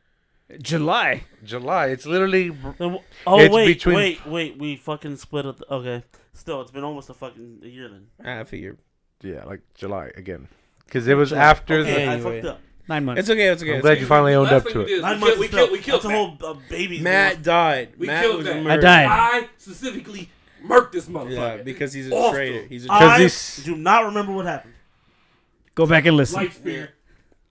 Speaker 4: July.
Speaker 5: July. It's literally.
Speaker 3: Then w- Oh
Speaker 5: It's
Speaker 3: wait,
Speaker 5: between-
Speaker 3: wait, wait. We fucking split up. The- okay, still, it's been almost a fucking a year then.
Speaker 2: Half a year.
Speaker 5: Yeah, like July again. Because it was after
Speaker 3: Okay,
Speaker 5: the.
Speaker 3: I
Speaker 2: Anyway.
Speaker 3: fucked up.
Speaker 4: Nine months.
Speaker 2: It's okay. It's okay.
Speaker 5: I'm
Speaker 2: it's
Speaker 5: glad
Speaker 2: okay.
Speaker 5: you finally owned
Speaker 1: Last
Speaker 5: up
Speaker 1: thing
Speaker 5: to
Speaker 1: we
Speaker 5: it.
Speaker 1: did is we
Speaker 3: Nine months.
Speaker 1: killed, we
Speaker 3: is
Speaker 1: killed,
Speaker 3: up.
Speaker 1: we killed
Speaker 3: That's
Speaker 1: Matt.
Speaker 3: a whole uh, baby.
Speaker 2: Matt died.
Speaker 1: We
Speaker 2: Matt
Speaker 1: killed
Speaker 2: was
Speaker 1: that. I
Speaker 2: murdered.
Speaker 4: died.
Speaker 1: I specifically murked this motherfucker.
Speaker 2: Yeah, because he's a
Speaker 1: Awful.
Speaker 2: traitor. He's a traitor.
Speaker 3: I
Speaker 5: this-
Speaker 3: do not remember what happened.
Speaker 4: Go back and listen.
Speaker 1: light spear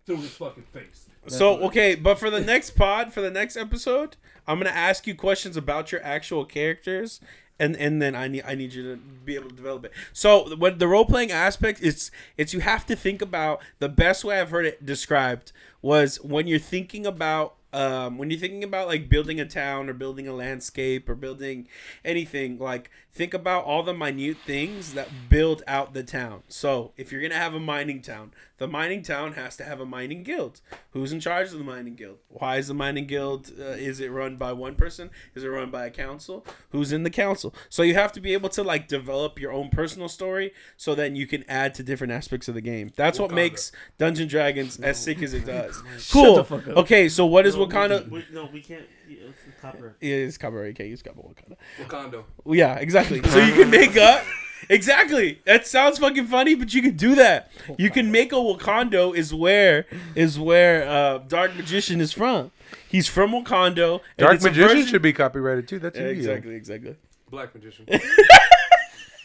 Speaker 1: through his fucking face.
Speaker 2: So okay, but for the next pod, for the next episode, I'm gonna ask you questions about your actual characters, and and then I need I need you to be able to develop it. So what the role playing aspect it's it's you have to think about the best way I've heard it described was when you're thinking about. Um, when you're thinking about like building a town or building a landscape or building anything, like think about all the minute things that build out the town. So if you're gonna have a mining town, the mining town has to have a mining guild. Who's in charge of the mining guild? Why is the mining guild? Uh, is it run by one person? Is it run by a council? Who's in the council? So you have to be able to like develop your own personal story, so then you can add to different aspects of the game. That's what
Speaker 1: Wakanda.
Speaker 2: makes Dungeon Dragons as sick as it does.
Speaker 4: the
Speaker 2: Cool.
Speaker 4: fuck up.
Speaker 2: Okay, so what is Wakanda?
Speaker 3: We, no, we can't. yeah, It's a copyright.
Speaker 2: Yeah, it's cabaret. You can't use cabaret Wakanda.
Speaker 1: Wakanda.
Speaker 2: Well, Yeah, exactly. So you can make up. Exactly. That sounds fucking funny, but you can do that. You can make a Wakando is where is where uh, Dark Magician is from. He's from Wakando. and
Speaker 5: Dark
Speaker 2: it's a
Speaker 5: Magician
Speaker 2: version-
Speaker 5: should be copyrighted too. That's
Speaker 2: Yeah,
Speaker 5: you.
Speaker 2: Exactly. Exactly.
Speaker 1: Black magician.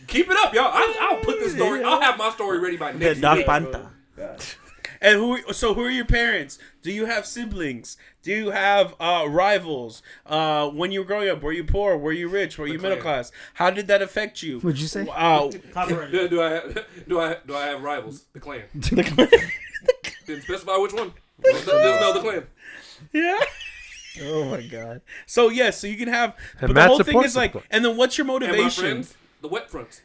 Speaker 1: Keep it up, y'all. I, I'll put this story. I'll have my story ready by
Speaker 3: The
Speaker 1: next
Speaker 3: Dark
Speaker 1: week.
Speaker 3: Panther.
Speaker 2: And who? So who are your parents? Do you have siblings? Do you have uh, rivals? Uh, when you were growing up, were you poor? Were you rich? Were you middle
Speaker 1: clan.
Speaker 2: class? How did that affect you?
Speaker 4: What'd you say?
Speaker 2: Uh,
Speaker 3: Copyright.
Speaker 1: Do, do I have, do I do I have rivals? The clan. Didn't specify which one. Just know the clan.
Speaker 2: yeah.
Speaker 4: Oh my god.
Speaker 2: So yes, so you can have.
Speaker 5: And
Speaker 2: but the
Speaker 5: Matt
Speaker 2: whole thing
Speaker 5: supports
Speaker 2: is
Speaker 5: the
Speaker 2: like,
Speaker 5: club.
Speaker 2: and then what's your
Speaker 1: And my
Speaker 2: motivation?
Speaker 1: friends, the wet fronts.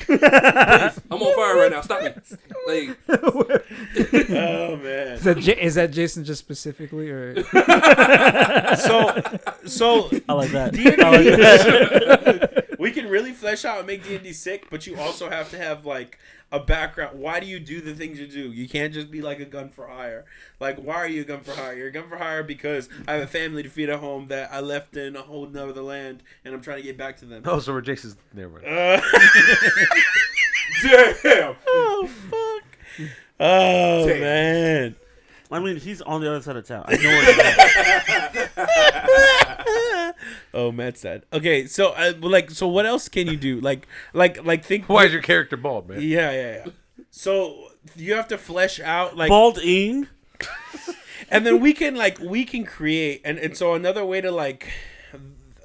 Speaker 1: Please, I'm on fire right now. Stop me. Like,
Speaker 2: Oh man.
Speaker 4: Is that, Ja- is that Jason just specifically or
Speaker 2: So, so
Speaker 3: I like that.
Speaker 2: we can really flesh out and make D and D sick, but you also have to have like a background. Why do you do the things you do? You can't just be like a gun for hire. Like, why are you a gun for hire? You're a gun for hire because I have a family to feed at home that I left in a whole nother land, and I'm trying to get back to them.
Speaker 5: Oh, so we're Jason's. Never
Speaker 2: Uh,
Speaker 5: mind.
Speaker 1: damn.
Speaker 2: oh fuck. Oh
Speaker 1: Damn.
Speaker 2: man.
Speaker 3: I mean, he's on the other side of town. I know where he's at.
Speaker 2: oh, Matt's sad. Okay, so uh, but, like, so what else can you do? Like, like, like, think.
Speaker 5: Why is your character bald, man?
Speaker 2: Yeah, yeah, yeah. So you have to flesh out like,
Speaker 3: Balding.
Speaker 2: and then we can like we can create, and and so another way to like.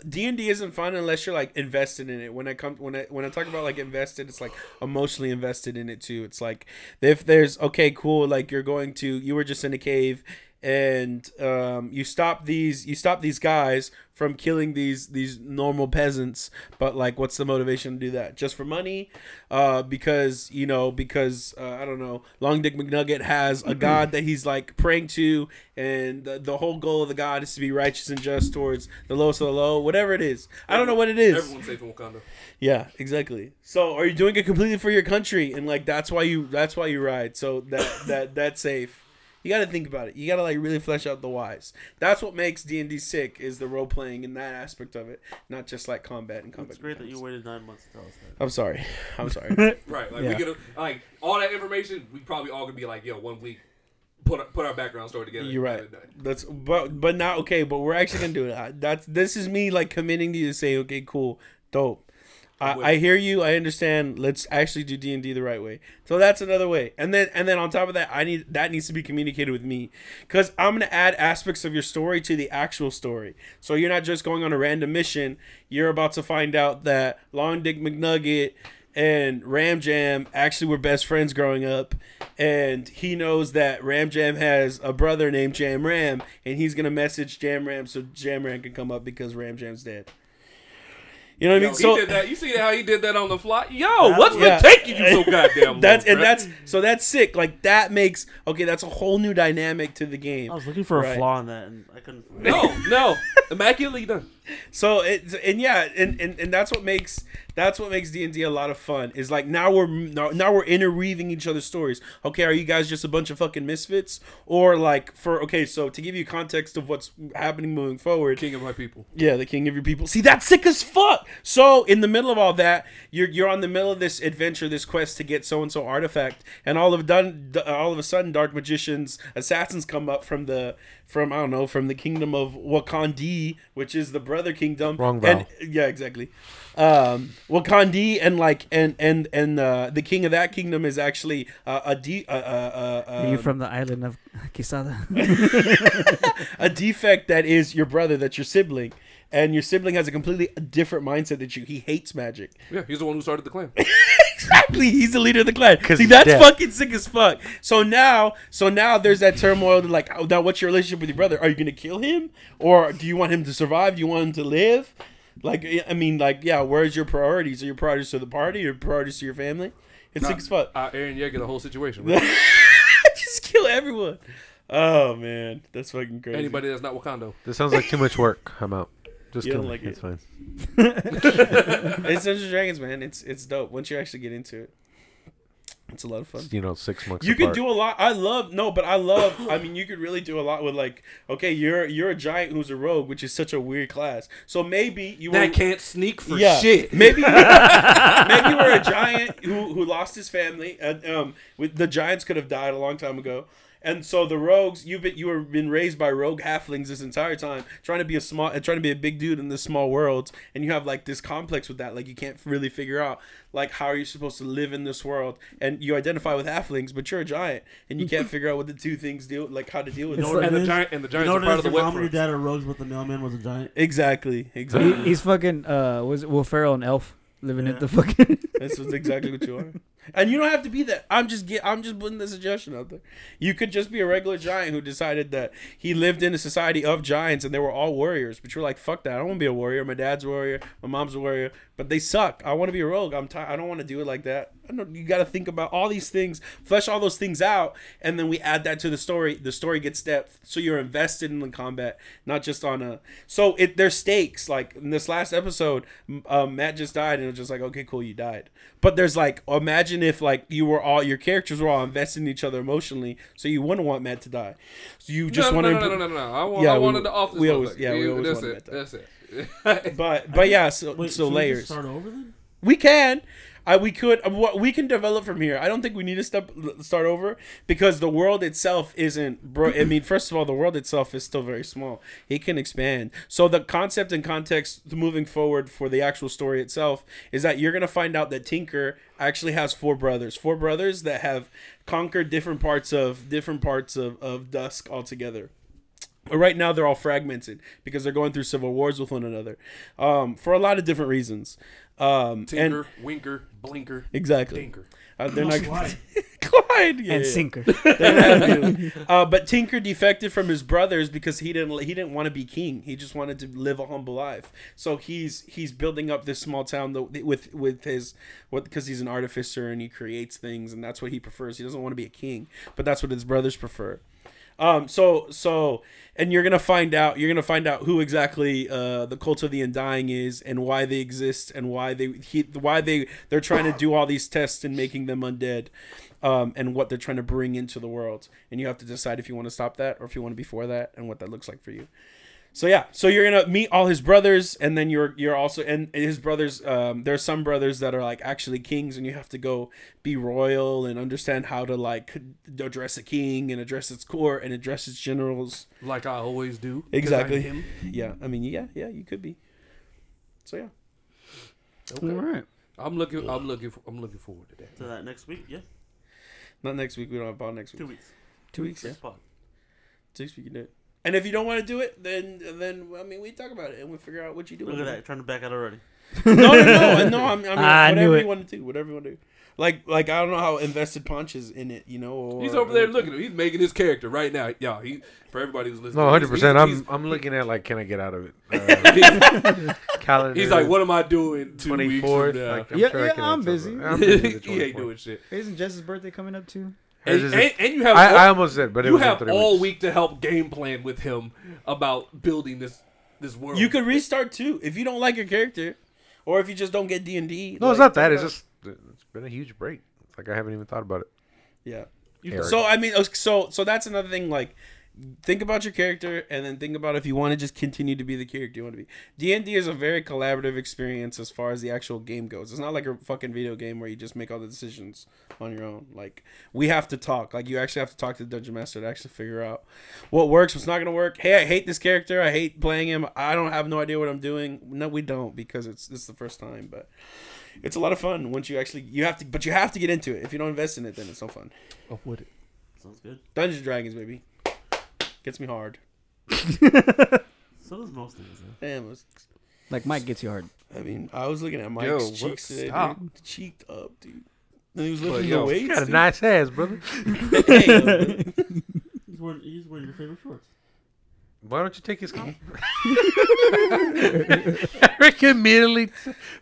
Speaker 2: D and D isn't fun unless you're like invested in it. When I come when I when I talk about like invested, it's like emotionally invested in it too. It's like if there's okay, cool, like you're going to you were just in a cave and um, you stop these you stop these guys from killing these these normal peasants but like what's the motivation to do that just for money uh because you know because uh, i don't know long dick mcnugget has a god that he's like praying to and the, the whole goal of the god is to be righteous and just towards the lowest of the low whatever it is i don't know what it is
Speaker 1: Everyone's safe in Wakanda.
Speaker 2: yeah exactly so are you doing it completely for your country and like that's why you that's why you ride so that that that's safe you got to think about it. You got to like really flesh out the whys. That's what makes D and D sick is the role playing and that aspect of it, not just like combat and combat.
Speaker 3: It's great that you
Speaker 2: mechanics.
Speaker 3: waited nine months to tell us that.
Speaker 2: I'm sorry. I'm sorry.
Speaker 1: Right. Like
Speaker 4: Yeah.
Speaker 1: we get a, like all that information, we probably all gonna be like, yo, one week, put our, put our background story together.
Speaker 2: You're right.
Speaker 1: and done.
Speaker 2: That's but but not okay. But we're actually gonna do it. I, that's this is me like committing to you to say okay, cool, dope. I, I hear you. I understand. Let's actually do D and D the right way. So that's another way. And then and then on top of that, I need that needs to be communicated with me because I'm gonna add aspects of your story to the actual story. So you're not just going on a random mission. You're about to find out that Long Dick McNugget and Ram Jam actually were best friends growing up, and he knows that Ram Jam has a brother named Jam Ram, and he's gonna message Jam Ram so Jam Ram can come up because Ram Jam's dead. You know what I
Speaker 1: Yo,
Speaker 2: mean?
Speaker 1: he
Speaker 2: so
Speaker 1: did that. You see how he did that on the fly? Yo, what's been
Speaker 2: Yeah.
Speaker 1: taking you so goddamn long?
Speaker 2: that's and
Speaker 1: bruh?
Speaker 2: that's so that's sick. Like that makes okay. That's a whole new dynamic to the game.
Speaker 3: I was looking for a
Speaker 2: Right.
Speaker 3: flaw in that, and I couldn't. find it.
Speaker 1: no, no, immaculately done.
Speaker 2: So it and yeah, and, and and that's what makes that's what makes D and D a lot of fun. Is like now we're now, now we're interweaving each other's stories. Okay, are you guys just a bunch of fucking misfits, or like for okay? So to give you context of what's happening moving forward,
Speaker 1: King of my people.
Speaker 2: yeah, the king of your people. See, that's sick as fuck. So in the middle of all that, you're you're on the middle of this adventure, this quest to get so and so artifact, and all of a done, d- uh, all of a sudden, dark magicians, assassins come up from the from I don't know from the kingdom of Wakandi, which is the brother kingdom.
Speaker 5: Wrong
Speaker 2: and,
Speaker 5: vowel.
Speaker 2: Yeah, exactly. Um, Wakandi and like and and and uh, the king of that kingdom is actually uh, a de- uh, uh, uh, uh,
Speaker 4: Are you from the island of Quesada?
Speaker 2: a defect that is your brother, that's your sibling, and your sibling has a completely different mindset than you. He hates magic.
Speaker 1: Yeah, he's the one who started the clan.
Speaker 2: Exactly, he's the leader of the clan.
Speaker 5: 'Cause
Speaker 2: See,
Speaker 5: he's
Speaker 2: that's
Speaker 5: dead.
Speaker 2: fucking sick as fuck. So now, so now there's that turmoil. To like, oh, now what's your relationship with your brother? Are you gonna kill him, or do you want him to survive? Do you want him to live? Like, I- I mean, like, yeah. Where's your priorities? Are your priorities to the party? Or priorities to your family? It's sick as fuck.
Speaker 1: Uh, Aaron Yeager, the whole situation. bruh.
Speaker 2: Just kill everyone. Oh man, that's fucking crazy.
Speaker 1: Anybody that's not Wakando.
Speaker 5: This sounds like too much work. I'm out. Just
Speaker 2: You
Speaker 5: kill
Speaker 2: don't
Speaker 5: me.
Speaker 2: like it.
Speaker 5: it's fine.
Speaker 2: it's Dungeons and Dragons, man. It's it's dope once you actually get into it. It's a lot of fun.
Speaker 5: You know, six months.
Speaker 2: You can
Speaker 5: apart.
Speaker 2: do a lot. I love no, but I love. I mean, you could really do a lot with like. Okay, you're you're a giant who's a rogue, which is such a weird class. So maybe you were
Speaker 1: That can't sneak for
Speaker 2: yeah.
Speaker 1: shit.
Speaker 2: Maybe maybe we're a giant who who lost his family. And, um, with the giants could have died a long time ago. And so the rogues, you've been you were been raised by rogue halflings this entire time, trying to be a small, uh, trying to be a big dude in this small world, and you have like this complex with that, like you can't really figure out like how are you supposed to live in this world, and you identify with halflings, but you're a giant, and you can't figure out what the two things deal, like how to deal with.
Speaker 3: You know
Speaker 2: them.
Speaker 3: what
Speaker 1: And
Speaker 3: it
Speaker 1: the
Speaker 3: is?
Speaker 1: giant and the
Speaker 3: You
Speaker 1: giants
Speaker 3: know
Speaker 1: are
Speaker 3: what
Speaker 1: part
Speaker 3: it
Speaker 1: of
Speaker 3: is?
Speaker 1: the
Speaker 3: Your
Speaker 1: wet
Speaker 3: mom and your
Speaker 1: fronts.
Speaker 3: dad are rogues, but the mailman was a giant.
Speaker 2: Exactly,
Speaker 4: He-
Speaker 2: exactly.
Speaker 4: He's fucking uh was it Will Ferrell and Elf living
Speaker 3: Yeah.
Speaker 4: at the fucking
Speaker 2: That's exactly what you are. And you don't have to be that. I'm just get. I'm just putting the suggestion out there. You could just be a regular giant who decided that he lived in a society of giants and they were all warriors. But you're like, fuck that. I don't want to be a warrior. My dad's a warrior. My mom's a warrior. But they suck. I want to be a rogue. I'm. T- I don't want to do it like that. I don't, you got to think about all these things, flesh all those things out, and then we add that to the story. The story gets depth, so you're invested in the combat, not just on a. So it there's stakes. Like in this last episode, m- um, Matt just died, and it was just like, okay, cool, you died. But there's like, imagine if like you were all your characters were all invested in each other emotionally, so you wouldn't want Matt to die. So you just
Speaker 1: no,
Speaker 2: want
Speaker 1: no,
Speaker 2: to.
Speaker 1: no, no, no, no, no. I, want,
Speaker 2: Yeah,
Speaker 1: I
Speaker 2: we-
Speaker 1: wanted the office.
Speaker 2: we always-
Speaker 1: motherfucker.
Speaker 2: yeah, we always
Speaker 1: that's
Speaker 2: wanted
Speaker 1: it.
Speaker 2: that.
Speaker 1: That's it.
Speaker 2: But but yeah, so
Speaker 3: Wait,
Speaker 2: so
Speaker 3: should We
Speaker 2: layers.
Speaker 3: just start over then.
Speaker 2: We can. I, we could uh, what we can develop from here. I don't think we need to step, start over because the world itself isn't. Bro, I mean, first of all, the world itself is still very small. It can expand. So the concept and context moving forward for the actual story itself is that you're gonna find out that Tinker actually has four brothers, four brothers that have conquered different parts of different parts of, of Dusk altogether. But right now they're all fragmented because they're going through civil wars with one another, um, for a lot of different reasons. Um, and
Speaker 1: Tinker, Winker, Blinker,
Speaker 2: Exactly.
Speaker 1: Tinker.
Speaker 2: Uh, they're not
Speaker 3: Clyde.
Speaker 2: Clyde. Yeah, yeah.
Speaker 4: and sinker.
Speaker 2: Uh, but Tinker defected from his brothers because he didn't he didn't want to be king. He just wanted to live a humble life. So he's he's building up this small town tho- with with his what because he's an artificer and he creates things and that's what he prefers. He doesn't want to be a king, but that's what his brothers prefer. Um, so so and you're gonna find out you're gonna find out who exactly uh, the cult of the undying is and why they exist and why they he, why they they're trying to do all these tests and making them undead um, and what they're trying to bring into the world and you have to decide if you want to stop that or if you want to be for that and what that looks like for you so yeah, so you're gonna meet all his brothers, and then you're you're also and his brothers. Um, there are some brothers that are like actually kings, and you have to go be royal and understand how to like address a king and address its court and address its generals.
Speaker 1: Like I always do. 'cause I'm
Speaker 2: Exactly.
Speaker 1: him.
Speaker 2: Yeah, I mean, yeah, yeah, you could be. So yeah,
Speaker 1: Okay.
Speaker 2: right.
Speaker 1: I'm looking. I'm looking. For, I'm looking forward to that.
Speaker 3: To that next week, yeah,
Speaker 2: Not next week. We don't have bond next
Speaker 3: two
Speaker 2: week.
Speaker 3: weeks.
Speaker 2: Two weeks. Yeah,
Speaker 3: This pod.
Speaker 2: two weeks we can do it. And if you don't want to do it, then then I mean, we talk about it and we figure out what you do.
Speaker 3: Look at that, trying to back out already.
Speaker 2: no, no, no, no. I'm, I mean,
Speaker 4: I
Speaker 2: whatever
Speaker 4: knew
Speaker 2: you
Speaker 4: it.
Speaker 2: want to do, whatever you want to do. Like, like I don't know how invested Punch is in it, you know. Or,
Speaker 1: He's over there looking. at him. He's making his character right now, y'all. He for everybody who's listening.
Speaker 5: No, hundred percent.
Speaker 1: he's-
Speaker 5: I'm I'm looking at like, can I get out of it? Uh,
Speaker 1: he's- he's-
Speaker 5: calendar.
Speaker 1: He's like, what am I doing? Two
Speaker 5: Twenty
Speaker 1: weeks
Speaker 5: fourth.
Speaker 1: from now?
Speaker 5: Like, I'm
Speaker 4: Yeah,
Speaker 5: sure I
Speaker 4: yeah,
Speaker 5: can
Speaker 4: I'm
Speaker 5: answer
Speaker 4: busy.
Speaker 5: that. I'm busy.
Speaker 1: he ain't doing shit.
Speaker 4: Isn't Jess's birthday coming up too?
Speaker 1: And,
Speaker 5: Hers is-
Speaker 1: and- and you have
Speaker 5: I,
Speaker 1: all,
Speaker 5: I almost did, but it
Speaker 1: you
Speaker 5: was in
Speaker 1: have
Speaker 5: three
Speaker 1: all
Speaker 5: weeks.
Speaker 1: week to help game plan with him about building this this world.
Speaker 2: You could restart too if you don't like your character, or if you just don't get D and D.
Speaker 5: No, it's not that. It's just it's been a huge break. It's like I haven't even thought about it.
Speaker 2: yeah.
Speaker 5: Eric.
Speaker 2: So I mean, so so that's another thing. Like, think about your character, and then think about if you want to just continue to be the character you want to be. D and D is a very collaborative experience as far as the actual game goes. It's not like a fucking video game where you just make all the decisions on your own. Like, we have to talk. Like, you actually have to talk to the dungeon master to actually figure out what works, what's not gonna work. Hey, I hate this character. I hate playing him. I don't have no idea what I'm doing. No, we don't because it's this is the first time, but. It's a lot of fun once you actually you have to, but you have to get into it. If you don't invest in it, then it's no fun.
Speaker 1: Oh, would it?
Speaker 3: Sounds good.
Speaker 2: Dungeons and Dragons, baby. Gets me hard.
Speaker 3: So does most things. Though.
Speaker 2: Damn, I, was-
Speaker 4: Like Mike gets you hard.
Speaker 2: I mean, I was looking at Mike's
Speaker 5: Yo, what-
Speaker 2: cheeks today,
Speaker 5: stop.
Speaker 2: dude. Cheeked up, dude. And he was lifting
Speaker 1: yo,
Speaker 2: the weights.
Speaker 5: You got a
Speaker 2: dude.
Speaker 5: nice ass, brother.
Speaker 2: Damn.
Speaker 3: He's wearing, he's wearing your favorite shorts.
Speaker 5: Why don't you take his compliment? Eric immediately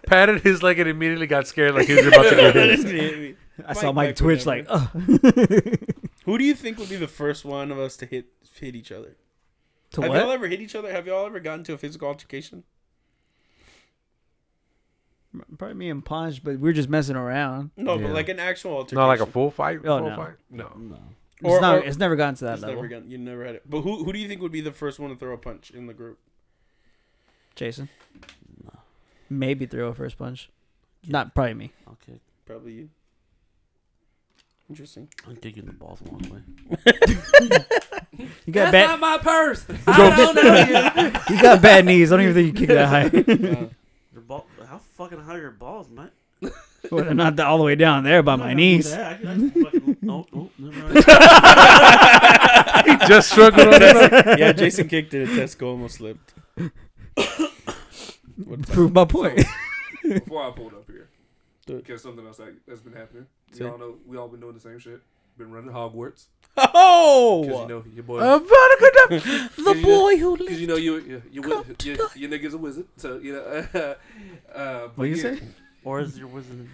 Speaker 5: patted his leg and immediately got scared like he was about to get hit.
Speaker 2: This hit me.
Speaker 4: I saw
Speaker 2: Mike-
Speaker 4: Mike
Speaker 2: Mike
Speaker 4: twitch like,
Speaker 2: remember.
Speaker 4: oh.
Speaker 2: Who do you think would be the first one of us to hit hit each other?
Speaker 4: to
Speaker 2: Have
Speaker 4: what?
Speaker 2: y'all ever hit each other? Have y'all ever gotten to a physical altercation?
Speaker 4: Probably me and Ponch, but we are just messing around.
Speaker 2: No, but
Speaker 5: Yeah.
Speaker 2: like an actual altercation.
Speaker 5: Not like a full fight.
Speaker 4: Oh,
Speaker 5: full
Speaker 4: no.
Speaker 5: fight?
Speaker 1: No.
Speaker 3: No.
Speaker 4: It's,
Speaker 2: Or-
Speaker 4: not,
Speaker 2: or-
Speaker 4: it's never gotten to that
Speaker 2: It's
Speaker 4: level.
Speaker 2: never gotten, you never had it. But who who do you think would be the first one to throw a punch in the group?
Speaker 4: Jason. Maybe throw a first punch. Not probably me.
Speaker 3: I'll kick.
Speaker 2: Probably you. Interesting.
Speaker 3: I'm kicking the balls along the way.
Speaker 4: You
Speaker 1: That's
Speaker 4: got bad.
Speaker 1: not my purse. I don't know you.
Speaker 4: you got bad knees. I don't even think you kick that
Speaker 2: Uh,
Speaker 4: high.
Speaker 3: Your ball, how fucking high are your balls, man?
Speaker 4: well, they're not all the way down there by
Speaker 3: I
Speaker 4: my
Speaker 3: can do
Speaker 4: knees.
Speaker 3: that. I can- I can fucking- oh, oh, never mind.
Speaker 5: He just struggled on that.
Speaker 2: yeah, Jason kicked it. Tesco almost slipped. What's up?
Speaker 4: Prove my point.
Speaker 1: Before I pulled up here, Because something else that, that's been happening.
Speaker 2: See?
Speaker 1: We all know we all been doing the same shit. Been running Hogwarts because
Speaker 2: Oh,
Speaker 1: you know your boy.
Speaker 2: the
Speaker 1: 'cause you know-
Speaker 2: boy who
Speaker 1: Because
Speaker 2: lives.
Speaker 1: you know you you you, wi- you, you niggas a wizard, so you know. Uh, uh,
Speaker 2: What you say?
Speaker 3: Or is your wizard?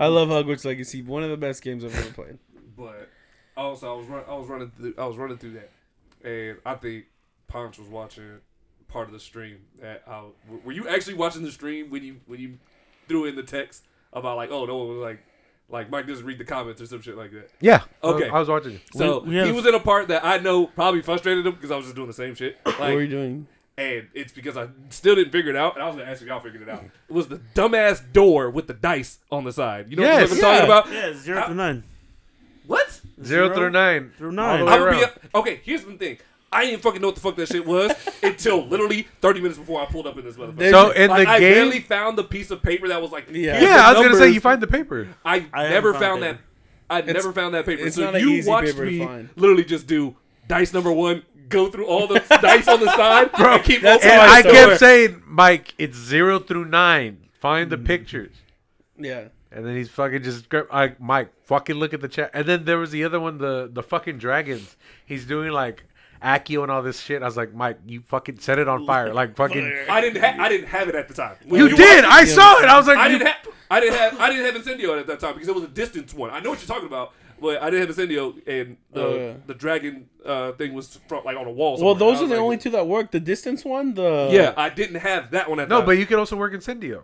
Speaker 2: I love Hogwarts Legacy. One of the best games I've ever played.
Speaker 1: But also, I was run, I was running through I was running through that, and I think Ponch was watching part of the stream. That I, w- were you actually watching the stream when you when you threw in the text about like oh no one was like like Mike just read the comments or some shit like that.
Speaker 5: Yeah.
Speaker 1: Okay.
Speaker 5: I was watching. it.
Speaker 1: So
Speaker 3: We- we have-
Speaker 1: he was in a part that I know probably frustrated him because I was just doing the same shit.
Speaker 2: what were
Speaker 1: Like,
Speaker 2: you doing?
Speaker 1: and it's because I still didn't figure it out, and I was gonna ask if y'all figured it out. It was the dumbass door with the dice on the side. You know
Speaker 5: Yes.
Speaker 1: what I'm talking about?
Speaker 3: Yeah, it's zero
Speaker 1: I-
Speaker 3: through nine.
Speaker 1: What?
Speaker 5: Zero through nine.
Speaker 3: Through
Speaker 5: All
Speaker 3: nine.
Speaker 5: the way
Speaker 1: I'm gonna
Speaker 5: around.
Speaker 1: be okay. Here's the thing. I didn't fucking know what the fuck that shit was until literally 30 minutes before I pulled up in this motherfucker.
Speaker 5: So in
Speaker 1: Like,
Speaker 5: the
Speaker 1: I
Speaker 5: game.
Speaker 1: barely found the piece of paper that was like.
Speaker 2: Yeah.
Speaker 1: here's the
Speaker 5: yeah, I was gonna say
Speaker 1: numbers.
Speaker 5: you find the paper.
Speaker 1: I,
Speaker 3: I
Speaker 1: never
Speaker 3: haven't found
Speaker 1: found, that.
Speaker 3: paper.
Speaker 1: I
Speaker 2: It's-
Speaker 1: never found that paper.
Speaker 2: it's
Speaker 1: so
Speaker 2: not an
Speaker 1: you
Speaker 2: easy
Speaker 1: watched
Speaker 2: paper to
Speaker 1: me
Speaker 2: find.
Speaker 1: literally just do dice number one, go through all the dice on the side, and keep
Speaker 2: that's
Speaker 1: opening
Speaker 5: And
Speaker 2: how
Speaker 1: it.
Speaker 5: I
Speaker 2: saw it.
Speaker 5: kept saying, Mike, it's zero through nine. Find the pictures.
Speaker 2: Yeah.
Speaker 5: And then he's fucking just grab- I, Mike, fucking look at the chat. And then there was the other one, the the fucking dragons. He's doing like Accio and all this shit. I was like, Mike, you fucking set it on fire. Like fucking.
Speaker 1: I didn't. Ha- I didn't have it at the time. When
Speaker 5: You did. I saw it. I was like,
Speaker 1: I
Speaker 5: you-
Speaker 1: didn't have I didn't have I didn't have Incendio at that time because it was a distance one. I know what you're talking about, but I didn't have Incendio and the
Speaker 2: Oh, yeah.
Speaker 1: the dragon uh, thing was from, like on a wall.
Speaker 2: Well,
Speaker 1: somewhere.
Speaker 2: those
Speaker 1: I
Speaker 2: are
Speaker 1: was
Speaker 2: the
Speaker 1: like,
Speaker 2: only two uh, that work. The distance one, the
Speaker 1: Yeah, I didn't have that one at
Speaker 5: no,
Speaker 1: the
Speaker 5: but
Speaker 1: time.
Speaker 5: you could also work Incendio.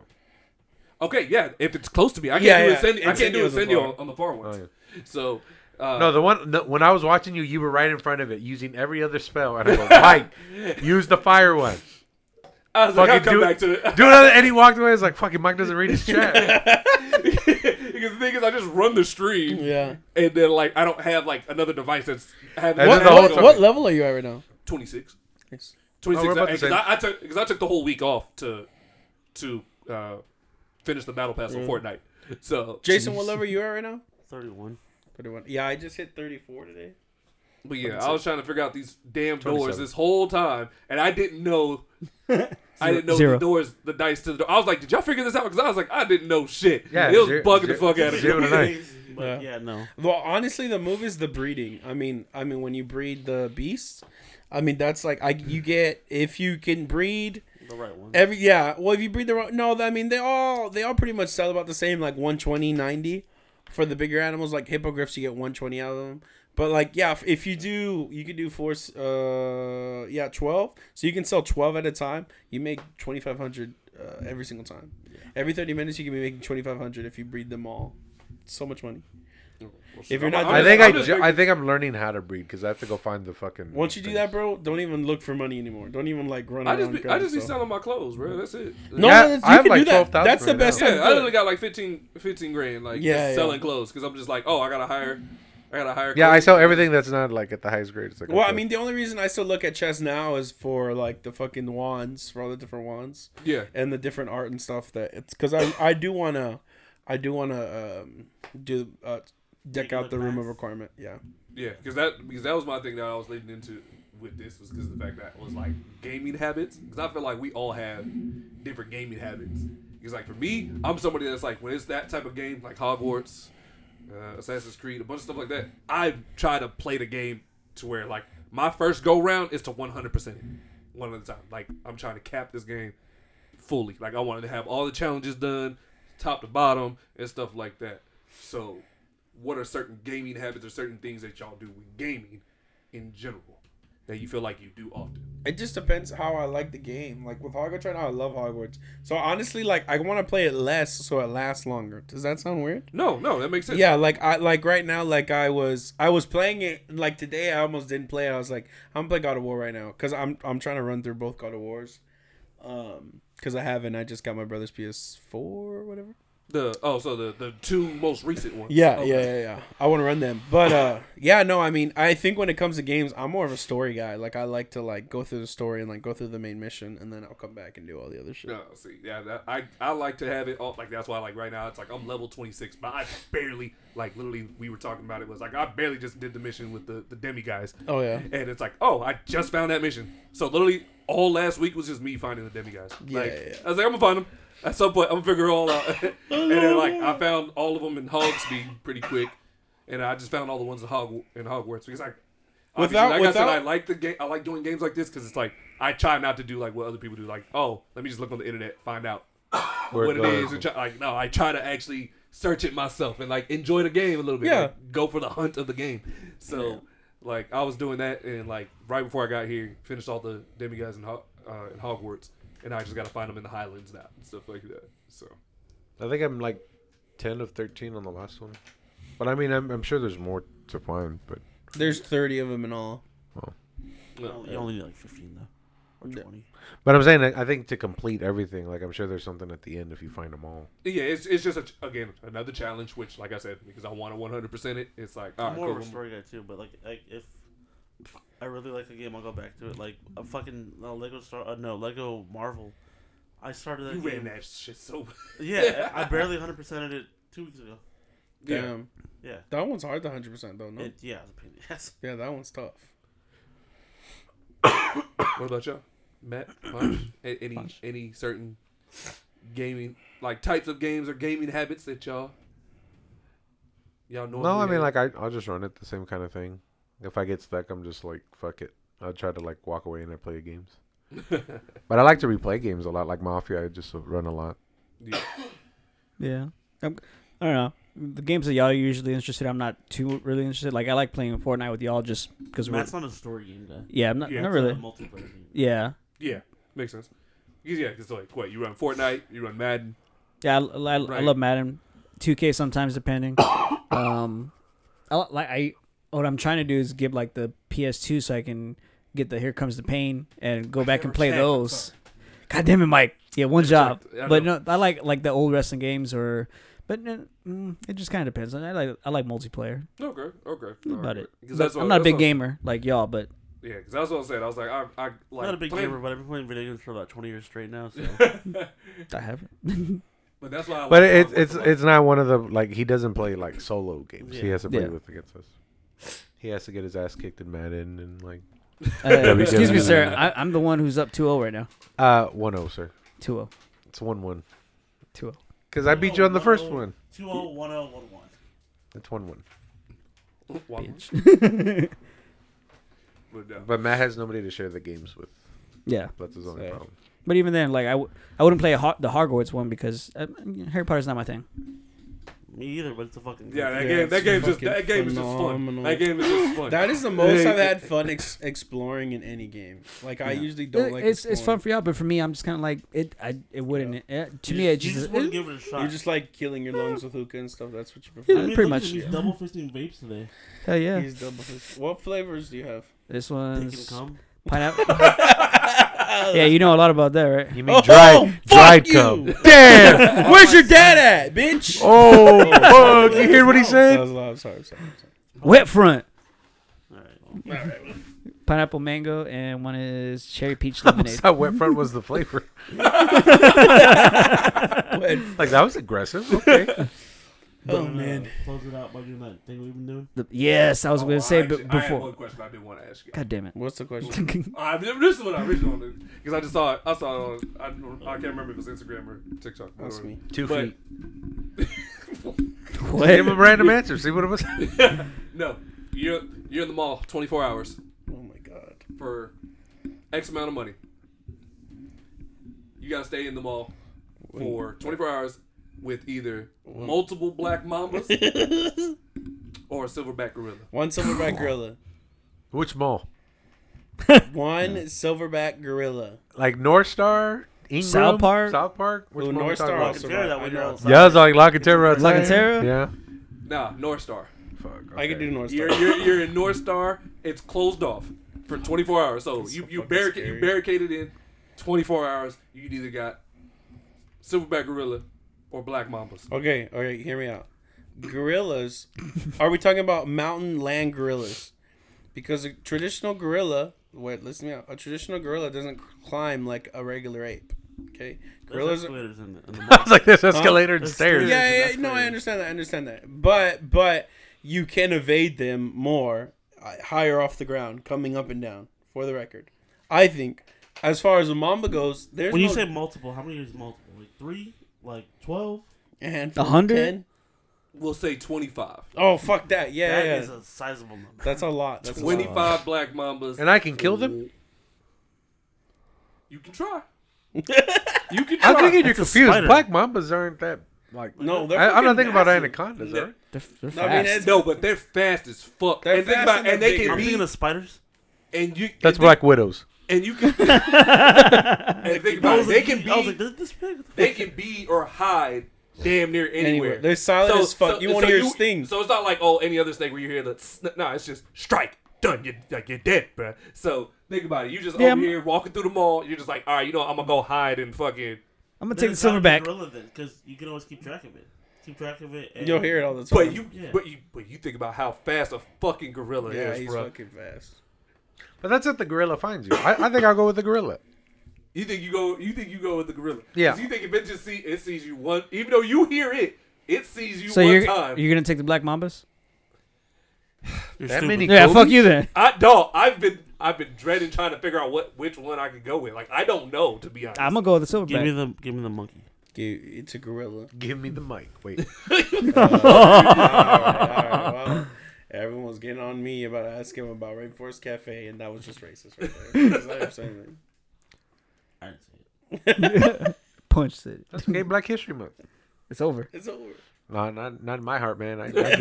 Speaker 1: okay, yeah. If it's close to me, I can't
Speaker 2: Yeah,
Speaker 1: do
Speaker 2: yeah.
Speaker 1: Incendio. I can't do
Speaker 2: Incendio's a
Speaker 1: Incendio
Speaker 2: far-
Speaker 1: on, on the far ones.
Speaker 5: Oh,
Speaker 1: So uh,
Speaker 5: No, the one the, when I was watching you, you were right in front of it using every other spell, and I go, Mike, use the fire one.
Speaker 1: I was like, I'll
Speaker 5: Fucking
Speaker 1: come
Speaker 5: do
Speaker 1: back
Speaker 5: it.
Speaker 1: to it.
Speaker 5: Do another, and he walked away. I was like, fucking Mike doesn't read his chat.
Speaker 1: because the thing is, I just run the stream,
Speaker 2: Yeah.
Speaker 1: and then like I don't have like another device that's having
Speaker 5: And
Speaker 2: What,
Speaker 5: then the whole
Speaker 2: what,
Speaker 5: time-
Speaker 2: what level are you at right now?
Speaker 1: twenty six.
Speaker 2: Nice.
Speaker 5: Oh, we're
Speaker 1: 26
Speaker 5: about the
Speaker 1: because
Speaker 5: same.
Speaker 1: I, I took because I took the whole week off to to uh, finish the battle pass on
Speaker 2: Mm-hmm.
Speaker 1: Fortnite. So
Speaker 2: Jason, what level are you at right now?
Speaker 3: Thirty-one.
Speaker 2: 31. Yeah, I just hit 34 today.
Speaker 1: but yeah, I was trying to figure out these damn doors
Speaker 5: 27.
Speaker 1: this whole time, and I didn't know. I didn't know
Speaker 4: Zero.
Speaker 1: the doors, the dice to the door. I was like, "Did y'all figure this out?" Because I was like, "I didn't know shit."
Speaker 5: Yeah,
Speaker 1: it was
Speaker 5: zero-
Speaker 1: bugging the
Speaker 5: zero-
Speaker 1: fuck out of me.
Speaker 5: zero to nine.
Speaker 3: But
Speaker 2: Yeah.
Speaker 3: yeah. no.
Speaker 2: Well, honestly, the move is the breeding. I mean, I mean, when you breed the beasts, I mean that's like I you get if you can breed
Speaker 3: The right one.
Speaker 2: every yeah. Well, if you breed the wrong, no, I mean they all they all pretty much sell about the same, like 120, 90 for the bigger animals. Like hippogriffs, you get one twenty out of them. But like yeah, if, if you do, you could do four, s- uh, yeah, twelve. So you can sell twelve at a time. You make twenty five hundred uh, every single time. Every thirty minutes, you can be making twenty five hundred if you breed them all. So much money. If you're not
Speaker 5: I
Speaker 1: I'm
Speaker 5: think
Speaker 1: just-
Speaker 5: I,
Speaker 1: I'm just
Speaker 5: ju-
Speaker 1: making-
Speaker 5: I think I'm learning how to breed because I have to go find the fucking.
Speaker 2: Once you do that, bro, don't even look for money anymore. Don't even like run
Speaker 1: I
Speaker 2: around.
Speaker 1: just be, I
Speaker 2: grabbing
Speaker 1: just be
Speaker 2: stuff.
Speaker 1: selling my clothes, bro. That's it.
Speaker 2: No,
Speaker 5: Yeah,
Speaker 2: that's-
Speaker 5: I
Speaker 2: you
Speaker 5: have,
Speaker 2: can
Speaker 5: like,
Speaker 2: do that.
Speaker 5: 12,000
Speaker 2: That's the
Speaker 5: right
Speaker 2: best
Speaker 5: now.
Speaker 2: time.
Speaker 1: Yeah, I
Speaker 2: to do
Speaker 1: only
Speaker 2: it.
Speaker 1: got like 15, 15 grand, like
Speaker 2: Yeah, yeah.
Speaker 1: selling clothes, because I'm just like, oh, I gotta hire, I gotta hire.
Speaker 5: Yeah, I
Speaker 1: clothes."
Speaker 5: sell everything that's not like at the highest grade. It's like
Speaker 2: Well, I
Speaker 5: okay.
Speaker 2: mean, the only reason I still look at chess now is for like the fucking wands, for all the different wands
Speaker 1: yeah,
Speaker 2: and the different art and stuff. That it's because I I do wanna I do wanna um, do uh, deck
Speaker 3: Take a
Speaker 2: out
Speaker 3: look
Speaker 2: the room of
Speaker 3: back.
Speaker 2: requirement. Yeah,
Speaker 1: Yeah, because that because that was my thing that I was leading into with this was because the fact that was like gaming habits. Because I feel like we all have different gaming habits. Because like for me, I'm somebody that's like when it's that type of game like Hogwarts, uh, Assassin's Creed, a bunch of stuff like that. I try to play the game to where like my first go round is to 100 percent one at a time. Like I'm trying to cap this game fully. Like I wanted to have all the challenges done, top to bottom, and stuff like that. So, what are certain gaming habits or certain things that y'all do with gaming in general that you feel like you do often?
Speaker 2: it just depends how I like the game. Like with Hogwarts right now, I love Hogwarts. So honestly, like I want to play it less so it lasts longer. Does that sound weird?
Speaker 1: No, no, that makes sense.
Speaker 2: yeah like i like right now like i was i was playing it like today i almost didn't play it. i was like i'm playing god of war right now because i'm i'm trying to run through both god of wars um because i haven't i just got my brother's ps4 or whatever Oh,
Speaker 1: The oh, so the the two most recent ones. Oh,
Speaker 2: yeah
Speaker 1: Okay.
Speaker 2: yeah yeah yeah i want to run them but uh yeah no i mean i think when it comes to games i'm more of a story guy like i like to like go through the story and like go through the main mission and then i'll come back and do all the other shit
Speaker 1: No, see, yeah, that, I I like to have it all like that's why like right now it's like I'm level 26, but I barely like literally we were talking about it was like I barely just did the mission with the the demi guys.
Speaker 2: oh yeah
Speaker 1: And it's like, oh, I just found that mission. So literally, all last week was just me finding the demi guys. like,
Speaker 5: yeah, yeah.
Speaker 1: I was like, I'm gonna find them at some point. I'm gonna figure it all out. and then like I found all of them in Hogsby pretty quick, and I just found all the ones in Hog in Hogwarts because I. obviously,
Speaker 5: Without-
Speaker 1: like I
Speaker 5: without-
Speaker 1: said, I like the game. I like doing games like this because it's like I try not to do like what other people do. Like, oh, let me just look on the internet, find out
Speaker 9: Where
Speaker 1: what it
Speaker 9: goes.
Speaker 1: is. And try, like, no, I try to actually search it myself and like enjoy the game a little bit.
Speaker 2: Yeah.
Speaker 1: Like, go for the hunt of the game. So, like, I was doing that, and like right before I got here, finished all the demigods in, Ho- uh, in Hogwarts, and I just got to find them in the Highlands now and stuff like that. So,
Speaker 5: I think I'm like ten of thirteen on the last one, but I mean, I'm, I'm sure there's more to find. But
Speaker 2: There's 30 of them in all.
Speaker 1: no,
Speaker 3: You only need like 15, though. Or
Speaker 2: Yeah.
Speaker 3: 20.
Speaker 5: but I'm saying that I think to complete everything, like I'm sure there's something at the end if you find them all.
Speaker 1: yeah, it's, it's just a, ch- again another challenge, which like I said, because I want to 100 percent it, it's like all
Speaker 3: I'm
Speaker 1: right,
Speaker 3: more
Speaker 1: cool.
Speaker 3: of a story guy, too, but like, like if I really like a game, I'll go back to it. Like, a fucking uh, Lego Star. Uh, no, Lego Marvel. I started that
Speaker 1: you ran
Speaker 3: game.
Speaker 1: that shit so
Speaker 3: Yeah, I I barely 100%ed it two weeks ago.
Speaker 1: Yeah.
Speaker 2: Damn.
Speaker 3: Yeah.
Speaker 2: That one's hard to 100% though, no?
Speaker 3: It, yeah, it was a pain in the ass.
Speaker 2: yeah, that one's tough.
Speaker 1: What about y'all, Matt? Punch? A- any any certain gaming like types of games or gaming habits that y'all y'all know?
Speaker 5: No, I mean like I I'll just run it the same kind of thing. If I get stuck, I'm just like fuck it. I try to like walk away and I play games. but I like to replay games a lot, like Mafia. I just run a lot.
Speaker 4: Yeah. I'm, I don't know. The games that y'all are usually interested, I'm not too really interested. Like I like playing Fortnite with y'all just because we're.
Speaker 3: Matt's not a story game guy.
Speaker 4: Yeah, I'm not,
Speaker 1: Yeah,
Speaker 4: not
Speaker 1: it's
Speaker 3: He's
Speaker 4: really.
Speaker 3: not a multiplayer game.
Speaker 4: Yeah,
Speaker 1: yeah, makes sense. 'Cause, Yeah, because like what you run Fortnite, you run Madden.
Speaker 4: yeah. I, I, I
Speaker 1: Right.
Speaker 4: love Madden, 2K sometimes depending. um, I li- like I what I'm trying to do is give like the PS2 so I can get the Here Comes the Pain and go back and
Speaker 1: never
Speaker 4: play
Speaker 1: said, I'm
Speaker 4: those. God damn it, Mike. Yeah, one job.
Speaker 1: tried to- I
Speaker 4: But no, I like like the old wrestling games or. But uh, mm, it just kind of depends. I like I like multiplayer.
Speaker 1: Okay, okay,
Speaker 4: That's about it.
Speaker 1: Because
Speaker 4: But
Speaker 1: that's what-
Speaker 4: I'm not a
Speaker 1: that's
Speaker 4: big
Speaker 1: what-
Speaker 4: gamer like y'all, but
Speaker 1: Yeah, because that's what I said. I was like, I, I like
Speaker 3: not a big
Speaker 1: playing-
Speaker 3: gamer, but I've been playing video games for about 20 years straight now. So
Speaker 4: I haven't.
Speaker 1: but that's why. I
Speaker 5: But
Speaker 1: like
Speaker 5: it,
Speaker 1: Hogwarts
Speaker 5: it's
Speaker 1: a lot.
Speaker 5: it's not one of the like he doesn't play like solo games. He
Speaker 3: Yeah.
Speaker 5: has to play
Speaker 4: Yeah.
Speaker 5: with against us. He has to get his ass kicked in Madden and like
Speaker 4: Uh,
Speaker 5: we
Speaker 4: excuse
Speaker 5: do.
Speaker 4: me, sir. I, I'm the one who's up 2-0 right now. oh.
Speaker 5: uh one zero sir.
Speaker 4: 2-0.
Speaker 5: It's one one
Speaker 4: 2-0.
Speaker 5: because I beat you on the first one.
Speaker 3: oh, 201011.
Speaker 5: It's one one.
Speaker 1: Why-
Speaker 4: Bitch.
Speaker 1: but, uh, no.
Speaker 5: But Matt has nobody to share the games with.
Speaker 4: yeah.
Speaker 5: That's his only
Speaker 2: Sad.
Speaker 5: problem.
Speaker 4: But even then, like I, w- I wouldn't play a Ho- the Hogwarts one because uh, Harry Potter's not my thing.
Speaker 3: Me either, but it's a fucking
Speaker 1: yeah, that
Speaker 2: Yeah,
Speaker 1: game. That
Speaker 2: it's
Speaker 1: game's just
Speaker 2: fucking
Speaker 1: that game is just fun.
Speaker 2: phenomenal.
Speaker 1: That game is just fun.
Speaker 2: That is the most I've had fun ex- exploring in any game. Like I usually don't like
Speaker 4: it's it's fun
Speaker 2: exploring.
Speaker 4: for y'all, but for me, I'm just kind of like it. I it wouldn't. It, to
Speaker 3: You just,
Speaker 4: me, it
Speaker 3: you
Speaker 4: just,
Speaker 3: just wouldn't give it a shot.
Speaker 2: You just like killing your lungs with hookah and stuff. That's what you
Speaker 3: I
Speaker 2: prefer.
Speaker 3: mean,
Speaker 4: pretty
Speaker 3: look at
Speaker 4: much.
Speaker 3: him, He's double fisting vapes today.
Speaker 4: hell yeah.
Speaker 2: He's double hooked. What flavors do you have?
Speaker 4: This
Speaker 3: Take him
Speaker 4: one's
Speaker 3: cum.
Speaker 4: pineapple. yeah, you know a lot about that, right?
Speaker 5: You mean dried dried
Speaker 2: you!
Speaker 5: cum? Damn!
Speaker 2: Where's your dad at, bitch?
Speaker 5: Oh fuck! You hear what he
Speaker 2: That
Speaker 5: said?
Speaker 2: was loud. I'm sorry. I'm sorry. I'm sorry.
Speaker 4: Wet front.
Speaker 3: All right. Well,
Speaker 4: Pineapple mango and one is cherry peach lemonade.
Speaker 5: How wet front was the flavor? like that was aggressive. Okay.
Speaker 2: Oh,
Speaker 3: uh,
Speaker 2: man.
Speaker 3: Close it out by doing that thing we've been doing.
Speaker 4: The- yes, I was
Speaker 1: Oh,
Speaker 4: gonna
Speaker 1: I
Speaker 4: say
Speaker 1: actually-
Speaker 4: but
Speaker 1: I had one
Speaker 4: before.
Speaker 1: question I did want to ask you.
Speaker 4: God damn it.
Speaker 2: What's the question?
Speaker 1: I, this is what I originally wanted because I just saw it. I saw it on. I, don't- I can't remember if it was Instagram or TikTok.
Speaker 2: That's me.
Speaker 5: Two
Speaker 1: But-
Speaker 5: feet. Give him a
Speaker 4: what?
Speaker 5: random answer. See what it was.
Speaker 1: no, you're you're in the mall 24 hours
Speaker 2: Oh my god.
Speaker 1: for X amount of money. You gotta stay in the mall for 24 hours with either multiple black mambas or a silverback gorilla.
Speaker 2: One silverback gorilla.
Speaker 5: Which mall?
Speaker 2: One silverback gorilla.
Speaker 5: Like North Star, Ingram,
Speaker 4: South Park?
Speaker 5: South Park. Which
Speaker 2: Ooh,
Speaker 5: mall we
Speaker 2: North
Speaker 5: talking
Speaker 2: Star
Speaker 5: about?
Speaker 2: also.
Speaker 3: Tear that
Speaker 2: I
Speaker 3: when you're
Speaker 2: know.
Speaker 3: outside.
Speaker 5: Yeah, it's like Locatera. outside.
Speaker 4: Locatera?
Speaker 5: Yeah.
Speaker 1: Nah, North Star.
Speaker 5: Fuck.
Speaker 2: I could do North Star.
Speaker 1: You're, you're you're in North Star. It's closed off for 24 hours. So you
Speaker 2: so
Speaker 1: you
Speaker 2: fucking
Speaker 1: barricade
Speaker 2: scary.
Speaker 1: you barricaded in 24 hours. You either got silverback gorilla or black mambas.
Speaker 2: Okay, okay, hear me out. Gorillas. are we talking about mountain land gorillas? Because a traditional gorilla, wait, listen to me out. A traditional gorilla doesn't climb like a regular ape. Okay, gorillas.
Speaker 3: There's
Speaker 2: Are,
Speaker 3: escalators in the, in the
Speaker 5: I
Speaker 3: mall.
Speaker 5: was like, there's escalator and
Speaker 3: That's
Speaker 5: stairs.
Speaker 3: scary.
Speaker 2: yeah, yeah,
Speaker 3: That's
Speaker 2: no, I
Speaker 3: crazy.
Speaker 2: understand that. I understand that. But but you can evade them more uh, higher off the ground, coming up and down. For the record, I think as far as the Mamba goes, there's
Speaker 3: When you
Speaker 2: no
Speaker 3: say multiple, how many is multiple? Like three? Like twelve?
Speaker 2: and
Speaker 4: A hundred?
Speaker 1: We'll say 25.
Speaker 2: Oh fuck that! Yeah,
Speaker 3: That is
Speaker 2: yeah.
Speaker 3: a sizable number.
Speaker 2: that's a lot. That's a lot.
Speaker 1: 25 black mambas.
Speaker 7: And I can kill them?
Speaker 1: You can try. you can try.
Speaker 7: I'm thinking you're
Speaker 3: That's a
Speaker 7: confused.
Speaker 3: spider.
Speaker 7: Black mambas aren't that like.
Speaker 2: No, they're
Speaker 7: I, I'm not
Speaker 2: fucking
Speaker 7: thinking about
Speaker 2: massive.
Speaker 7: anacondas.
Speaker 2: No.
Speaker 7: are
Speaker 4: They're, they're
Speaker 2: No, I mean,
Speaker 4: fast.
Speaker 2: it's-
Speaker 1: No, but they're fast as fuck.
Speaker 2: They're
Speaker 1: and think
Speaker 2: fast
Speaker 1: about,
Speaker 2: and
Speaker 1: and
Speaker 2: they're
Speaker 1: they
Speaker 2: bigger.
Speaker 1: can
Speaker 3: I'm
Speaker 1: be
Speaker 3: thinking of spiders.
Speaker 1: and you.
Speaker 7: That's
Speaker 1: and they-
Speaker 7: black widows.
Speaker 1: and you can. and think
Speaker 3: I
Speaker 1: about it,
Speaker 3: was
Speaker 1: they
Speaker 3: like,
Speaker 1: can
Speaker 3: I was like,
Speaker 1: be.
Speaker 3: this, this big. What the
Speaker 1: They
Speaker 3: fuck?
Speaker 1: can be or hide damn near anywhere.
Speaker 2: They're silent as fuck. You won't hear a sting.
Speaker 1: So it's not like oh any other snake where you hear the sn- no. It's just strike done. You like you're dead, bruh. So think about it. You just
Speaker 4: Yeah,
Speaker 1: over
Speaker 4: I'm-
Speaker 1: here walking through the mall. You're just like all right. You know I'm gonna go hide and fucking.
Speaker 4: I'm gonna
Speaker 3: Then
Speaker 4: take the
Speaker 3: it's gotta
Speaker 4: silver
Speaker 3: be
Speaker 4: back.
Speaker 3: Gorilla then, because you can always keep track of it. Keep track of it. And
Speaker 2: You'll hear it all the time.
Speaker 1: But you
Speaker 3: Yeah.
Speaker 1: but you but you think about how fast a fucking gorilla
Speaker 2: yeah,
Speaker 1: is,
Speaker 2: he's
Speaker 1: bruh.
Speaker 2: fucking fast.
Speaker 7: But that's if the gorilla finds you. I, I think I'll go with the gorilla.
Speaker 1: You think you go? You think you go with the gorilla? 'Cause
Speaker 7: Yeah.
Speaker 1: You think if it just see it sees you one, even though you hear it, it sees you
Speaker 4: So
Speaker 1: one
Speaker 4: you're
Speaker 1: time.
Speaker 4: you're gonna take the black mambas?
Speaker 3: You're
Speaker 7: That
Speaker 3: stupid.
Speaker 7: many
Speaker 4: Yeah,
Speaker 7: Kobe's?
Speaker 4: fuck you then.
Speaker 1: I dog. I've been I've been dreading trying to figure out what which one I could go with. Like I don't know to be honest.
Speaker 4: I'm gonna go with the silver
Speaker 3: Give me
Speaker 4: back.
Speaker 3: the give me the monkey.
Speaker 2: Dude, it's a gorilla.
Speaker 7: Give me the mic. Wait.
Speaker 2: well, everyone was getting on me about asking him about Rainforest Cafe, and that was just racist right there. That's not even saying anything.
Speaker 3: I didn't say it.
Speaker 4: Punch it.
Speaker 7: That's okay. Black History Month.
Speaker 4: It's over.
Speaker 2: It's over.
Speaker 7: No, not not in my heart, man. I, I give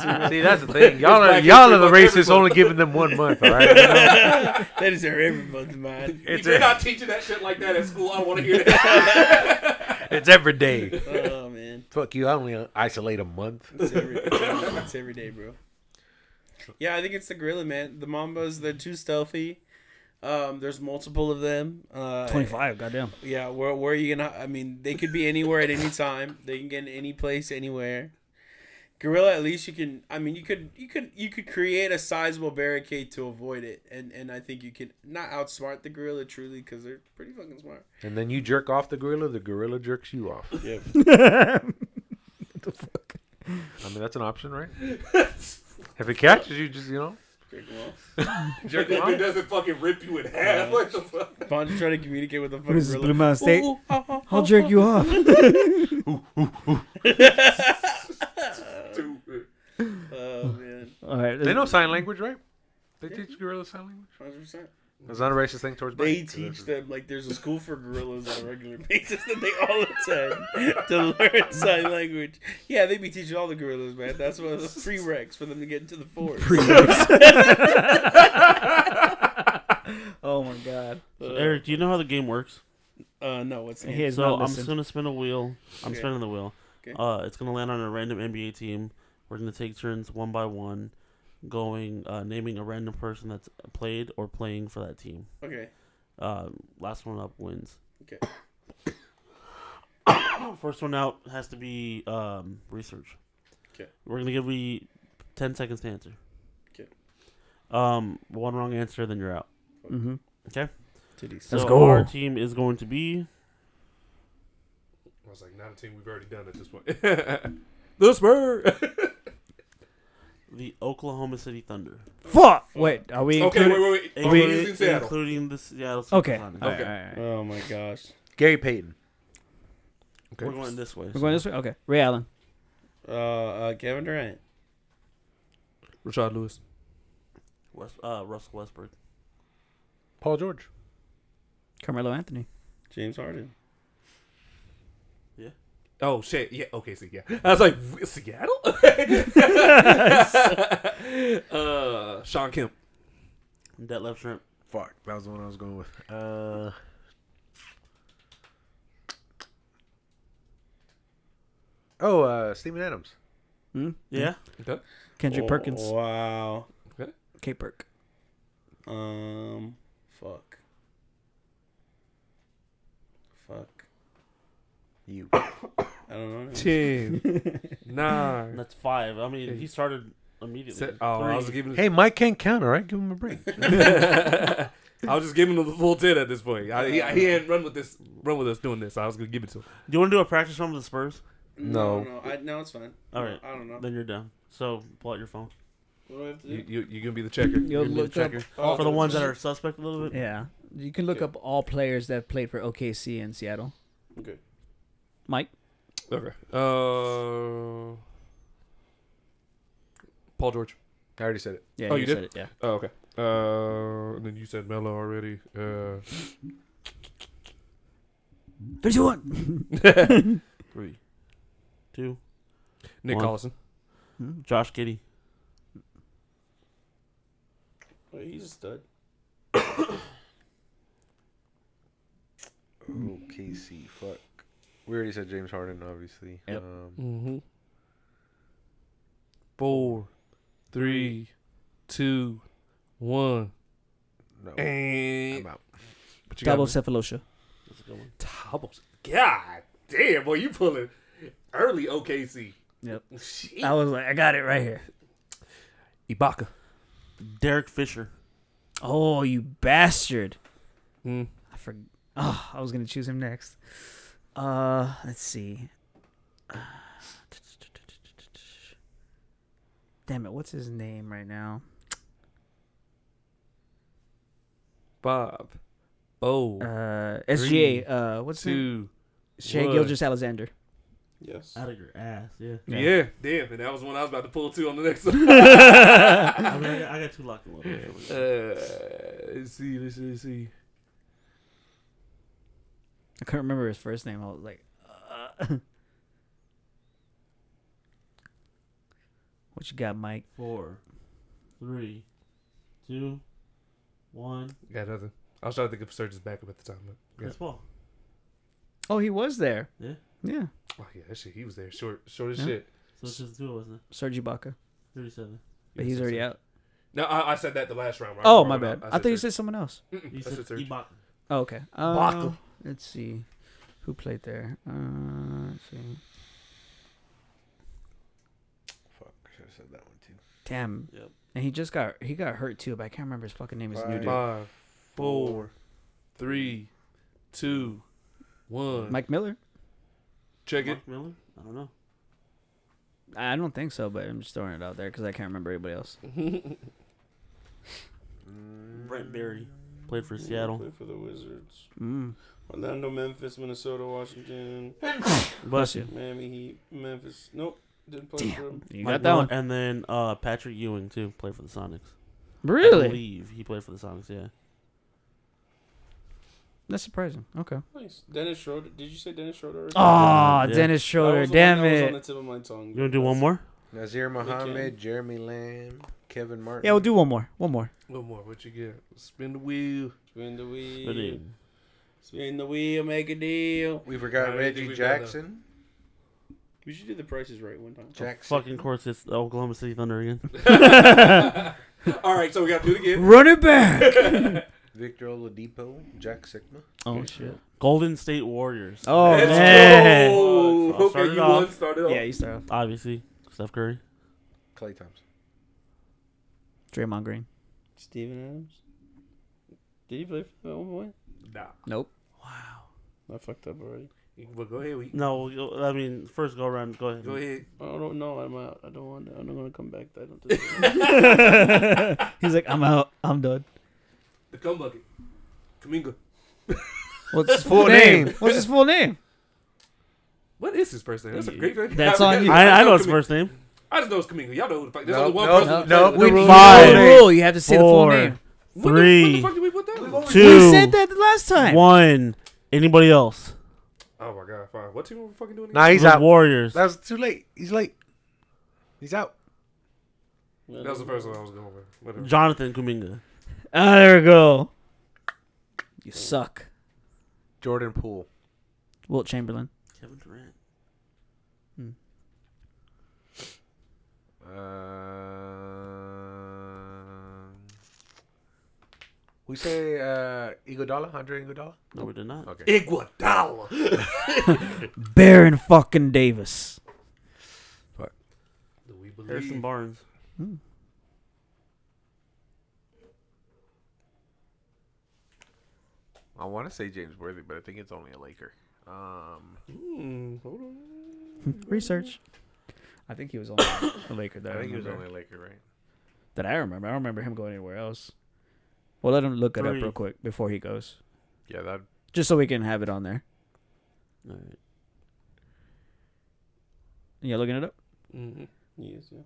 Speaker 7: see, see, that's the thing. Y'all are
Speaker 1: Black
Speaker 7: y'all are
Speaker 1: History
Speaker 7: the
Speaker 1: Month every
Speaker 7: racists. Only giving them one month, all right? You know?
Speaker 2: That is everyone's mind.
Speaker 1: if
Speaker 7: It's
Speaker 1: you're
Speaker 7: a-
Speaker 1: not teaching that shit like that at school, I don't want to hear that.
Speaker 7: It's every day.
Speaker 2: Oh man,
Speaker 7: Fuck you. I only isolate a month.
Speaker 2: it's every, it's every day, bro. Yeah, I think it's the gorilla, man. The mambas, they're too stealthy. Um, there's multiple of them. Uh,
Speaker 4: Twenty five. Goddamn.
Speaker 2: Yeah, where where are you gonna? I mean, they could be anywhere at any time. They can get in any place, anywhere. Gorilla, at least you can. I mean, you could you could you could create a sizable barricade to avoid it, and and I think you can not outsmart the gorilla truly because they're pretty fucking smart.
Speaker 7: And then you jerk off the gorilla. The gorilla jerks you off.
Speaker 2: Yep.
Speaker 7: I mean, that's an option, right? If it catches you, just you know.
Speaker 1: Jerk if it doesn't fucking rip you in half. What the fuck?
Speaker 2: Bond's trying to communicate with the fucking
Speaker 4: What is this, Blue
Speaker 2: gorilla.
Speaker 4: Mountain State?
Speaker 2: Ooh, ah, ah,
Speaker 4: I'll
Speaker 2: ah,
Speaker 4: jerk you off.
Speaker 1: Stupid.
Speaker 2: ah. Oh man,
Speaker 4: All right.
Speaker 7: They know sign language, right? They teach gorillas sign language.
Speaker 2: hundred percent.
Speaker 7: It's not a racist thing towards.
Speaker 2: They
Speaker 7: blacks.
Speaker 2: teach them like there's a school for gorillas on a regular basis that they all attend to learn sign language. Yeah, they be teaching all the gorillas, man. That's one of the prereqs for them to get into the forest.
Speaker 4: Oh my god.
Speaker 3: So, Eric, do you know how the game works?
Speaker 2: Uh, no, what's the
Speaker 4: He
Speaker 2: name?
Speaker 4: has
Speaker 3: So
Speaker 4: not
Speaker 3: I'm just
Speaker 4: listened.
Speaker 3: gonna spin a wheel. I'm
Speaker 2: Okay.
Speaker 3: spinning the wheel.
Speaker 2: Okay.
Speaker 3: Uh, it's gonna land on a random NBA team. We're gonna take turns one by one, going uh, naming a random person that's played or playing for that team.
Speaker 2: Okay,
Speaker 3: Uh, last one up wins.
Speaker 2: Okay.
Speaker 3: First one out has to be um, research.
Speaker 2: Okay.
Speaker 3: We're gonna give you ten seconds to answer.
Speaker 2: Okay.
Speaker 3: Um, one wrong answer, then you're out.
Speaker 4: Mm-hmm.
Speaker 3: Okay.
Speaker 2: titties.
Speaker 3: So
Speaker 4: Let's go.
Speaker 3: Our team is going to be
Speaker 1: I was like, not a team we've already done at this point. the Spurs.
Speaker 3: the Oklahoma City Thunder,
Speaker 4: Fuck. Wait. Are we?
Speaker 1: okay,
Speaker 4: included?
Speaker 1: wait, wait, wait.
Speaker 3: Inclu-
Speaker 1: Are we using Seattle?
Speaker 3: including the Seattle.
Speaker 4: Okay.
Speaker 3: SuperSonics.
Speaker 4: All right, all right, all right.
Speaker 2: Oh my gosh.
Speaker 7: Gary Payton.
Speaker 3: We're going this way.
Speaker 4: We're going this way. Okay. Ray Allen.
Speaker 2: Uh, uh, Kevin Durant.
Speaker 1: Oh, Rashad Lewis.
Speaker 3: West, uh, Russell Westbrook.
Speaker 7: Paul George.
Speaker 4: Carmelo Anthony.
Speaker 2: James Harden.
Speaker 1: Oh shit! Yeah. Okay. So yeah, I was like, "W- Seattle. uh, Sean Kemp.
Speaker 3: Detlef Shrimp.
Speaker 7: Fuck, that was the one I was going with. Uh, oh, uh, Steven Adams.
Speaker 4: Hmm?
Speaker 3: Yeah.
Speaker 1: Okay.
Speaker 4: Kendrick
Speaker 1: Oh.
Speaker 4: Perkins.
Speaker 2: Wow.
Speaker 4: K Perk.
Speaker 2: Um, fuck. Fuck.
Speaker 7: You.
Speaker 2: I don't know.
Speaker 1: Two, nine.
Speaker 3: That's five. I mean, he started immediately.
Speaker 1: Se- oh, I was
Speaker 3: Three.
Speaker 1: giving.
Speaker 7: Hey, Mike can't count, all right? Give him a break.
Speaker 1: I was just giving him the full ten at this point. I, he, he hadn't run with this, run with us doing this. I was gonna give it to him.
Speaker 3: Do you want to do a practice run with the Spurs?
Speaker 2: No,
Speaker 7: No.
Speaker 2: no, I, no, it's fine.
Speaker 3: All right.
Speaker 2: I don't know.
Speaker 3: Then you're down. So pull out your phone.
Speaker 2: What do I have to do?
Speaker 1: You, you, you gonna be the checker.
Speaker 4: You'll
Speaker 1: You're gonna
Speaker 4: look
Speaker 1: be the
Speaker 4: up
Speaker 1: checker.
Speaker 3: Oh, for the ones that are suspect a little bit.
Speaker 4: Yeah, you can look
Speaker 1: Okay.
Speaker 4: up all players that have played for OKC and Seattle.
Speaker 1: Okay.
Speaker 4: Mike,
Speaker 1: Okay. Uh, Paul George.
Speaker 5: I already said it.
Speaker 4: yeah,
Speaker 1: Oh, you did?
Speaker 4: said it, yeah.
Speaker 1: Oh, okay. Uh, and then you said Mello already. Uh,
Speaker 4: Thirty-one.
Speaker 1: three.
Speaker 3: Two.
Speaker 1: Nick
Speaker 3: One.
Speaker 1: Collison.
Speaker 3: Josh Giddy.
Speaker 2: Oh, he's a stud.
Speaker 7: OKC, fuck. We already said James Harden, obviously.
Speaker 4: Yep.
Speaker 7: Um,
Speaker 1: Mm-hmm. Four, three, two, one.
Speaker 7: no,
Speaker 1: And
Speaker 7: I'm out.
Speaker 1: What you got,
Speaker 4: Double
Speaker 1: man?
Speaker 4: Cephalosha.
Speaker 3: That's a good one.
Speaker 1: Doubles. God damn, boy, you pulling early OKC.
Speaker 4: Yep.
Speaker 1: Shit.
Speaker 4: I was like, I got it right here.
Speaker 1: Ibaka.
Speaker 3: Derek Fisher.
Speaker 4: Oh, you bastard!
Speaker 1: Mm.
Speaker 4: I for Oh, I was gonna choose him next. Uh, let's see. Damn it! What's his name right now?
Speaker 1: Bob. Oh.
Speaker 4: Uh,
Speaker 1: Three,
Speaker 4: SGA. Uh, what's his name?
Speaker 1: two.
Speaker 4: Shea
Speaker 1: one.
Speaker 4: Gilgis Alexander.
Speaker 2: Yes.
Speaker 3: Out of your ass. Yeah.
Speaker 1: Yeah. damn, and that was one I was about to pull two on the next one.
Speaker 3: I, mean, I, got, I got two locked in one.
Speaker 1: Uh, let's see, let's see, let's see.
Speaker 4: I couldn't remember his first name. I was like, uh. what you got, Mike?
Speaker 3: Four. Three. Two. One.
Speaker 1: Got nothing. I was trying to think of Surge's backup at the time. But yeah.
Speaker 3: Chris Paul.
Speaker 4: Oh, he was there.
Speaker 3: Yeah.
Speaker 4: Yeah,
Speaker 1: Oh, yeah, that shit, he was there. Short, short as
Speaker 4: Yeah.
Speaker 1: shit.
Speaker 3: So it's just the two of us now.
Speaker 4: Serge Ibaka,
Speaker 3: Thirty-seven.
Speaker 4: but he's already out.
Speaker 1: No, I, I said that the last round. right?
Speaker 4: Oh,
Speaker 1: Wrong
Speaker 4: my
Speaker 1: round.
Speaker 4: bad. I thought you said someone else.
Speaker 1: Mm-mm,
Speaker 3: You
Speaker 1: I
Speaker 3: said
Speaker 1: said Surge.
Speaker 3: Ibaka.
Speaker 4: Oh, okay. Uh,
Speaker 1: Ibaka.
Speaker 4: Let's see, who played there? Uh, let's see.
Speaker 7: Fuck, I should have said that one too.
Speaker 4: Damn.
Speaker 3: Yep.
Speaker 4: And he just got he got hurt too, but I can't remember his fucking name. His new dude.
Speaker 1: Five, four, three, two, one.
Speaker 4: Mike Miller.
Speaker 1: Check it.
Speaker 3: Mark Miller. I don't know.
Speaker 4: I don't think so, but I'm just throwing it out there because I can't remember anybody else.
Speaker 3: Brent Berry Mm. played for Seattle.
Speaker 2: Play for the Wizards.
Speaker 4: Mm.
Speaker 2: Orlando, Memphis, Minnesota, Washington,
Speaker 4: Bless you.
Speaker 2: Miami Heat, Memphis. Nope, didn't play for
Speaker 4: Damn.
Speaker 2: them.
Speaker 4: You
Speaker 3: Mike
Speaker 4: got that
Speaker 3: Miller,
Speaker 4: one.
Speaker 3: And then uh, Patrick Ewing too played for the Sonics. I
Speaker 4: Really?
Speaker 3: believe he played for the Sonics. Yeah.
Speaker 4: That's surprising. Okay.
Speaker 2: Nice. Dennis Schroeder. Did you say Dennis Schroeder? already?
Speaker 4: Oh,
Speaker 3: Yeah.
Speaker 4: Dennis
Speaker 2: That was
Speaker 4: Schroeder.
Speaker 2: the one
Speaker 4: Damn
Speaker 2: that was on the
Speaker 4: it.
Speaker 2: tip of my tongue.
Speaker 3: You gonna do one more?
Speaker 7: Nazir
Speaker 2: Mohammed,
Speaker 7: Muhammad, Jeremy Lamb, Kevin Martin.
Speaker 4: Yeah, we'll do one more. One more.
Speaker 1: One more. What you get? Spin the wheel.
Speaker 2: Spin the
Speaker 3: Good
Speaker 2: wheel.
Speaker 3: evening.
Speaker 2: Spin the wheel. Make a deal.
Speaker 7: We
Speaker 1: I
Speaker 7: forgot
Speaker 1: don't think
Speaker 7: Reggie
Speaker 1: we've done that.
Speaker 7: Jackson.
Speaker 2: We should do the prices right one time.
Speaker 7: Jackson.
Speaker 3: Fucking course, it's the Oklahoma City Thunder again.
Speaker 1: All right, so we got to do it again.
Speaker 4: Run it back.
Speaker 7: Victor Oladipo, Jack Sigma.
Speaker 4: oh shit.
Speaker 3: Golden State Warriors.
Speaker 4: Oh
Speaker 1: Let's
Speaker 4: man.
Speaker 1: go.
Speaker 3: Oh, So I'll
Speaker 1: Okay,
Speaker 3: start it
Speaker 1: you
Speaker 3: off.
Speaker 1: won. Started off.
Speaker 4: Yeah, you start off.
Speaker 3: Obviously, Steph Curry.
Speaker 7: Clay Thompson.
Speaker 4: Draymond Green.
Speaker 2: Steven Adams. Did he play for the Illinois?
Speaker 1: Nah.
Speaker 4: Nope.
Speaker 2: I fucked up already.
Speaker 1: Well, go ahead. We
Speaker 3: No, we'll go- I mean first go around. Go ahead.
Speaker 1: go ahead.
Speaker 2: I don't know. I'm out. I don't want. To, I'm not gonna come back. to- I don't. Think
Speaker 4: He's like, I'm out. I'm done.
Speaker 1: The cum bucket. Kaminga.
Speaker 4: What's his full name? What's his full name?
Speaker 1: What is his first name? That's a great question.
Speaker 4: That's
Speaker 1: I
Speaker 4: on
Speaker 1: forgot-
Speaker 4: you.
Speaker 3: I, I know his
Speaker 1: Kaminga.
Speaker 3: first name.
Speaker 1: I just know it's Kaminga. Y'all know who the fuck. There's
Speaker 7: Nope,
Speaker 1: only one
Speaker 7: nope,
Speaker 1: person.
Speaker 7: nope,
Speaker 1: who plays
Speaker 7: nope.
Speaker 1: it.
Speaker 7: We-
Speaker 3: Five,
Speaker 4: No rule. You have to say
Speaker 3: four,
Speaker 4: the full name.
Speaker 1: When the- When the
Speaker 3: three,
Speaker 1: fuck did we put that? on?
Speaker 4: You
Speaker 3: two,
Speaker 4: said that the last time.
Speaker 3: one. Anybody else?
Speaker 1: Oh my god. Fine. What team are we fucking doing?
Speaker 7: Nah,
Speaker 1: Again?
Speaker 7: he's
Speaker 3: the
Speaker 7: out.
Speaker 3: Warriors.
Speaker 7: That was too late. He's late. He's out.
Speaker 1: That was the first one I was going with. Whatever.
Speaker 3: Jonathan Kuminga.
Speaker 4: Ah, there we go. You suck.
Speaker 7: Jordan Poole.
Speaker 4: Wilt Chamberlain.
Speaker 3: Kevin Durant.
Speaker 7: Um, Uh, we say uh, Iguodala, Andre Iguodala.
Speaker 3: No, we did not.
Speaker 7: Okay.
Speaker 1: Iguodala.
Speaker 4: Baron fucking Davis.
Speaker 1: Do we
Speaker 3: Harrison
Speaker 1: believe?
Speaker 3: Barnes.
Speaker 7: I want to say James Worthy, but I think it's only a Laker. Um,
Speaker 1: Mm,
Speaker 3: Mm-hmm.
Speaker 1: hold on.
Speaker 4: Research. I think he was on the Laker though.
Speaker 7: I think he was only a Laker, right?
Speaker 4: that I remember. I don't remember him going anywhere else. Well, let him look it up
Speaker 3: Three.
Speaker 4: real quick before he goes,
Speaker 7: Yeah, that
Speaker 4: just so we can have it on there.
Speaker 3: All right.
Speaker 4: Yeah, looking it up.
Speaker 2: Mm-hmm. Yes, yeah.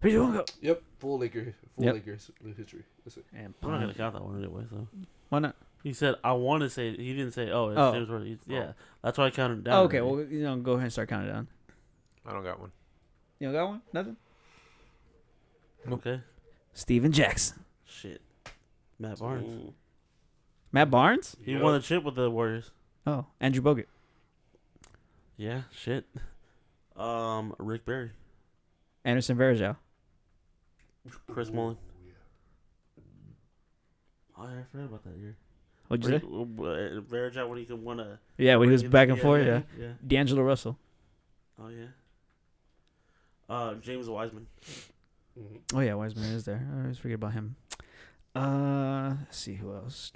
Speaker 4: Where you wanna go?
Speaker 1: Yep, full Laker, full
Speaker 4: Yep.
Speaker 1: Lakers history. That's it.
Speaker 4: And
Speaker 3: I'm not gonna count that one anyway. So
Speaker 4: why not?
Speaker 3: he said, "I want to say." He didn't say, "Oh, it's
Speaker 4: Oh.
Speaker 3: James Worthy." He's- Yeah, that's why I counted it down.
Speaker 4: Oh, okay,
Speaker 3: already.
Speaker 4: well you know, go ahead and start counting down.
Speaker 7: I don't got one.
Speaker 4: You don't got one? Nothing.
Speaker 3: okay.
Speaker 4: Steven Jackson,
Speaker 3: Shit, Matt Barnes.
Speaker 2: Mm.
Speaker 4: Matt Barnes.
Speaker 3: He won the chip with the Warriors.
Speaker 4: Oh, Andrew Bogut.
Speaker 3: Yeah, shit. Um, Rick Barry,
Speaker 4: Anderson Varejao.
Speaker 3: Chris Mullin. Oh, yeah, I forgot about that year.
Speaker 4: What'd you say?
Speaker 3: Verjao when he could won a.
Speaker 4: Yeah, when he was back and forth. Yeah.
Speaker 3: yeah.
Speaker 4: D'Angelo Russell.
Speaker 3: Oh yeah. Uh, James Wiseman.
Speaker 1: Mm-hmm.
Speaker 4: Oh yeah, Wiseman is there. I always forget about him. Uh, let's see who else.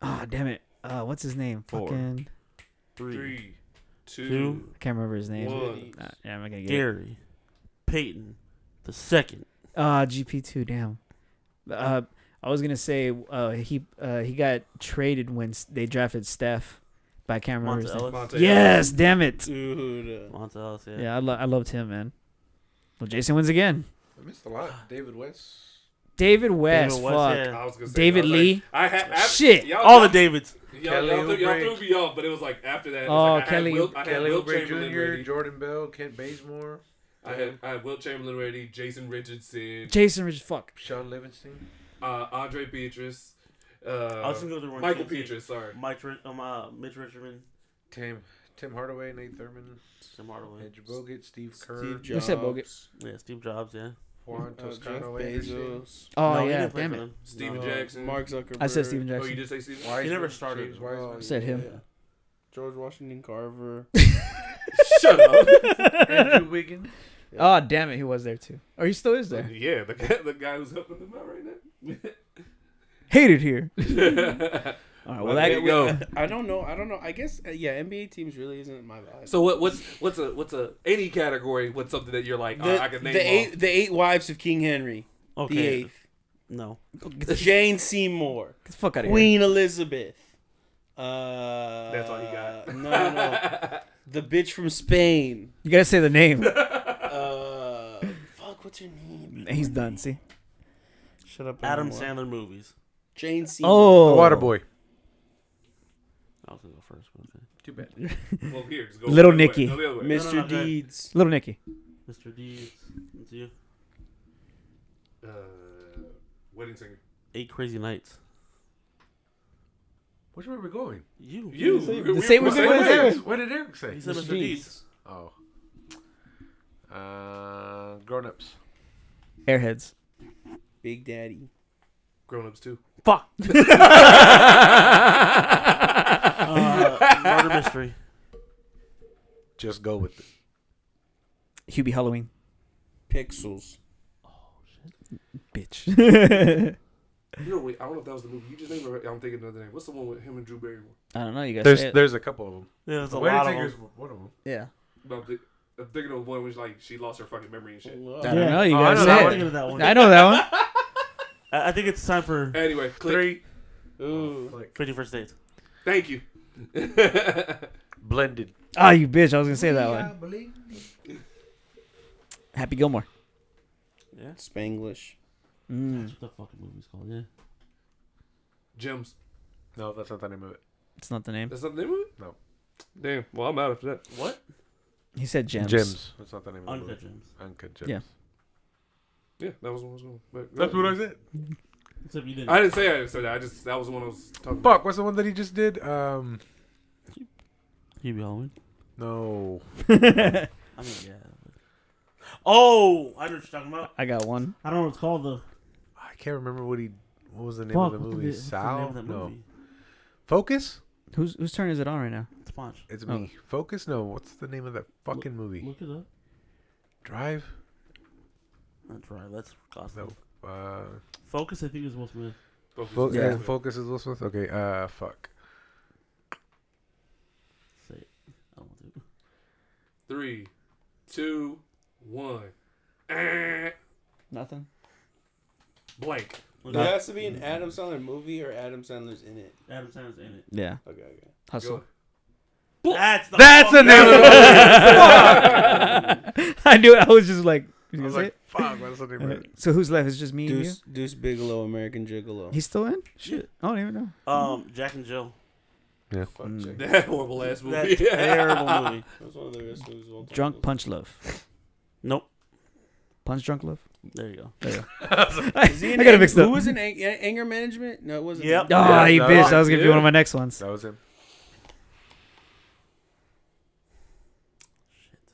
Speaker 4: Ah, damn it. Uh, what's his name?
Speaker 3: Four.
Speaker 4: Fucking,
Speaker 1: Three, two,
Speaker 3: Two.
Speaker 4: I can't remember his name.
Speaker 1: One.
Speaker 4: Uh, yeah, I'm not gonna get it.
Speaker 3: Gary, Peyton, the second.
Speaker 4: Uh, GP two. Damn. Uh, I was gonna say uh he uh he got traded when s- they drafted Steph, but I can't remember
Speaker 3: Monta
Speaker 4: his name.
Speaker 3: Ellis.
Speaker 1: Monte
Speaker 4: Yes, damn it.
Speaker 2: Dude.
Speaker 3: Monta Ellis, yeah.
Speaker 4: Yeah, I, lo- I loved him, man. Well, Jason wins again.
Speaker 5: I missed a lot. David West.
Speaker 4: David West,
Speaker 3: West,
Speaker 4: fuck.
Speaker 1: Ellis. I
Speaker 3: yeah.
Speaker 1: was gonna say,
Speaker 4: David
Speaker 1: I was like-
Speaker 4: Lee.
Speaker 1: I had I-
Speaker 4: Shit.
Speaker 1: y'all-
Speaker 3: All the Davids.
Speaker 1: Y'all, y'all, threw,
Speaker 5: Kelly
Speaker 1: y'all
Speaker 5: Oubre.
Speaker 1: threw me off, but it was like after that. It
Speaker 4: Oh,
Speaker 1: was like I
Speaker 4: Kelly-
Speaker 1: had Will, I had
Speaker 5: Kelly
Speaker 1: Will
Speaker 5: Oubre
Speaker 1: Chamberlain
Speaker 5: Jr.,
Speaker 1: ready.
Speaker 5: Jordan Bell, Kent Bazemore,
Speaker 1: I had I had Will Chamberlain ready, Jason Richardson,
Speaker 4: Jason Richards, fuck.
Speaker 5: Sean Livingston.
Speaker 1: uh, Andre Beatrice,
Speaker 3: I was
Speaker 1: uh,
Speaker 3: gonna go through one
Speaker 1: Michael
Speaker 3: team.
Speaker 1: Beatrice. Sorry,
Speaker 3: Mike, Ri- um, uh, Mitch Richmond,
Speaker 5: Tim Tim Hardaway, Nate Thurman,
Speaker 3: Tim Hardaway,
Speaker 5: Andrew Bogut, Steve Kerr,
Speaker 4: You said Bogut.
Speaker 3: yeah, Steve Jobs, yeah.
Speaker 5: Juan
Speaker 2: Uh, Jeff
Speaker 5: Toscano Anderson,
Speaker 2: Bezos.
Speaker 4: Oh,
Speaker 3: No, he
Speaker 4: yeah,
Speaker 3: didn't play
Speaker 4: damn
Speaker 3: for
Speaker 4: it.
Speaker 3: them.
Speaker 1: Steven
Speaker 2: uh,
Speaker 1: Jackson.
Speaker 2: Mark Zuckerberg.
Speaker 4: I said Steven
Speaker 1: Oh, you
Speaker 4: Jackson.
Speaker 1: did say Steven.
Speaker 5: Wiseman,
Speaker 3: never started.
Speaker 5: James
Speaker 7: Oh,
Speaker 5: Wiseman,
Speaker 4: said him.
Speaker 2: Yeah. George Washington Carver.
Speaker 1: Shut up.
Speaker 5: Andrew Wiggins.
Speaker 4: Oh, damn it, he was there too. Or he still is there.
Speaker 1: yeah, the guy, the guy who's helping them out right now.
Speaker 4: Hated here. All right, well,
Speaker 1: There
Speaker 4: that,
Speaker 1: you go.
Speaker 2: I don't know. I don't know. I guess uh, yeah. NBA teams really isn't my vibe.
Speaker 1: So what? What's what's a what's a any category? What's something that you're like?
Speaker 2: the,
Speaker 1: uh, I can name
Speaker 2: the
Speaker 1: off.
Speaker 2: eight the eight wives of King Henry the
Speaker 3: Okay.
Speaker 2: eighth.
Speaker 3: No.
Speaker 2: Jane Seymour,
Speaker 4: get the fuck out of here.
Speaker 2: Queen Elizabeth. Uh,
Speaker 1: That's all you got.
Speaker 2: No, no, no. the bitch from Spain.
Speaker 4: You gotta say the name.
Speaker 2: Uh, fuck, what's her name?
Speaker 4: He's done, see?
Speaker 2: Shut up,
Speaker 3: Adam
Speaker 2: Sandler.
Speaker 3: Sandler movies.
Speaker 2: Jane Seymour.
Speaker 4: Oh.
Speaker 7: Waterboy.
Speaker 3: I was gonna go first. but Okay.
Speaker 5: Too bad.
Speaker 1: Well, here, just go
Speaker 4: Little
Speaker 1: the other way.
Speaker 4: Nicky.
Speaker 1: Go the other way.
Speaker 2: Mr.
Speaker 3: No, no, no, go
Speaker 2: Deeds.
Speaker 4: Little Nicky.
Speaker 3: Mr. Deeds. It's you.
Speaker 1: Uh, wedding singer.
Speaker 3: Eight Crazy Nights.
Speaker 5: Which way are we going?
Speaker 3: You.
Speaker 1: You.
Speaker 4: The same was
Speaker 1: we're-
Speaker 4: the one there.
Speaker 5: What did Eric say?
Speaker 3: He said
Speaker 4: Mr.
Speaker 3: Mr. Deeds.
Speaker 7: Oh. Uh, grown ups.
Speaker 4: Airheads.
Speaker 2: Big Daddy.
Speaker 1: Grown ups too.
Speaker 3: Fuck. uh, murder mystery.
Speaker 7: Just go with it.
Speaker 4: Hubie Halloween.
Speaker 2: Pixels.
Speaker 4: Bitch.
Speaker 1: You know, wait. I don't know if that was the movie you just named. Or I'm thinking another name. What's the one with him and Drew Barrymore?
Speaker 4: I don't know, you guys.
Speaker 7: There's there's a couple of them.
Speaker 3: Yeah, there's a
Speaker 5: Wedding
Speaker 3: lot of
Speaker 5: Singer
Speaker 3: them.
Speaker 5: is one of them.
Speaker 4: yeah.
Speaker 1: No, I'm, thi- I'm thinking of the one which like she lost her fucking memory and shit.
Speaker 4: I don't know, you
Speaker 7: Oh, I know
Speaker 4: guys.
Speaker 7: that
Speaker 3: I'm
Speaker 4: say it.
Speaker 7: one.
Speaker 3: thinking of that one.
Speaker 4: I know that one.
Speaker 3: I, I think it's time for
Speaker 1: Anyway, click.
Speaker 5: Three.
Speaker 2: Ooh.
Speaker 5: Like,
Speaker 3: 51st Dates.
Speaker 1: Thank you.
Speaker 7: Blended.
Speaker 4: Oh, you bitch. I was gonna say that one.
Speaker 5: believe.
Speaker 4: Happy Gilmore.
Speaker 3: Yeah.
Speaker 2: Spanglish.
Speaker 4: Mm,
Speaker 3: That's what the fucking movie's called, yeah.
Speaker 1: Gems.
Speaker 7: No, that's not the name of it.
Speaker 4: it's not the name.
Speaker 1: That's not the name of it.
Speaker 7: No.
Speaker 1: Damn. Well, I'm out after that.
Speaker 3: What?
Speaker 4: He said gems.
Speaker 7: Gems. That's not the name of the
Speaker 3: Uncut
Speaker 7: movie.
Speaker 3: Gems.
Speaker 7: Uncut Gems.
Speaker 4: Yeah.
Speaker 1: Yeah, that was the one I was going. But,
Speaker 7: That's what I said.
Speaker 3: Except you didn't.
Speaker 1: I didn't say I didn't say that. I just that was the one I was talking about.
Speaker 7: Fuck, what's the one that he just did? Um,
Speaker 3: Hubie Halloween.
Speaker 7: no.
Speaker 3: I mean, yeah. Oh, I know what you're talking about.
Speaker 4: I got one.
Speaker 3: I don't know what it's called though.
Speaker 7: I can't remember what he. What was the name
Speaker 3: Fuck,
Speaker 7: of the
Speaker 3: what
Speaker 7: movie?
Speaker 3: what's the name
Speaker 7: Sal?
Speaker 3: of that
Speaker 7: no.
Speaker 3: movie?
Speaker 7: Focus?
Speaker 4: Whose whose turn is it on right now?
Speaker 3: Sponge.
Speaker 7: It's
Speaker 4: Oh.
Speaker 7: me. Focus? No. What's the name of that fucking movie?
Speaker 3: Look it up.
Speaker 7: Drive?
Speaker 3: That's right. That's Gosling.
Speaker 7: No. Uh,
Speaker 3: Focus, I think, is Will Smith.
Speaker 1: Focus.
Speaker 7: Fo-
Speaker 4: Yeah.
Speaker 7: yeah. Focus is Will Smith? Okay. Uh, fuck.
Speaker 1: three, two, one. Eh,
Speaker 4: Nothing.
Speaker 1: blank.
Speaker 2: It has to be an Adam Sandler movie or Adam Sandler's in it.
Speaker 3: Adam Sandler's in it.
Speaker 4: Yeah.
Speaker 2: Okay, okay.
Speaker 4: Hustle.
Speaker 1: Go.
Speaker 3: That's the
Speaker 5: That's
Speaker 3: fucking-
Speaker 5: another
Speaker 4: I knew it. I was just like,
Speaker 5: I was
Speaker 4: is
Speaker 5: like,
Speaker 4: it?
Speaker 5: fuck, what's the name of it?
Speaker 4: So who's left? It's just me and you.
Speaker 2: Deuce, Deuce Bigelow, American Gigolo.
Speaker 4: He's still in? Shit. I don't even know.
Speaker 3: Um, Jack and Jill.
Speaker 2: Fuck,
Speaker 4: Mm.
Speaker 2: check. That
Speaker 1: That horrible ass movie.
Speaker 3: That terrible movie.
Speaker 2: was one of the best movies of all time.
Speaker 4: Drunk Punch Love.
Speaker 3: Nope.
Speaker 4: Punch Drunk Love.
Speaker 3: There you go.
Speaker 2: Is he
Speaker 4: I
Speaker 2: in
Speaker 4: got it
Speaker 2: ang-
Speaker 4: mixed up.
Speaker 2: Who was in ang- a- anger management? No, it wasn't.
Speaker 3: Yep.
Speaker 4: Oh,
Speaker 5: Yeah,
Speaker 4: you
Speaker 5: no,
Speaker 4: bitch. That was going to be
Speaker 1: dude.
Speaker 4: one of my next ones.
Speaker 5: That was him.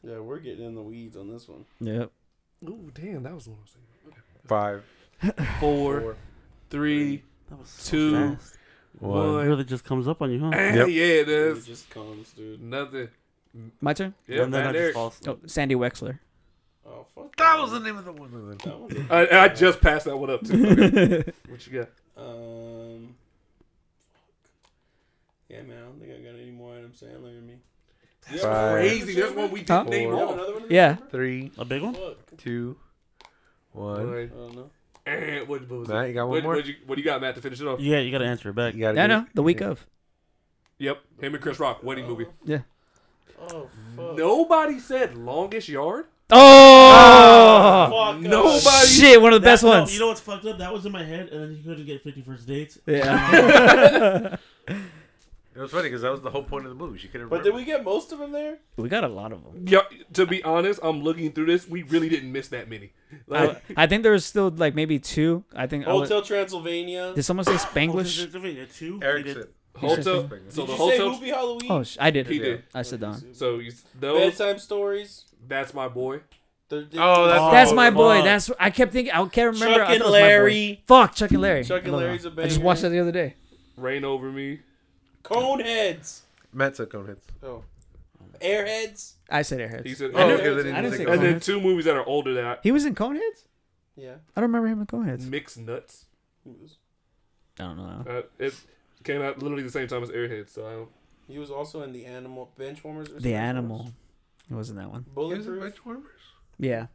Speaker 2: Yeah, we're getting in the weeds on this one.
Speaker 4: Yep.
Speaker 1: Ooh, damn, that was the one I was thinking.
Speaker 5: Five.
Speaker 1: Four, three,
Speaker 3: That was so
Speaker 1: two, one.
Speaker 3: fast. It really just comes up on you, huh?
Speaker 1: Eh,
Speaker 7: Yep.
Speaker 1: Yeah, it
Speaker 2: It
Speaker 1: is.
Speaker 2: just comes, dude.
Speaker 1: Nothing.
Speaker 4: My turn?
Speaker 1: Yeah,
Speaker 3: and then I
Speaker 1: Matt
Speaker 3: just
Speaker 1: Eric.
Speaker 3: fall asleep.
Speaker 4: Oh, Sandy Wexler.
Speaker 2: Oh fuck.
Speaker 5: That was the name of the one.
Speaker 2: That one's a-
Speaker 1: I, I just passed that one up too. Okay. what you got?
Speaker 2: um. fuck. Yeah, man. I don't think I got any more Adam Sandler in me. Yeah,
Speaker 7: Five.
Speaker 1: Crazy. There's one we didn't
Speaker 4: Huh?
Speaker 1: name
Speaker 2: You have
Speaker 1: off.
Speaker 2: another one in
Speaker 4: Yeah.
Speaker 2: there?
Speaker 5: Three,
Speaker 3: A big one?
Speaker 2: Fuck.
Speaker 5: two, one.
Speaker 2: I don't know.
Speaker 1: Eh, what, what was it?
Speaker 7: Matt, you got one
Speaker 1: What,
Speaker 7: more?
Speaker 1: what, you, what do you got, Matt, to finish it off?
Speaker 3: Yeah, you gotta answer it back.
Speaker 7: You gotta
Speaker 4: I
Speaker 7: get-
Speaker 4: know. The week of.
Speaker 1: Yep. Him and Chris Rock, wedding movie.
Speaker 4: Yeah.
Speaker 2: Oh fuck.
Speaker 1: Nobody said longest yard.
Speaker 4: Oh!
Speaker 3: Fuck.
Speaker 1: Nobody.
Speaker 4: Shit, one of the best
Speaker 3: That- no,
Speaker 4: ones.
Speaker 3: you know what's fucked up? That was in my head, and then you couldn't get 51st dates.
Speaker 4: yeah.
Speaker 5: It was funny because that was the whole point of the movie. She could have.
Speaker 2: But did we get most of them there?
Speaker 4: we got a lot of them.
Speaker 1: Yeah, to be honest, I'm looking through this. We really didn't miss that many. Like,
Speaker 4: I think there was still like maybe two. I think. I was,
Speaker 2: Hotel Transylvania.
Speaker 4: did someone say
Speaker 3: Hotel
Speaker 4: Spanglish?
Speaker 3: Transylvania, two.
Speaker 5: Eric
Speaker 3: You did-
Speaker 5: said.
Speaker 1: hotel.
Speaker 5: Did
Speaker 1: So
Speaker 2: Did
Speaker 1: the
Speaker 2: you say
Speaker 1: hotel.
Speaker 2: Hoopy Halloween?
Speaker 4: Oh, sh- I did.
Speaker 1: He did.
Speaker 4: I said Don.
Speaker 1: So you, those.
Speaker 2: Bedtime stories.
Speaker 1: That's my boy.
Speaker 2: They're- they-
Speaker 5: Oh, that's,
Speaker 3: Oh,
Speaker 4: That's my boy.
Speaker 3: fuck.
Speaker 4: That's I kept thinking. I can't remember. I
Speaker 2: Chuck
Speaker 4: thought
Speaker 2: and
Speaker 4: it was my boy.
Speaker 2: Larry.
Speaker 4: Fuck Chuck and Larry.
Speaker 2: Chuck and
Speaker 4: I love
Speaker 2: Larry's
Speaker 4: that.
Speaker 2: a
Speaker 4: I just
Speaker 2: banger.
Speaker 4: watched that the other day.
Speaker 1: Rain over me.
Speaker 2: Coneheads.
Speaker 5: Matt said Coneheads.
Speaker 2: Oh. Airheads.
Speaker 4: I said Airheads.
Speaker 1: He said,
Speaker 5: Oh,
Speaker 1: and,
Speaker 4: know-
Speaker 5: because
Speaker 1: then,
Speaker 5: I didn't,
Speaker 4: I didn't
Speaker 5: say
Speaker 4: say
Speaker 5: Coneheads.
Speaker 1: and then
Speaker 4: Coneheads.
Speaker 1: two movies that are older than I,
Speaker 4: He was in Coneheads.
Speaker 2: Yeah.
Speaker 4: I don't remember him in Coneheads.
Speaker 1: mixed nuts.
Speaker 2: He was,
Speaker 4: I don't know.
Speaker 1: Uh, it came out literally the same time as Airhead, so I don't.
Speaker 2: he was also in the animal benchwarmers. or
Speaker 4: The
Speaker 2: Benchwarmers?
Speaker 4: Animal. It wasn't that one.
Speaker 5: He was in
Speaker 2: Bulletproof.
Speaker 5: Bench Warmers?
Speaker 4: Yeah.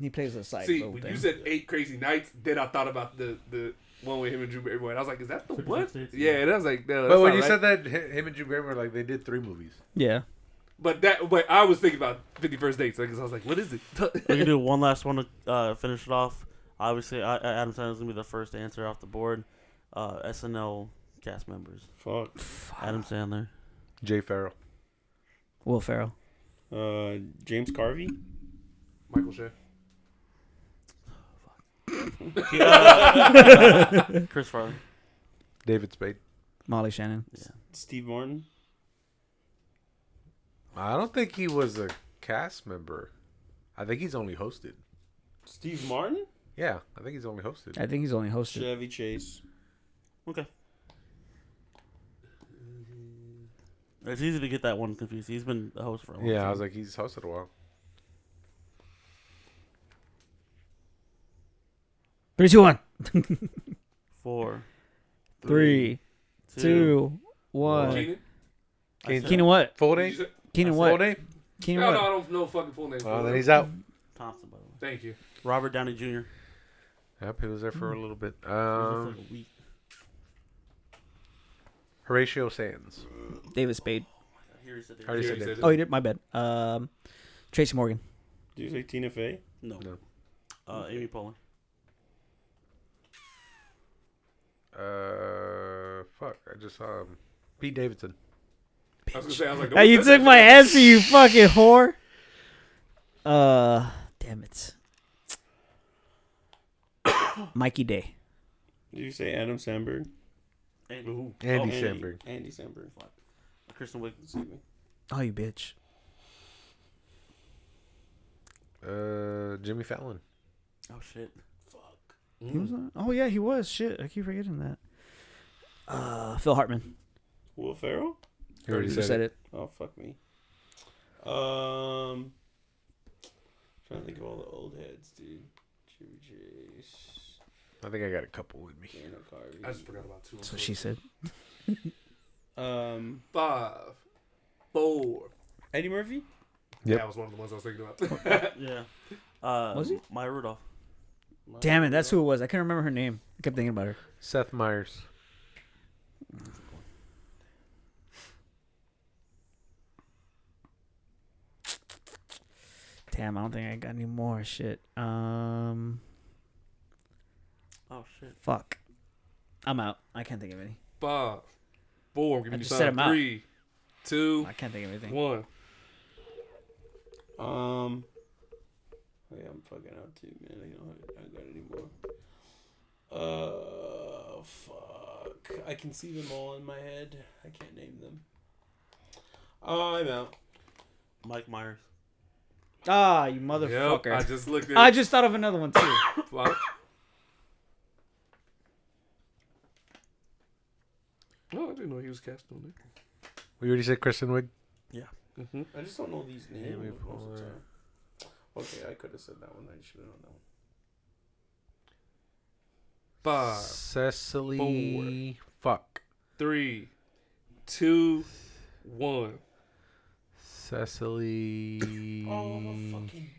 Speaker 4: He plays a side
Speaker 1: See,
Speaker 4: little
Speaker 1: when
Speaker 4: thing.
Speaker 1: you said eight crazy nights, then I thought about the the one with him and Drew Barrymore, and I was like, is that the
Speaker 3: Fifty
Speaker 1: one?
Speaker 3: States,
Speaker 1: Yeah,
Speaker 3: yeah.
Speaker 1: and I was like, no. That's
Speaker 5: But when
Speaker 1: not
Speaker 5: you
Speaker 1: right.
Speaker 5: said that, hi- him and Drew Barrymore, like they did three movies.
Speaker 4: yeah.
Speaker 1: But that, but I was thinking about Fifty First Dates because I was like, "What is it?"
Speaker 3: We can do one last one to uh, finish it off. Obviously, I, I- Adam Sandler's gonna be the first answer off the board. Uh, SNL cast members. Fuck. Adam Sandler.
Speaker 5: Jay Farrell.
Speaker 4: Will Ferrell.
Speaker 2: Uh, James Carvey.
Speaker 1: Michael Shannon.
Speaker 3: Chris Farley.
Speaker 5: David Spade.
Speaker 4: Molly Shannon.
Speaker 2: Steve Martin.
Speaker 5: I don't think he was a cast member. I think he's only hosted.
Speaker 2: Steve Martin.
Speaker 5: Yeah, I think he's only hosted.
Speaker 4: I think he's only hosted.
Speaker 2: Chevy Chase.
Speaker 3: Okay. It's easy to get that one confused. He's been the host for a while.
Speaker 5: Yeah, I was like, he's hosted a while.
Speaker 4: Three, two, one.
Speaker 3: Four.
Speaker 4: Three, two, one.
Speaker 1: Keenan.
Speaker 3: I said
Speaker 4: Keenan what?
Speaker 5: Full
Speaker 1: Did you
Speaker 5: name?
Speaker 1: say-
Speaker 4: Keenan
Speaker 5: Full
Speaker 4: what?
Speaker 5: name?
Speaker 4: Keenan
Speaker 1: No, no, I
Speaker 4: what? Oh,
Speaker 1: don't know fucking full name.
Speaker 5: Well, then he's out.
Speaker 3: Thompson, by the way.
Speaker 1: Thank you.
Speaker 3: Robert Downey Jr. He was
Speaker 5: Yep, he was there for a little bit.
Speaker 3: there
Speaker 5: Um,
Speaker 3: for like a week.
Speaker 5: Horatio Sands.
Speaker 4: David Spade.
Speaker 3: Here he said
Speaker 5: I already
Speaker 1: Yeah,
Speaker 5: said
Speaker 1: he
Speaker 5: that.
Speaker 1: said it.
Speaker 4: Oh, you did. My bad. Um, Tracy Morgan.
Speaker 2: Do you say Tina Fey?
Speaker 3: No.
Speaker 5: No.
Speaker 3: Uh, Amy Poehler.
Speaker 5: Uh, fuck, I just saw him. Pete Davidson.
Speaker 1: I was gonna say, I was like,
Speaker 4: Hey, you
Speaker 1: don't-
Speaker 4: took my answer, you fucking whore. Uh, damn it. Mikey Day.
Speaker 2: Did you say Adam Sandberg?
Speaker 3: Andy.
Speaker 1: Oh,
Speaker 5: Andy
Speaker 2: Andy-
Speaker 5: Samberg.
Speaker 2: Andy Sandberg.
Speaker 3: Kristen Wiig.
Speaker 2: Excuse me.
Speaker 4: Oh, you bitch.
Speaker 5: Uh, Jimmy Fallon.
Speaker 3: Oh shit.
Speaker 4: He was on. Oh yeah, he was. Shit, I keep forgetting that. Uh, Phil Hartman.
Speaker 2: Will Ferrell.
Speaker 5: He already
Speaker 4: You
Speaker 5: said,
Speaker 4: said
Speaker 5: it.
Speaker 4: it.
Speaker 2: Oh fuck me. Um, trying to think of all the old heads, dude. Chevy Chase,
Speaker 5: I think I got a couple with me.
Speaker 2: Dana Carvey.
Speaker 1: I just forgot about two.
Speaker 4: That's what she said.
Speaker 2: Um,
Speaker 3: Um,
Speaker 1: Five, four,
Speaker 2: Eddie Murphy.
Speaker 5: Yep.
Speaker 1: That was one of the ones I was thinking about.
Speaker 3: Yeah. Uh,
Speaker 4: Was he?
Speaker 3: My Rudolph.
Speaker 4: Damn it, that's who it was. I couldn't remember her name. I kept thinking about her.
Speaker 5: Seth Meyers.
Speaker 4: Damn, I don't think I got any more shit. Um,
Speaker 3: Oh shit.
Speaker 4: fuck. I'm out. I can't think of any.
Speaker 1: Five, four, give
Speaker 4: I
Speaker 1: me
Speaker 4: just said
Speaker 1: some.
Speaker 4: him out.
Speaker 1: Three, two,
Speaker 4: I can't think of anything.
Speaker 1: one.
Speaker 3: Um. Oh, Yeah, I'm fucking out too, man. I don't, I don't got any more. Uh, fuck. I can see them all in my head. I can't name them. I'm out. Mike Myers.
Speaker 4: Ah, you
Speaker 1: Yep,
Speaker 4: motherfucker.
Speaker 1: I
Speaker 4: I, just,
Speaker 1: just looked at
Speaker 4: thought of another one too.
Speaker 1: Fuck. No, I didn't know he was cast on it.
Speaker 5: We already said Kristen Wiig.
Speaker 1: Mm-hmm.
Speaker 2: I just don't know these names
Speaker 5: Amy
Speaker 2: most of
Speaker 5: Poehler.
Speaker 2: the time. Okay, I could have said that one. I should have known that one.
Speaker 1: Five,
Speaker 5: Cecily. Fuck.
Speaker 1: three, two, one.
Speaker 5: Cecily.
Speaker 2: Oh, I'm a fucking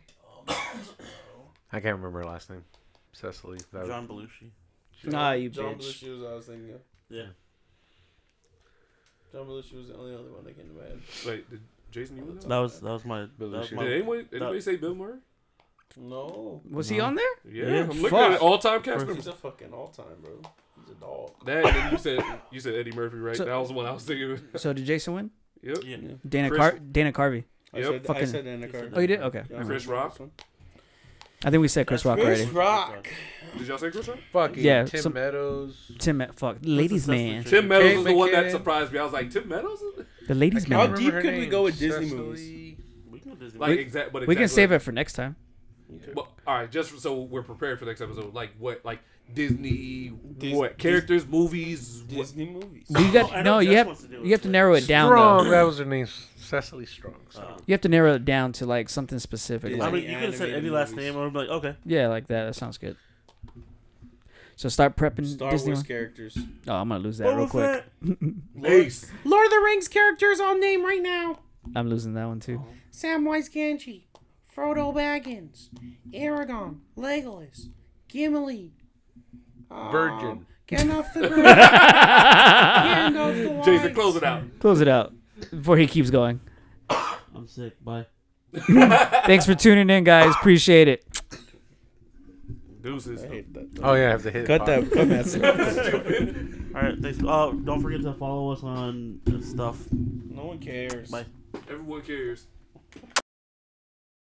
Speaker 2: dumbass, bro.
Speaker 5: I can't remember her last name. Cecily. That
Speaker 3: John Belushi.
Speaker 4: Nah, you
Speaker 2: John
Speaker 4: bitch.
Speaker 2: Belushi was what I was thinking of.
Speaker 3: Yeah.
Speaker 2: John Belushi was the only other one that came to my head.
Speaker 1: Wait, did Jason, you were there?
Speaker 3: That was that was my. That was
Speaker 5: Belushi.
Speaker 1: Did
Speaker 3: my
Speaker 1: anyone, anybody say Bill Murray?
Speaker 2: No.
Speaker 4: Was he on there?
Speaker 1: Yeah,
Speaker 3: Yeah,
Speaker 1: I'm looking
Speaker 4: fuck.
Speaker 1: at it. All time cast
Speaker 2: He's
Speaker 1: members.
Speaker 2: a fucking all time, bro. He's a dog.
Speaker 1: That and then you said you said Eddie Murphy, right?
Speaker 4: So-
Speaker 1: that was the one I was thinking. Of.
Speaker 4: So did Jason win?
Speaker 1: Yep.
Speaker 3: yeah.
Speaker 4: Dana
Speaker 1: Chris-
Speaker 4: Car- Dana Carvey.
Speaker 2: I
Speaker 1: Yep.
Speaker 2: said, I
Speaker 4: Fucking-
Speaker 2: said that in the car.
Speaker 4: Oh, you did? Okay.
Speaker 2: Yeah,
Speaker 4: never
Speaker 1: Chris
Speaker 4: mind.
Speaker 1: Rock.
Speaker 4: I think we said Chris Rock already.
Speaker 2: Chris Rock.
Speaker 1: Did y'all say Chris Rock?
Speaker 5: Fucking
Speaker 4: Yeah,
Speaker 5: Tim
Speaker 4: some-
Speaker 5: Meadows.
Speaker 4: Tim, uh, fuck, ladies
Speaker 3: Sesame
Speaker 4: man,
Speaker 3: Street?
Speaker 1: Tim Meadows
Speaker 5: Kate
Speaker 1: was the one that
Speaker 5: McKinnon.
Speaker 1: surprised me. I was like, Tim Meadows?
Speaker 5: I
Speaker 4: the ladies
Speaker 5: can't
Speaker 4: man.
Speaker 5: remember
Speaker 2: deep
Speaker 5: her
Speaker 2: could we
Speaker 5: name.
Speaker 2: go with Disney
Speaker 3: We can go Disney.
Speaker 1: Like
Speaker 4: We-
Speaker 1: exact, but
Speaker 4: We can save
Speaker 1: exactly-
Speaker 4: it for next time.
Speaker 1: But, all right, just so we're prepared for the next episode, like what, like Disney,
Speaker 2: Dis-
Speaker 1: what characters, movies, what-
Speaker 2: Disney movies.
Speaker 4: We got
Speaker 3: I know
Speaker 4: no.
Speaker 3: Jess
Speaker 4: You have
Speaker 3: wants to do it
Speaker 4: you have to
Speaker 3: later.
Speaker 4: narrow it down.
Speaker 5: Strong.
Speaker 4: Though.
Speaker 5: That was her name. Cecily Strong.
Speaker 2: Oh,
Speaker 3: Uh,
Speaker 4: You have to narrow it down to like something specific.
Speaker 2: Disney
Speaker 3: I
Speaker 4: Like,
Speaker 3: mean, you could have said
Speaker 2: animated
Speaker 3: any last
Speaker 2: movies.
Speaker 3: name. I would be like, okay.
Speaker 4: yeah, like that. That sounds good. So start prepping
Speaker 2: Star
Speaker 4: Disney.
Speaker 2: Wars
Speaker 4: one.
Speaker 2: characters.
Speaker 4: Oh, I'm gonna lose that real quick.
Speaker 1: Ace.
Speaker 10: Lord of the Rings characters I'll name right now.
Speaker 4: I'm losing that one too.
Speaker 8: Samwise Gamgee, Frodo Baggins, Aragorn, Legolas, Gimli,
Speaker 5: Virgin.
Speaker 8: Gandalf the Grey, Gandalf the White.
Speaker 1: Jason, close it out.
Speaker 4: Close it out before he keeps going.
Speaker 3: I'm sick. Bye.
Speaker 4: Thanks for tuning in, guys. Appreciate it.
Speaker 1: Deuces.
Speaker 5: Oh yeah, I have to hit. pop.
Speaker 10: cut that.
Speaker 3: All right. Thanks. Uh, don't forget to follow us on stuff.
Speaker 2: No one cares.
Speaker 3: Bye.
Speaker 1: Everyone cares.